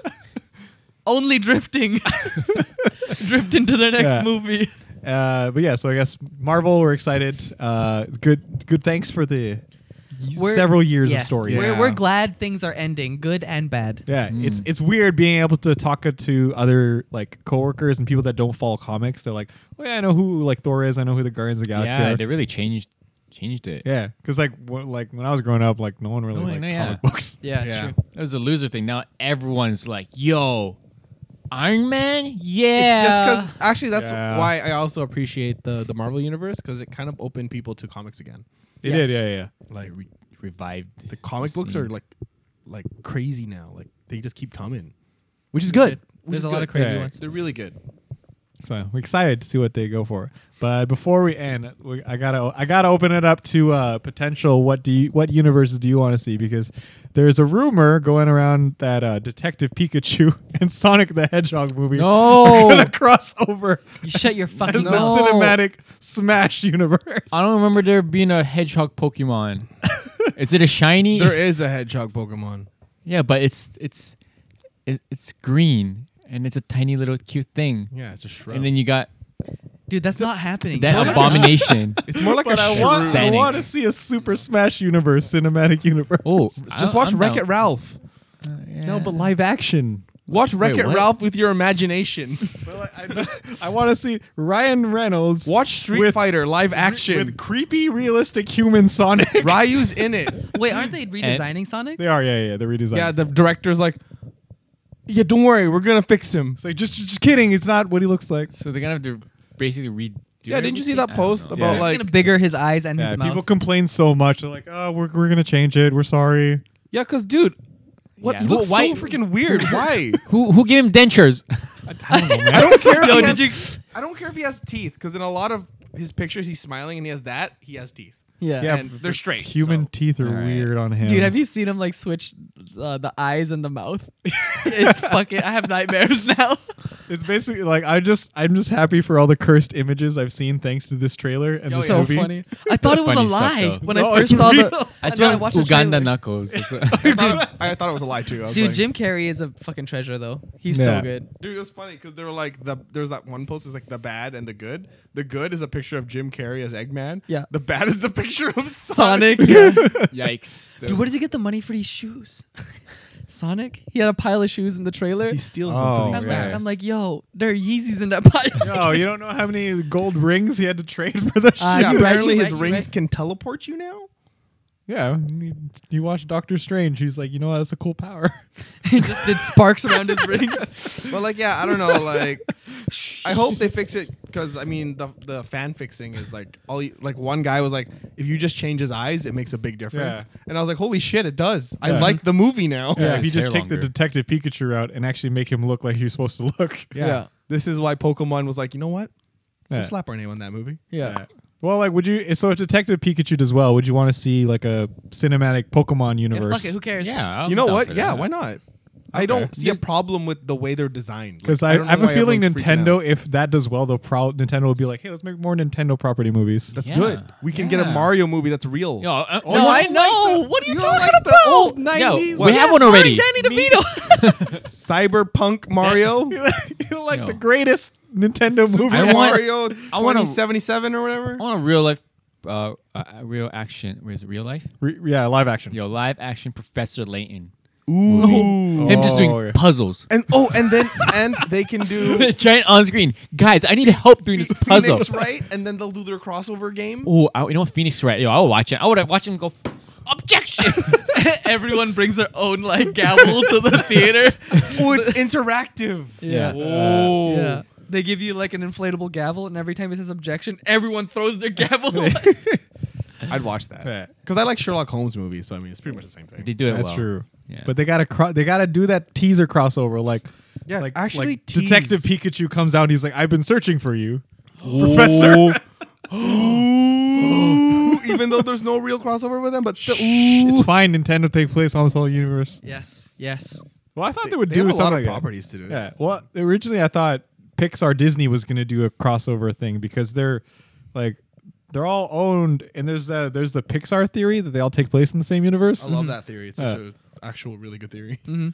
[SPEAKER 1] Only drifting. Drift into the next
[SPEAKER 2] Yeah.
[SPEAKER 1] movie.
[SPEAKER 2] Uh, but yeah, so I guess Marvel, we're excited. Uh, good good. Thanks for the
[SPEAKER 1] We're-
[SPEAKER 2] several years
[SPEAKER 1] yes,
[SPEAKER 2] of stories.
[SPEAKER 1] We're,
[SPEAKER 2] Yeah,
[SPEAKER 3] Yeah.
[SPEAKER 1] we're glad things are ending, good and bad.
[SPEAKER 4] Mm.
[SPEAKER 2] it's it's weird being able to talk to other like coworkers and people that don't follow comics. They're like, oh yeah, I know who like Thor is. I know who the Guardians of the Galaxy
[SPEAKER 4] Yeah,
[SPEAKER 2] are.
[SPEAKER 4] they really changed changed it.
[SPEAKER 2] Yeah, because like wh- like when I was growing up, like no one really
[SPEAKER 4] No one-
[SPEAKER 2] liked
[SPEAKER 4] no, yeah.
[SPEAKER 2] comic books.
[SPEAKER 1] Yeah, it's
[SPEAKER 3] Yeah.
[SPEAKER 1] true.
[SPEAKER 4] It was a loser thing. Now everyone's like, "Yo, Iron Man, yeah."
[SPEAKER 3] It's just because actually that's
[SPEAKER 2] Yeah.
[SPEAKER 3] why I also appreciate the the Marvel universe because it kind of opened people to comics again.
[SPEAKER 2] It
[SPEAKER 1] Yes.
[SPEAKER 2] did, yeah, yeah.
[SPEAKER 3] Like
[SPEAKER 4] re- revived
[SPEAKER 3] the comic books are like like crazy now. Like they just keep coming, which is
[SPEAKER 1] They're
[SPEAKER 3] good.
[SPEAKER 1] good.
[SPEAKER 3] which
[SPEAKER 1] There's
[SPEAKER 3] is
[SPEAKER 1] a lot
[SPEAKER 3] good.
[SPEAKER 1] of crazy
[SPEAKER 2] Yeah.
[SPEAKER 1] ones.
[SPEAKER 3] They're really good.
[SPEAKER 2] So we're excited to see what they go for. But before we end, we, I gotta I gotta open it up to uh, potential. What do you what universes do you want to see? Because there's a rumor going around that uh, Detective Pikachu and Sonic the Hedgehog movie
[SPEAKER 4] No.
[SPEAKER 2] are gonna cross over
[SPEAKER 1] You shut your fucking
[SPEAKER 2] as the
[SPEAKER 1] mouth.
[SPEAKER 4] No.
[SPEAKER 2] cinematic Smash universe.
[SPEAKER 4] I don't remember there being a hedgehog Pokemon. is it a shiny?
[SPEAKER 3] There is a hedgehog Pokemon.
[SPEAKER 4] yeah, but it's it's it- it's green and it's a tiny little cute thing.
[SPEAKER 3] Yeah, it's a shrub.
[SPEAKER 4] And then you got
[SPEAKER 1] Dude, that's not happening.
[SPEAKER 4] that abomination.
[SPEAKER 3] it's more like
[SPEAKER 2] but
[SPEAKER 3] a
[SPEAKER 2] I
[SPEAKER 3] shrew.
[SPEAKER 2] want, I
[SPEAKER 4] Sonic.
[SPEAKER 2] want to see a Super Smash Universe cinematic universe.
[SPEAKER 4] Oh,
[SPEAKER 3] Just watch Wreck It Ralph.
[SPEAKER 2] no, but live action.
[SPEAKER 3] Watch Wreck It
[SPEAKER 4] what?
[SPEAKER 3] Ralph with your imagination.
[SPEAKER 2] I, want to see Ryan Reynolds
[SPEAKER 3] Watch Street
[SPEAKER 2] With-
[SPEAKER 3] Fighter live action.
[SPEAKER 2] with creepy, realistic human Sonic.
[SPEAKER 3] Ryu's in it.
[SPEAKER 1] Wait, aren't they redesigning Sonic?
[SPEAKER 2] They are, yeah, yeah, yeah, the redesign.
[SPEAKER 3] yeah, the director's like, yeah, don't worry, we're gonna fix him.
[SPEAKER 2] it's like just, just kidding. It's not what he looks like.
[SPEAKER 4] So they're gonna have to basically redo.
[SPEAKER 3] Yeah, didn't you see
[SPEAKER 4] everything?
[SPEAKER 3] that
[SPEAKER 4] I don't
[SPEAKER 3] post
[SPEAKER 4] know.
[SPEAKER 3] about
[SPEAKER 2] Yeah.
[SPEAKER 1] He's
[SPEAKER 3] like
[SPEAKER 1] gonna bigger his eyes and
[SPEAKER 2] Yeah,
[SPEAKER 1] his mouth.
[SPEAKER 2] people complain so much. They're like, oh, we're, we're gonna change it. We're sorry.
[SPEAKER 3] Yeah, cause dude, what
[SPEAKER 4] Yeah.
[SPEAKER 3] he looks
[SPEAKER 4] Well, why-
[SPEAKER 3] so freaking weird. Why?
[SPEAKER 4] who who gave him dentures?
[SPEAKER 2] I don't know, man.
[SPEAKER 3] I don't care. If
[SPEAKER 1] Yo,
[SPEAKER 3] he
[SPEAKER 1] did
[SPEAKER 3] has,
[SPEAKER 1] you?
[SPEAKER 3] I don't care if he has teeth, cause in a lot of his pictures he's smiling and he has that. He has teeth,
[SPEAKER 1] Yeah.
[SPEAKER 2] Yeah.
[SPEAKER 3] and they're straight.
[SPEAKER 2] Human
[SPEAKER 3] so.
[SPEAKER 2] teeth are
[SPEAKER 4] All right.
[SPEAKER 2] weird on him.
[SPEAKER 1] Dude, have you seen him like switch uh, the eyes and the mouth? it's fucking. I have nightmares now.
[SPEAKER 2] It's basically like I just I'm just happy for all the cursed images I've seen thanks to this trailer and
[SPEAKER 3] Oh,
[SPEAKER 2] this
[SPEAKER 3] yeah.
[SPEAKER 1] so
[SPEAKER 2] movie.
[SPEAKER 1] funny. I thought it was a
[SPEAKER 4] funny stuff,
[SPEAKER 1] lie
[SPEAKER 4] though.
[SPEAKER 1] when
[SPEAKER 2] No,
[SPEAKER 1] I first
[SPEAKER 2] it's
[SPEAKER 1] saw
[SPEAKER 2] real.
[SPEAKER 1] the.
[SPEAKER 4] I
[SPEAKER 1] and then I
[SPEAKER 4] swear,
[SPEAKER 1] watched the
[SPEAKER 4] Uganda
[SPEAKER 1] trailer.
[SPEAKER 4] knuckles. That's what-
[SPEAKER 3] I thought, it- I thought it was a lie too. I was
[SPEAKER 1] Dude,
[SPEAKER 3] like,
[SPEAKER 1] Jim Carrey is a fucking treasure though. He's
[SPEAKER 2] Yeah.
[SPEAKER 1] so good.
[SPEAKER 3] Dude, it was funny because they were like the there's that one post is like the bad and the good. The good is a picture of Jim Carrey as Eggman.
[SPEAKER 1] Yeah.
[SPEAKER 3] The bad is the picture of Sonic.
[SPEAKER 1] Sonic. yeah.
[SPEAKER 4] Yikes!
[SPEAKER 1] Dude, where does he get the money for these shoes? Sonic? He had a pile of shoes in the trailer.
[SPEAKER 3] He steals
[SPEAKER 2] Oh,
[SPEAKER 3] them because
[SPEAKER 1] I'm,
[SPEAKER 3] he's
[SPEAKER 2] yeah.
[SPEAKER 1] like,
[SPEAKER 3] fast.
[SPEAKER 1] I'm like, yo, there are Yeezys in that pile.
[SPEAKER 2] Oh, you don't know how many gold rings he had to trade for the
[SPEAKER 1] Uh,
[SPEAKER 2] shit.
[SPEAKER 3] yeah,
[SPEAKER 1] you
[SPEAKER 3] apparently
[SPEAKER 1] right, you
[SPEAKER 3] his
[SPEAKER 1] right, you
[SPEAKER 3] rings
[SPEAKER 1] right.
[SPEAKER 3] can teleport you now.
[SPEAKER 2] Yeah, you, you watch Doctor Strange. He's like, you know, what? that's a cool power.
[SPEAKER 1] he just did sparks around his rings.
[SPEAKER 3] But like, yeah, I don't know. Like, I hope they fix it because I mean the the fan fixing is like all you- like one guy was like, if you just change his eyes, it makes a big difference.
[SPEAKER 2] Yeah.
[SPEAKER 3] And I was like, holy shit, it does. I
[SPEAKER 2] Yeah.
[SPEAKER 3] like the movie now.
[SPEAKER 2] Yeah, if
[SPEAKER 4] Yeah, his
[SPEAKER 2] you just
[SPEAKER 4] hair
[SPEAKER 2] take the
[SPEAKER 4] longer.
[SPEAKER 2] Detective Pikachu route and actually make him look like he's supposed to look.
[SPEAKER 3] Yeah.
[SPEAKER 1] Yeah.
[SPEAKER 3] This is why Pokemon was like, you know what?
[SPEAKER 2] Yeah.
[SPEAKER 3] Let's slap our name on that movie.
[SPEAKER 1] Yeah.
[SPEAKER 2] Yeah. Well, like, would you? So, if Detective Pikachu does well, would you want to see like a cinematic Pokemon
[SPEAKER 1] Yeah,
[SPEAKER 2] universe?
[SPEAKER 1] fuck it, who cares?
[SPEAKER 4] Yeah,
[SPEAKER 3] you know what? Yeah, why not? I don't see a problem with the way they're designed. Like,
[SPEAKER 2] Because I,
[SPEAKER 3] don't
[SPEAKER 2] I have
[SPEAKER 3] know
[SPEAKER 2] a
[SPEAKER 3] why
[SPEAKER 2] feeling
[SPEAKER 3] everyone's freaking out.
[SPEAKER 2] Nintendo, if that does well, they'll probably Nintendo will be like, hey, let's make more Nintendo property movies.
[SPEAKER 3] That's
[SPEAKER 4] Yeah.
[SPEAKER 3] good. We can get a
[SPEAKER 4] Yeah.
[SPEAKER 3] Mario movie that's real.
[SPEAKER 4] Yo, uh,
[SPEAKER 1] No,
[SPEAKER 4] oh,
[SPEAKER 1] I know. what are you, talking about?
[SPEAKER 4] Yo, we
[SPEAKER 3] What?
[SPEAKER 4] have one
[SPEAKER 1] starring
[SPEAKER 4] already.
[SPEAKER 1] Danny DeVito.
[SPEAKER 3] Cyberpunk Mario.
[SPEAKER 2] you know, like
[SPEAKER 4] No.
[SPEAKER 2] the greatest Nintendo movie.
[SPEAKER 4] I
[SPEAKER 3] I
[SPEAKER 4] want-
[SPEAKER 3] Mario
[SPEAKER 4] I wanna-
[SPEAKER 3] 2077 or whatever.
[SPEAKER 4] I want a real life, uh, uh, real action. Where is it? Real life?
[SPEAKER 2] Re- yeah, live action.
[SPEAKER 4] Yo, live action Professor Layton.
[SPEAKER 3] Ooh.
[SPEAKER 4] Him just doing
[SPEAKER 2] Oh, yeah.
[SPEAKER 4] puzzles.
[SPEAKER 3] And oh, and then and they can do
[SPEAKER 4] Giant on screen. Guys, I need help doing this puzzle.
[SPEAKER 3] Phoenix Wright, and then they'll do their crossover game.
[SPEAKER 4] Oh, I- you know what? Phoenix Wright. Yo, I'll watch it. I would have watched him go. Objection.
[SPEAKER 1] Everyone brings their own like gavel to the theater.
[SPEAKER 3] Oh, it's interactive.
[SPEAKER 1] Yeah.
[SPEAKER 4] Uh,
[SPEAKER 3] Oh.
[SPEAKER 1] Yeah. They give you like an inflatable gavel, and every time it says objection, everyone throws their gavel. away.
[SPEAKER 3] I'd watch that
[SPEAKER 2] Yeah.
[SPEAKER 3] because I like Sherlock Holmes movies, so I mean it's pretty much the same thing.
[SPEAKER 4] they do it
[SPEAKER 2] That's
[SPEAKER 4] well.
[SPEAKER 2] true.
[SPEAKER 4] Yeah.
[SPEAKER 2] But they gotta cro- they gotta do that teaser crossover. Like,
[SPEAKER 3] Yeah,
[SPEAKER 2] like
[SPEAKER 3] actually
[SPEAKER 2] like
[SPEAKER 3] tease.
[SPEAKER 2] Detective Pikachu comes out. and He's like, I've been searching for you, Professor.
[SPEAKER 3] Ooh, even though there's no real crossover with them, but still,
[SPEAKER 2] it's fine. Nintendo take place on this whole universe.
[SPEAKER 1] Yes, yes.
[SPEAKER 2] Well, I thought they, would
[SPEAKER 3] they
[SPEAKER 2] do
[SPEAKER 3] have a
[SPEAKER 2] something
[SPEAKER 3] lot of
[SPEAKER 2] like that.
[SPEAKER 3] properties to do.
[SPEAKER 2] Yeah. Well, originally I thought Pixar Disney was going to do a crossover thing because they're like they're all owned, and there's the there's the Pixar theory that they all take place in the same universe.
[SPEAKER 3] I love that theory. It's such
[SPEAKER 2] Yeah.
[SPEAKER 3] an actual really good theory.
[SPEAKER 4] Mm-hmm.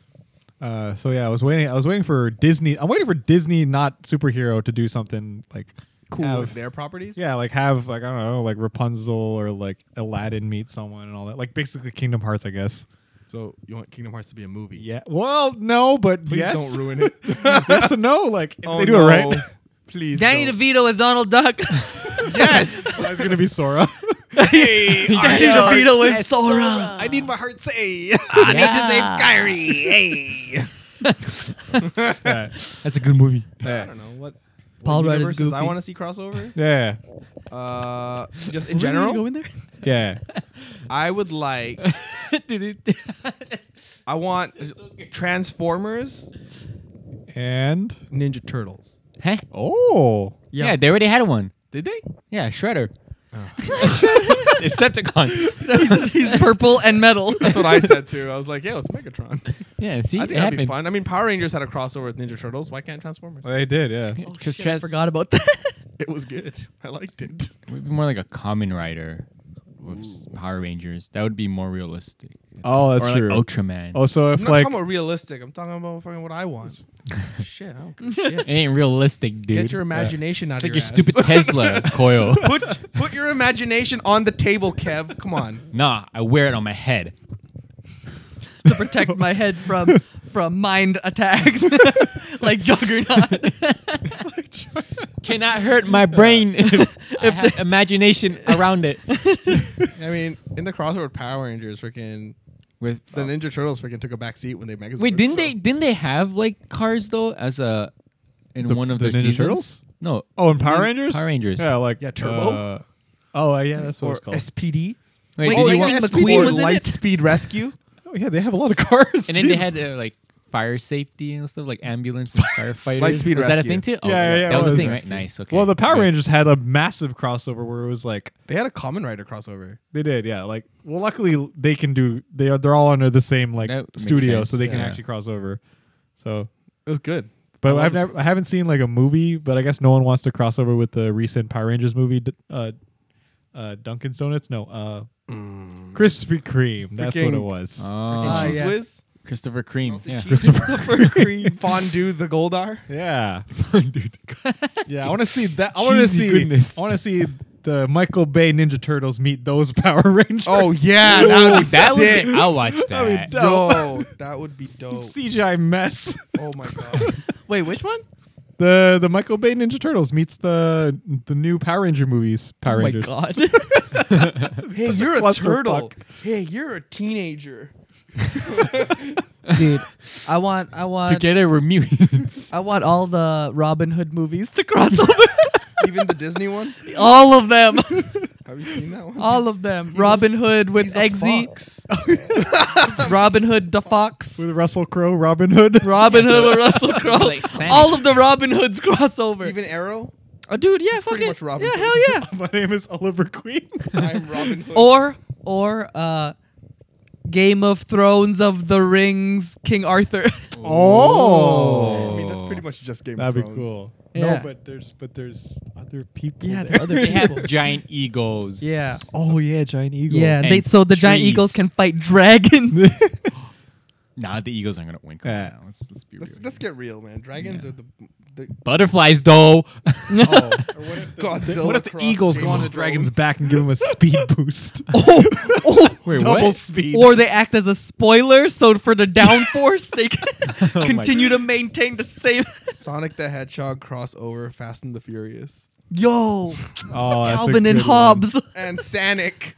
[SPEAKER 2] Uh, so yeah, I was waiting. I was waiting for Disney. I'm waiting for Disney, not superhero, to do something like
[SPEAKER 3] Cool.
[SPEAKER 2] have-
[SPEAKER 3] With their properties?
[SPEAKER 2] yeah, like have like I don't know, like Rapunzel or like Aladdin meet someone and all that. Like basically Kingdom Hearts, I guess.
[SPEAKER 3] So you want Kingdom Hearts to be a movie?
[SPEAKER 2] Yeah. Well, no, but
[SPEAKER 3] Please
[SPEAKER 2] yes.
[SPEAKER 3] don't ruin it.
[SPEAKER 2] yes and no. Like if
[SPEAKER 3] Oh,
[SPEAKER 2] they do it right.
[SPEAKER 3] no. Please.
[SPEAKER 1] Danny
[SPEAKER 3] don't.
[SPEAKER 1] DeVito as Donald Duck.
[SPEAKER 3] Yes.
[SPEAKER 2] That's gonna be Sora.
[SPEAKER 1] hey, Danny
[SPEAKER 3] Iron Heart.
[SPEAKER 1] DeVito as Sora.
[SPEAKER 3] I need my heart say.
[SPEAKER 1] I need to save Kyrie.
[SPEAKER 3] hey.
[SPEAKER 2] yeah.
[SPEAKER 4] That's a good movie.
[SPEAKER 3] I don't know what.
[SPEAKER 1] Paul
[SPEAKER 3] what
[SPEAKER 1] Rudd is
[SPEAKER 3] universes I
[SPEAKER 1] goofy.
[SPEAKER 3] want to see crossover.
[SPEAKER 2] Yeah.
[SPEAKER 3] Uh, just in general,
[SPEAKER 1] in there?
[SPEAKER 2] Yeah.
[SPEAKER 3] I would like. I want Transformers,
[SPEAKER 2] And
[SPEAKER 3] Ninja Turtles.
[SPEAKER 4] Huh?
[SPEAKER 2] oh,
[SPEAKER 4] Yeah. they already had one.
[SPEAKER 3] Did they?
[SPEAKER 4] Yeah, Shredder. Decepticon.
[SPEAKER 1] He's purple and metal.
[SPEAKER 3] That's what I said too. I was like, yeah, it's Megatron.
[SPEAKER 4] Yeah, see,
[SPEAKER 3] I
[SPEAKER 4] it
[SPEAKER 3] think that'd be
[SPEAKER 4] happened.
[SPEAKER 3] fun. I mean, Power Rangers had a crossover with Ninja Turtles. Why can't Transformers?
[SPEAKER 2] they did. Yeah.
[SPEAKER 1] Oh,
[SPEAKER 4] Because
[SPEAKER 1] shit, I
[SPEAKER 4] trans-
[SPEAKER 1] forgot about that.
[SPEAKER 3] It was good. I liked it.
[SPEAKER 4] would be more like a common rider with s- Power Rangers. That would be more realistic.
[SPEAKER 2] Oh, that's
[SPEAKER 4] or like
[SPEAKER 2] true.
[SPEAKER 4] Ultraman.
[SPEAKER 2] Oh, so if
[SPEAKER 3] I'm not
[SPEAKER 2] like
[SPEAKER 3] talking about realistic. I'm talking about fucking what I want. shit, I don't give a
[SPEAKER 4] it
[SPEAKER 3] shit.
[SPEAKER 4] ain't realistic, dude.
[SPEAKER 3] Get your imagination out
[SPEAKER 4] it's
[SPEAKER 3] of
[SPEAKER 4] like your,
[SPEAKER 3] your
[SPEAKER 4] stupid
[SPEAKER 3] ass.
[SPEAKER 4] Tesla coil.
[SPEAKER 3] put put your imagination on the table, Kev. Come on.
[SPEAKER 4] Nah, I wear it on my head.
[SPEAKER 1] to protect my head from from mind attacks like Juggernaut.
[SPEAKER 4] Cannot hurt my brain if I have imagination around it.
[SPEAKER 3] I mean, in the crossover with Power Rangers, freaking
[SPEAKER 4] With
[SPEAKER 3] the Ninja Turtles freaking took a back seat when they Megazord.
[SPEAKER 4] wait, didn't
[SPEAKER 3] so-
[SPEAKER 4] they didn't they have like cars though as a in
[SPEAKER 2] The-
[SPEAKER 4] one of
[SPEAKER 2] the
[SPEAKER 4] their
[SPEAKER 2] Ninja
[SPEAKER 4] seasons?
[SPEAKER 2] Turtles?
[SPEAKER 4] No,
[SPEAKER 2] oh, and Power Rangers.
[SPEAKER 4] Power Rangers.
[SPEAKER 2] Yeah, like
[SPEAKER 3] Yeah, Turbo?
[SPEAKER 2] uh, oh, uh, yeah, that's what
[SPEAKER 3] Or
[SPEAKER 2] it's called.
[SPEAKER 3] SPD.
[SPEAKER 4] wait,
[SPEAKER 1] Wait,
[SPEAKER 4] did you
[SPEAKER 1] Lightning
[SPEAKER 4] want-
[SPEAKER 1] want- McQueen
[SPEAKER 3] or
[SPEAKER 1] was in it?
[SPEAKER 3] Lightspeed Rescue.
[SPEAKER 2] oh, yeah, they have a lot of cars.
[SPEAKER 4] and then they
[SPEAKER 2] Jesus.
[SPEAKER 4] had uh, like fire safety and stuff like ambulance and firefighters.
[SPEAKER 3] Lightspeed
[SPEAKER 4] was that a
[SPEAKER 3] Rescue.
[SPEAKER 4] thing too? Oh,
[SPEAKER 2] Yeah, yeah, yeah,
[SPEAKER 4] that
[SPEAKER 2] it
[SPEAKER 4] was, a
[SPEAKER 2] was.
[SPEAKER 4] thing, right? Nice. Okay.
[SPEAKER 2] Well, the Power
[SPEAKER 4] Good.
[SPEAKER 2] Rangers had a massive crossover where it was like
[SPEAKER 3] They had a Common Rider crossover.
[SPEAKER 2] they did, yeah. Like, well, luckily they can do. They are they're all under the same like
[SPEAKER 4] That makes
[SPEAKER 2] studio,
[SPEAKER 4] sense,
[SPEAKER 2] so they can
[SPEAKER 4] yeah.
[SPEAKER 2] actually cross over. So,
[SPEAKER 3] It was good.
[SPEAKER 2] but
[SPEAKER 3] I
[SPEAKER 2] I've
[SPEAKER 3] love-
[SPEAKER 2] never I haven't seen like a movie, but I guess no one wants to cross over with the recent Power Rangers movie. d- Uh, uh, Dunkin' Donuts, no, uh, Krispy Kreme. That's what it
[SPEAKER 3] Freaking-
[SPEAKER 2] was.
[SPEAKER 1] Ah,
[SPEAKER 4] Oh,
[SPEAKER 3] Cheese
[SPEAKER 1] yes.
[SPEAKER 3] Whiz,
[SPEAKER 4] Christopher Cream. Yeah.
[SPEAKER 2] Christopher Kreme.
[SPEAKER 3] Fondue the Goldar.
[SPEAKER 2] Yeah. yeah, I want to see that. I want to
[SPEAKER 4] Cheesy
[SPEAKER 2] see.
[SPEAKER 4] goodness.
[SPEAKER 2] I want to see the Michael Bay Ninja Turtles meet those Power Rangers.
[SPEAKER 3] Oh yeah,
[SPEAKER 4] Ah, That
[SPEAKER 3] that
[SPEAKER 4] would
[SPEAKER 3] would
[SPEAKER 4] be- that would
[SPEAKER 3] sick.
[SPEAKER 4] be, I'll watch that.
[SPEAKER 2] That'd be dope.
[SPEAKER 3] Yo, that would be dope.
[SPEAKER 2] CGI mess.
[SPEAKER 3] Oh my god.
[SPEAKER 1] Wait, which one?
[SPEAKER 2] the the Michael Bay Ninja Turtles meets the the new Power Ranger movies. Power
[SPEAKER 1] Oh my
[SPEAKER 2] Rangers.
[SPEAKER 1] god.
[SPEAKER 3] hey, you're a
[SPEAKER 2] clusterfuck.
[SPEAKER 3] turtle. Hey, you're a teenager.
[SPEAKER 1] Dude, I want I want
[SPEAKER 4] Together we're mutants.
[SPEAKER 1] I want all the Robin Hood movies to cross over.
[SPEAKER 3] Even the Disney one.
[SPEAKER 1] all of them.
[SPEAKER 3] Have you seen that one?
[SPEAKER 1] All of them. Robin Hood with
[SPEAKER 3] He's a
[SPEAKER 1] Eggsy.
[SPEAKER 3] fox.
[SPEAKER 1] Robin Hood the Fox.
[SPEAKER 2] With Russell Crowe, Robin Hood.
[SPEAKER 1] Robin Hood with Russell Crowe.
[SPEAKER 4] Like Santa.
[SPEAKER 1] all of the Robin Hoods crossover.
[SPEAKER 3] Even Arrow.
[SPEAKER 1] oh, dude, yeah, fuck
[SPEAKER 3] pretty
[SPEAKER 1] it.
[SPEAKER 3] much Robin
[SPEAKER 1] yeah,
[SPEAKER 3] Hood.
[SPEAKER 1] hell yeah.
[SPEAKER 2] My name is Oliver Queen.
[SPEAKER 3] I'm Robin Hood.
[SPEAKER 2] Oh.
[SPEAKER 1] or or uh, Game of Thrones of the Rings, King Arthur.
[SPEAKER 2] oh.
[SPEAKER 3] I mean, that's pretty much just Game
[SPEAKER 2] That'd
[SPEAKER 3] of
[SPEAKER 2] be
[SPEAKER 3] Thrones.
[SPEAKER 2] cool.
[SPEAKER 1] Yeah.
[SPEAKER 2] No, but there's but there's other people.
[SPEAKER 1] Yeah, there
[SPEAKER 2] there.
[SPEAKER 1] are other
[SPEAKER 4] They have
[SPEAKER 1] people.
[SPEAKER 4] giant egos.
[SPEAKER 1] Yeah.
[SPEAKER 2] Oh yeah, giant eagles.
[SPEAKER 1] yeah,
[SPEAKER 4] And
[SPEAKER 1] they, so the giant
[SPEAKER 4] trees.
[SPEAKER 1] eagles can fight dragons.
[SPEAKER 4] Nah, the egos aren't gonna win. Come on
[SPEAKER 2] Yeah.
[SPEAKER 4] now. Let's, let's be
[SPEAKER 3] Let's,
[SPEAKER 4] real.
[SPEAKER 3] let's get real, man. Dragons
[SPEAKER 4] Yeah.
[SPEAKER 3] are the. the
[SPEAKER 4] Butterflies, though.
[SPEAKER 3] oh, or what if the, Godzilla
[SPEAKER 2] what if the
[SPEAKER 3] crossed
[SPEAKER 2] eagles
[SPEAKER 3] Game
[SPEAKER 2] go on
[SPEAKER 3] of
[SPEAKER 2] the dragon's
[SPEAKER 3] Thrones?
[SPEAKER 2] back and give him a speed boost?
[SPEAKER 1] oh, oh.
[SPEAKER 4] Wait,
[SPEAKER 2] Double
[SPEAKER 4] what?
[SPEAKER 2] speed.
[SPEAKER 1] Or they act as a spoiler, so for the downforce, they can
[SPEAKER 4] Oh my
[SPEAKER 1] continue to maintain the same.
[SPEAKER 3] Sonic the Hedgehog crossover Fast and the Furious
[SPEAKER 1] Yo,
[SPEAKER 2] oh, that's a
[SPEAKER 1] Calvin and
[SPEAKER 2] good one.
[SPEAKER 1] Hobbes.
[SPEAKER 3] and Sonic.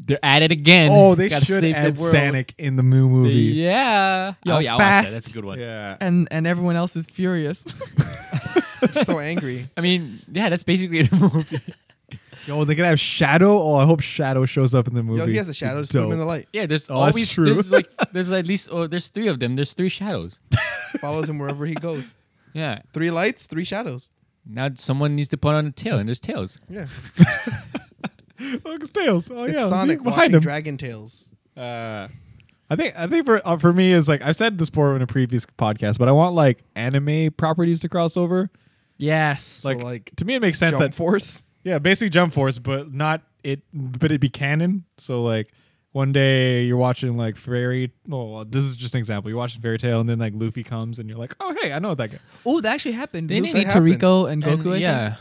[SPEAKER 4] They're at it again.
[SPEAKER 2] Oh, they
[SPEAKER 4] Gotta
[SPEAKER 2] should
[SPEAKER 4] save the
[SPEAKER 2] add
[SPEAKER 4] world.
[SPEAKER 2] Sonic in the Moo movie.
[SPEAKER 4] Yeah.
[SPEAKER 1] Yo,
[SPEAKER 4] oh, yeah. I'll watch that.
[SPEAKER 1] fast.
[SPEAKER 4] That's a good one.
[SPEAKER 2] Yeah.
[SPEAKER 1] And and everyone else is furious.
[SPEAKER 3] so angry.
[SPEAKER 4] I mean, yeah, that's basically the movie.
[SPEAKER 2] Yo, they could have Shadow. Oh, I hope Shadow shows up in the movie.
[SPEAKER 3] Yo, he has a shadow. Just put him in the
[SPEAKER 2] Dope.
[SPEAKER 3] light.
[SPEAKER 4] Yeah, there's
[SPEAKER 2] Oh, that's
[SPEAKER 4] always
[SPEAKER 2] true.
[SPEAKER 4] there's like there's at least oh, there's three of them. There's three shadows.
[SPEAKER 3] Follows him wherever he goes.
[SPEAKER 4] Yeah.
[SPEAKER 3] Three lights, three shadows.
[SPEAKER 4] Now someone needs to put on a tail, and there's tails.
[SPEAKER 3] Yeah.
[SPEAKER 2] Look, it's Tails. Oh,
[SPEAKER 3] It's
[SPEAKER 2] yeah.
[SPEAKER 3] Sonic
[SPEAKER 2] see,
[SPEAKER 3] watching
[SPEAKER 2] behind him.
[SPEAKER 3] Dragon Tales.
[SPEAKER 4] Uh,
[SPEAKER 2] I think I think for uh, for me is like I've said this before in a previous podcast, but I want like anime properties to cross over.
[SPEAKER 1] Yes.
[SPEAKER 2] Like,
[SPEAKER 3] like,
[SPEAKER 2] to me, it makes sense
[SPEAKER 3] Jump
[SPEAKER 2] that
[SPEAKER 3] Force.
[SPEAKER 2] yeah, basically Jump Force, but not it, but it be canon. So like one day you're watching like Fairy. Oh, well, this is just an example. You're watching Fairy Tale, and then like Luffy comes, and you're like, oh hey, I know that guy.
[SPEAKER 1] oh, that actually happened.
[SPEAKER 4] They
[SPEAKER 1] Luffy,
[SPEAKER 4] didn't
[SPEAKER 3] happen.
[SPEAKER 1] Toriko, and
[SPEAKER 4] and
[SPEAKER 1] Goku. I think.
[SPEAKER 4] yeah,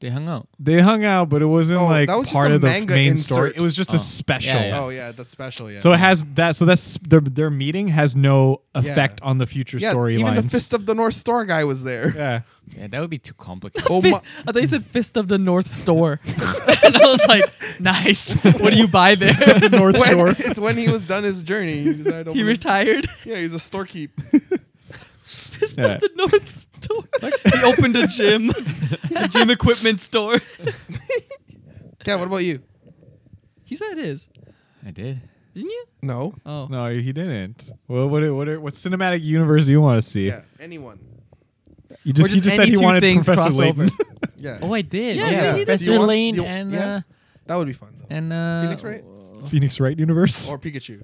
[SPEAKER 4] they hung out.
[SPEAKER 2] They hung out, but it wasn't
[SPEAKER 3] Oh,
[SPEAKER 2] like
[SPEAKER 3] that was just
[SPEAKER 2] part
[SPEAKER 3] a
[SPEAKER 2] of the
[SPEAKER 3] manga
[SPEAKER 2] main story.
[SPEAKER 3] insert.
[SPEAKER 2] It was just
[SPEAKER 4] Oh.
[SPEAKER 2] a special.
[SPEAKER 4] Yeah, yeah.
[SPEAKER 3] Oh yeah, that's special. Yeah.
[SPEAKER 2] So it has that. So that's their their meeting has no effect on the future
[SPEAKER 3] yeah, even the
[SPEAKER 2] storylines.
[SPEAKER 3] Fist of the North Star guy was there.
[SPEAKER 2] yeah.
[SPEAKER 4] Yeah, that would be too complicated.
[SPEAKER 3] Oh
[SPEAKER 1] Fi-
[SPEAKER 3] my,
[SPEAKER 1] I thought you said Fist of the North Store. and I was like, nice. What do you buy there?
[SPEAKER 2] North
[SPEAKER 3] when, it's when he was done his journey. He, was, I don't
[SPEAKER 1] he
[SPEAKER 3] believe-
[SPEAKER 1] retired.
[SPEAKER 3] Yeah, he's a storekeep.
[SPEAKER 1] Fist
[SPEAKER 2] Yeah.
[SPEAKER 1] of the North Store. he opened a gym, a gym equipment store.
[SPEAKER 3] Yeah. What about you?
[SPEAKER 1] He said his.
[SPEAKER 4] I did.
[SPEAKER 1] Didn't you?
[SPEAKER 3] No.
[SPEAKER 1] Oh.
[SPEAKER 2] No, he didn't. Well, what what what cinematic universe do you want to see?
[SPEAKER 3] Yeah. Anyone.
[SPEAKER 2] You just,
[SPEAKER 1] Or
[SPEAKER 2] he
[SPEAKER 1] just
[SPEAKER 2] just
[SPEAKER 1] any
[SPEAKER 2] said he
[SPEAKER 1] two
[SPEAKER 2] wanted
[SPEAKER 1] things
[SPEAKER 2] Professor
[SPEAKER 1] cross
[SPEAKER 2] Layton.
[SPEAKER 1] over.
[SPEAKER 3] Yeah.
[SPEAKER 4] Oh, I did.
[SPEAKER 1] Yeah,
[SPEAKER 3] see, he did. Do you
[SPEAKER 4] Professor
[SPEAKER 3] want-
[SPEAKER 4] Lane
[SPEAKER 3] do you-
[SPEAKER 4] and
[SPEAKER 3] yeah?
[SPEAKER 4] uh,
[SPEAKER 3] That would be fun though.
[SPEAKER 4] and uh,
[SPEAKER 3] Phoenix Wright?
[SPEAKER 2] Phoenix Wright universe.
[SPEAKER 3] Or Pikachu.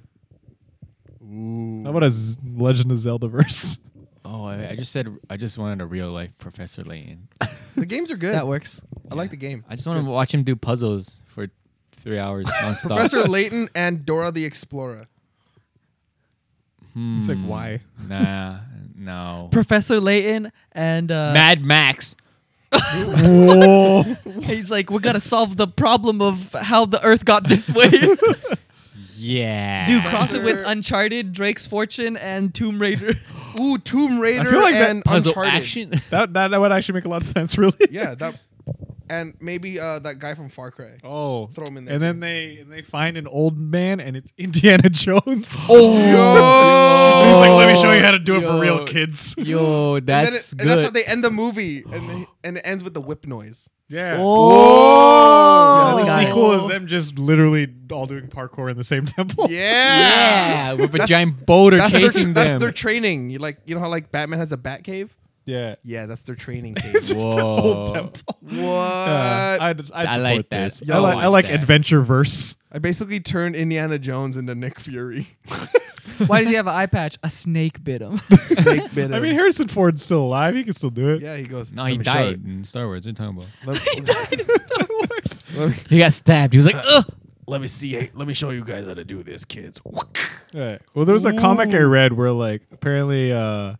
[SPEAKER 2] How about a Z- Legend of Zelda verse?
[SPEAKER 4] Oh, I, I just said I just wanted a real life Professor Lane.
[SPEAKER 3] The games are good.
[SPEAKER 1] That works.
[SPEAKER 3] I like the game.
[SPEAKER 4] I just want to watch him do puzzles for three hours nonstop.
[SPEAKER 3] Professor Layton and Dora the Explorer. Hmm.
[SPEAKER 2] It's like why?
[SPEAKER 4] nah, no.
[SPEAKER 1] Professor Layton and uh,
[SPEAKER 4] Mad Max.
[SPEAKER 2] Whoa.
[SPEAKER 1] he's like, we gotta solve the problem of how the Earth got this way.
[SPEAKER 4] Yeah.
[SPEAKER 1] Dude, cross it with
[SPEAKER 3] Professor-
[SPEAKER 1] Uncharted, Drake's Fortune, and Tomb Raider.
[SPEAKER 3] Ooh, Tomb Raider
[SPEAKER 2] feel like that
[SPEAKER 3] and
[SPEAKER 4] puzzle
[SPEAKER 3] Uncharted.
[SPEAKER 4] action.
[SPEAKER 2] that, that that would actually make a lot of sense, really.
[SPEAKER 3] Yeah, that and maybe uh, that guy from Far Cry.
[SPEAKER 2] Oh,
[SPEAKER 3] Throw 'em in there.
[SPEAKER 2] And then they and they find an old man, and it's Indiana Jones.
[SPEAKER 3] Oh. Yo!
[SPEAKER 2] And he's like, "Let me show you how to do it for
[SPEAKER 4] Yo.
[SPEAKER 2] real, kids."
[SPEAKER 4] Yo,
[SPEAKER 3] And, then
[SPEAKER 4] that's
[SPEAKER 3] it-
[SPEAKER 4] good.
[SPEAKER 3] and that's how they end the movie, and they, and it ends with the whip noise.
[SPEAKER 2] Yeah.
[SPEAKER 1] Oh,
[SPEAKER 2] the
[SPEAKER 1] got it.
[SPEAKER 2] sequel is them just literally all doing parkour in the same temple.
[SPEAKER 3] Yeah,
[SPEAKER 4] yeah, with a giant boulder
[SPEAKER 3] That's, their,
[SPEAKER 4] chasing
[SPEAKER 3] that's
[SPEAKER 4] them.
[SPEAKER 3] their training. You like, you know how like Batman has a bat cave?
[SPEAKER 2] Yeah. Oh.
[SPEAKER 3] Yeah, that's their training
[SPEAKER 2] It's
[SPEAKER 3] cave.
[SPEAKER 2] just an old
[SPEAKER 4] Whoa.
[SPEAKER 2] temple.
[SPEAKER 3] what?
[SPEAKER 2] Uh, I'd, I'd
[SPEAKER 4] I
[SPEAKER 2] support
[SPEAKER 4] like that.
[SPEAKER 2] this.
[SPEAKER 4] I
[SPEAKER 2] I like,
[SPEAKER 4] like
[SPEAKER 2] I like
[SPEAKER 4] that.
[SPEAKER 2] adventure verse.
[SPEAKER 3] I basically turned Indiana Jones into Nick Fury.
[SPEAKER 1] Why does he have an eye patch? A snake bit him.
[SPEAKER 3] Snake bit
[SPEAKER 2] I
[SPEAKER 3] him.
[SPEAKER 2] mean, Harrison Ford's still alive. He can still do it.
[SPEAKER 3] yeah, he goes.
[SPEAKER 4] no,
[SPEAKER 3] "Let
[SPEAKER 4] he
[SPEAKER 3] me show
[SPEAKER 4] died
[SPEAKER 3] you."
[SPEAKER 4] in Star Wars. What are you talking about?
[SPEAKER 3] Let,
[SPEAKER 1] Star Wars.
[SPEAKER 4] He got stabbed. He was like, ugh.
[SPEAKER 3] let me see. Let me show you guys how to do this, kids.
[SPEAKER 2] Right. Well, there was a comic I read where, like, apparently uh,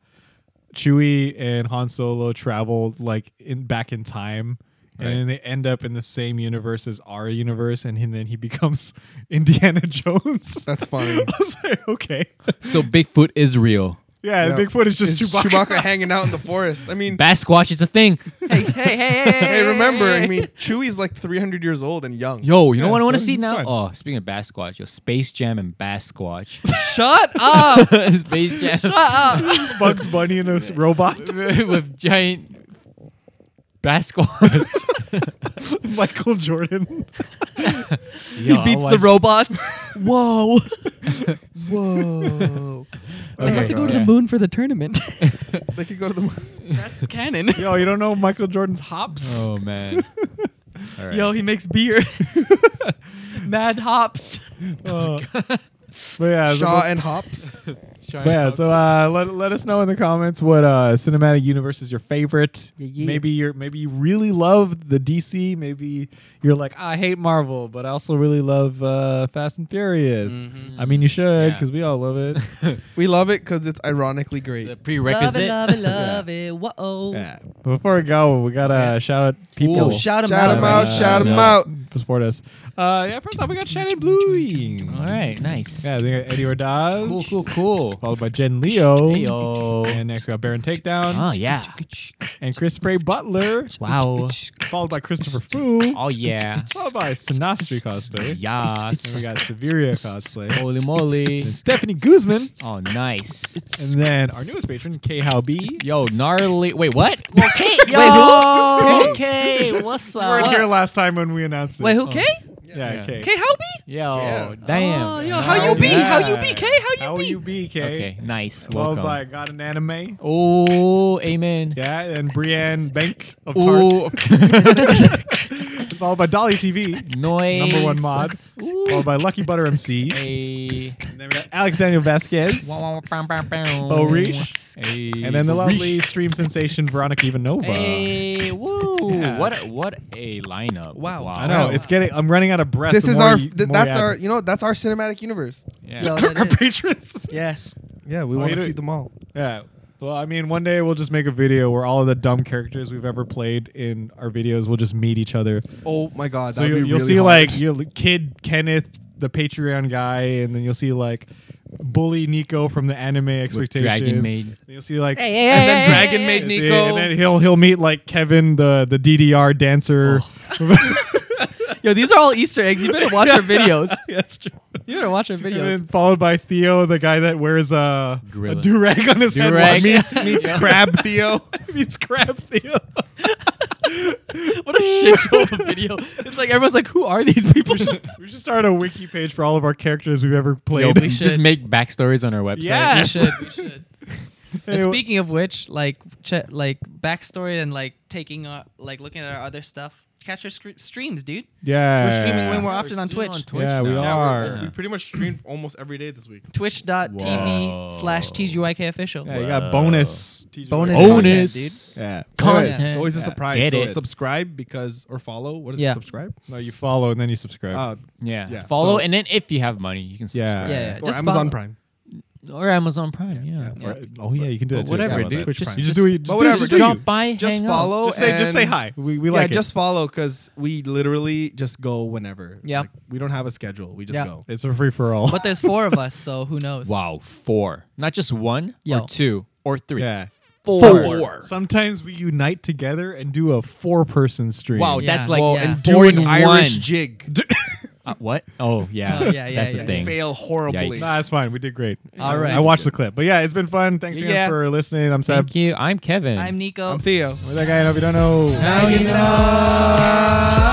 [SPEAKER 2] Chewie and Han Solo traveled like in back in time, and then they end up in the same universe as our universe, and, then he becomes Indiana Jones.
[SPEAKER 3] That's
[SPEAKER 2] I
[SPEAKER 3] funny.
[SPEAKER 2] was like, okay,
[SPEAKER 4] So Bigfoot is real.
[SPEAKER 2] yeah,
[SPEAKER 3] Yeah.
[SPEAKER 2] Bigfoot is just
[SPEAKER 3] It's
[SPEAKER 2] Chewbacca.
[SPEAKER 3] Chewbacca hanging out in the forest. I mean,
[SPEAKER 4] Basquatch is a thing.
[SPEAKER 1] hey, hey, hey, hey,
[SPEAKER 3] hey, remember, I mean, Chewie's like 300 years old and young.
[SPEAKER 4] Yo, you know what I want to
[SPEAKER 2] it's
[SPEAKER 4] see now?
[SPEAKER 2] fine.
[SPEAKER 4] Oh, speaking of Basquatch, yo, Space Jam and Basquatch.
[SPEAKER 1] Shut up. Shut
[SPEAKER 4] Space Jam
[SPEAKER 1] up.
[SPEAKER 2] Bugs Bunny and a s- robot,
[SPEAKER 4] with giant Basquatch.
[SPEAKER 2] Michael Jordan.
[SPEAKER 1] He beats the robots. Whoa.
[SPEAKER 3] Whoa.
[SPEAKER 1] They have to go to
[SPEAKER 4] Okay.
[SPEAKER 1] the moon for the tournament.
[SPEAKER 3] They could go to the moon.
[SPEAKER 1] That's canon.
[SPEAKER 2] Yo, you don't know Michael Jordan's hops.
[SPEAKER 4] Oh man. All right.
[SPEAKER 1] Yo, he makes beer. Mad hops.
[SPEAKER 2] Uh, but yeah, so-
[SPEAKER 3] Shaw and Hops.
[SPEAKER 4] Shine
[SPEAKER 2] But yeah, so uh, let, let us know in the comments what uh, cinematic universe is your favorite.
[SPEAKER 3] Yeah, yeah.
[SPEAKER 2] Maybe you're maybe you really love the DC. Maybe you're like I hate Marvel, but I also really love uh, Fast and Furious. I mean, you should
[SPEAKER 4] Mm-hmm. Yeah.
[SPEAKER 2] because we all love it.
[SPEAKER 3] We love it because it's ironically
[SPEAKER 4] It's a
[SPEAKER 3] great.
[SPEAKER 1] Love it,
[SPEAKER 4] prerequisite.
[SPEAKER 1] love it, love it. Whoa.
[SPEAKER 2] yeah. Before we go, we gotta uh, shout out people.
[SPEAKER 1] Yo, shout him
[SPEAKER 3] Shout
[SPEAKER 1] out.
[SPEAKER 3] him out,
[SPEAKER 2] Uh,
[SPEAKER 3] shout him
[SPEAKER 4] no.
[SPEAKER 3] out.
[SPEAKER 2] to support us. Uh, yeah. First off, we got Shannon Bluey.
[SPEAKER 4] All right, nice.
[SPEAKER 2] Yeah, they got Eddie Ordaz.
[SPEAKER 4] cool, cool, cool.
[SPEAKER 2] Followed by Jen Leo.
[SPEAKER 4] Heyo.
[SPEAKER 2] And next we got Baron Takedown
[SPEAKER 4] Oh yeah.
[SPEAKER 2] and Christopher Butler.
[SPEAKER 4] Wow.
[SPEAKER 2] followed by Christopher Fu,
[SPEAKER 4] Oh yeah.
[SPEAKER 2] followed by Sinastri cosplay. Then we
[SPEAKER 4] Yas.
[SPEAKER 2] got Severia cosplay.
[SPEAKER 4] Holy moly.
[SPEAKER 2] Then Stephanie Guzman,
[SPEAKER 4] Oh nice.
[SPEAKER 2] and then our newest patron K How B.
[SPEAKER 4] Yo, gnarly. Wait, what? Okay. Yo.
[SPEAKER 1] who?
[SPEAKER 4] Okay. What's
[SPEAKER 2] you weren't
[SPEAKER 4] up?
[SPEAKER 2] here last time when we announced it.
[SPEAKER 1] Wait, who? K?
[SPEAKER 2] Yeah,
[SPEAKER 4] Yeah.
[SPEAKER 2] K.
[SPEAKER 1] K, how be?
[SPEAKER 4] Yo.
[SPEAKER 3] Yeah.
[SPEAKER 4] Damn.
[SPEAKER 1] Oh, yo, how you be? How you be, K? How you
[SPEAKER 2] How
[SPEAKER 1] be?
[SPEAKER 2] you be, K?
[SPEAKER 4] Okay. Nice.
[SPEAKER 2] Followed
[SPEAKER 4] Welcome.
[SPEAKER 2] by Got an Anime.
[SPEAKER 4] Oh, amen.
[SPEAKER 2] Yeah, and Brienne Bank of Tart.
[SPEAKER 4] Oh.
[SPEAKER 2] followed by Dolly TV,
[SPEAKER 4] Noise.
[SPEAKER 2] number one mod, followed by Lucky Butter MC,
[SPEAKER 4] Hey.
[SPEAKER 2] and then we got Alex Daniel Vasquez,
[SPEAKER 4] Wah, wah, wah, bow, bow, bow.
[SPEAKER 2] Bo Reach,
[SPEAKER 4] Hey.
[SPEAKER 2] and then the lovely
[SPEAKER 4] Reach.
[SPEAKER 2] stream sensation Veronica Ivanova.
[SPEAKER 4] Hey, woo!
[SPEAKER 2] Yeah.
[SPEAKER 4] What a, what a lineup!
[SPEAKER 1] Wow.
[SPEAKER 2] I know it's getting. I'm running out of breath.
[SPEAKER 5] This
[SPEAKER 2] the
[SPEAKER 5] is
[SPEAKER 2] more
[SPEAKER 5] our.
[SPEAKER 2] you-
[SPEAKER 5] th-
[SPEAKER 2] more
[SPEAKER 5] that's
[SPEAKER 2] you
[SPEAKER 5] our.
[SPEAKER 2] add.
[SPEAKER 5] You know, that's our cinematic universe.
[SPEAKER 4] Yeah.
[SPEAKER 1] Yo, that
[SPEAKER 5] our
[SPEAKER 1] is-
[SPEAKER 5] patrons.
[SPEAKER 1] yes.
[SPEAKER 5] Yeah, we
[SPEAKER 2] Well,
[SPEAKER 5] want
[SPEAKER 2] you
[SPEAKER 5] to
[SPEAKER 2] know-
[SPEAKER 5] see them all.
[SPEAKER 2] Yeah. Well, I mean, one day we'll just make a video where all of the dumb characters we've ever played in our videos will just meet each other.
[SPEAKER 5] Oh my god,
[SPEAKER 2] So
[SPEAKER 5] that'd
[SPEAKER 2] you,
[SPEAKER 5] be
[SPEAKER 2] you'll
[SPEAKER 5] really
[SPEAKER 2] see
[SPEAKER 5] hard.
[SPEAKER 2] like you'll, kid Kenneth, the Patreon guy, and then you'll see like bully Nico from the anime
[SPEAKER 4] With
[SPEAKER 2] expectations.
[SPEAKER 4] Dragon Maid.
[SPEAKER 2] You'll see like
[SPEAKER 3] and then Dragon Maid
[SPEAKER 2] and see-
[SPEAKER 3] Nico.
[SPEAKER 2] and then he'll he'll meet like Kevin, the the DDR dancer. Oh.
[SPEAKER 1] Yo, these are all Easter eggs. You better watch our videos.
[SPEAKER 2] That's true.
[SPEAKER 1] You better watch our
[SPEAKER 2] And
[SPEAKER 1] videos.
[SPEAKER 2] then followed by Theo, the guy that wears a, a
[SPEAKER 4] Gorilla.
[SPEAKER 2] do rag on his head.
[SPEAKER 4] Durag.
[SPEAKER 2] Meets, meets Crab Theo. meets Crab Theo.
[SPEAKER 1] What a shit show of a video. It's like everyone's like, who are these people?
[SPEAKER 2] We should start a wiki page for all of our characters we've ever
[SPEAKER 4] Yo,
[SPEAKER 2] played.
[SPEAKER 4] we just
[SPEAKER 1] should.
[SPEAKER 4] make backstories on our website.
[SPEAKER 2] Yes.
[SPEAKER 1] should. We should. And
[SPEAKER 2] Anyway-
[SPEAKER 1] speaking of which, like che- like backstory and like taking uh, like looking at our other stuff. Catch our scre- streams, dude.
[SPEAKER 2] yeah.
[SPEAKER 1] We're streaming way
[SPEAKER 2] when
[SPEAKER 1] more
[SPEAKER 2] we're.
[SPEAKER 1] often on
[SPEAKER 4] streaming
[SPEAKER 1] Twitch.
[SPEAKER 4] on Twitch
[SPEAKER 2] Yeah, we
[SPEAKER 4] now.
[SPEAKER 2] Yeah, we're-
[SPEAKER 4] are.
[SPEAKER 3] We pretty much streamed almost every day this week.
[SPEAKER 4] Whoa.
[SPEAKER 1] Twitch.tv slash TGYK official.
[SPEAKER 2] Yeah, you got bonus. TGY.
[SPEAKER 1] Bonus
[SPEAKER 4] Bonus.
[SPEAKER 1] content,
[SPEAKER 2] Yeah.
[SPEAKER 4] Content.
[SPEAKER 1] Yeah.
[SPEAKER 3] It's always a surprise.
[SPEAKER 4] Get
[SPEAKER 3] so
[SPEAKER 4] it.
[SPEAKER 3] subscribe because or follow. What is
[SPEAKER 1] Yeah.
[SPEAKER 3] it? Subscribe.
[SPEAKER 2] No, you follow and then you subscribe.
[SPEAKER 3] Uh,
[SPEAKER 4] Yeah.
[SPEAKER 3] yeah, so-
[SPEAKER 4] Follow, and then if you have money, you can
[SPEAKER 2] Yeah.
[SPEAKER 4] subscribe.
[SPEAKER 1] Yeah, yeah,
[SPEAKER 5] Or
[SPEAKER 1] just
[SPEAKER 5] Amazon
[SPEAKER 1] follow-
[SPEAKER 5] Prime.
[SPEAKER 4] Or Amazon Prime. Yeah.
[SPEAKER 1] yeah.
[SPEAKER 2] Right. Oh yeah, you can do
[SPEAKER 4] But
[SPEAKER 2] that too.
[SPEAKER 4] whatever,
[SPEAKER 2] Yeah,
[SPEAKER 4] dude.
[SPEAKER 2] Twitch
[SPEAKER 4] Just-
[SPEAKER 2] Prime. just
[SPEAKER 4] just-
[SPEAKER 2] do it.
[SPEAKER 5] but whatever, just-
[SPEAKER 2] Just, do you.
[SPEAKER 4] Drop by,
[SPEAKER 5] Just
[SPEAKER 4] hang out.
[SPEAKER 5] follow.
[SPEAKER 2] Just say, just say
[SPEAKER 5] and-
[SPEAKER 2] hi. We, we
[SPEAKER 5] yeah,
[SPEAKER 2] like it.
[SPEAKER 5] just follow because we literally just go whenever.
[SPEAKER 1] Yeah.
[SPEAKER 5] Like, we don't have a schedule. We just
[SPEAKER 1] Yeah.
[SPEAKER 5] go.
[SPEAKER 2] It's a free for all.
[SPEAKER 1] But there's four of us, so who knows?
[SPEAKER 4] Wow, four. Not just one
[SPEAKER 1] Yo.
[SPEAKER 4] or two or three.
[SPEAKER 2] Yeah.
[SPEAKER 4] Four.
[SPEAKER 2] Sometimes we unite together and do a four-person stream.
[SPEAKER 4] Wow,
[SPEAKER 1] Yeah.
[SPEAKER 4] that's like
[SPEAKER 1] Well,
[SPEAKER 4] yeah.
[SPEAKER 1] and
[SPEAKER 4] four
[SPEAKER 5] Doing
[SPEAKER 4] in
[SPEAKER 5] Irish
[SPEAKER 4] one.
[SPEAKER 5] jig.
[SPEAKER 4] Uh, what? Oh yeah,
[SPEAKER 1] Oh, yeah, yeah,
[SPEAKER 4] that's
[SPEAKER 1] yeah.
[SPEAKER 4] a thing.
[SPEAKER 5] Fail horribly.
[SPEAKER 4] Yikes.
[SPEAKER 2] Nah, that's fine. We did great.
[SPEAKER 1] All right.
[SPEAKER 2] I watched the clip. But yeah, it's been fun. Thanks again
[SPEAKER 5] Yeah.
[SPEAKER 2] for listening. I'm Seb.
[SPEAKER 4] Thank you. I'm Kevin.
[SPEAKER 1] I'm Nico.
[SPEAKER 5] I'm Theo.
[SPEAKER 2] We're that guy. I hope you don't know.
[SPEAKER 1] Now you know.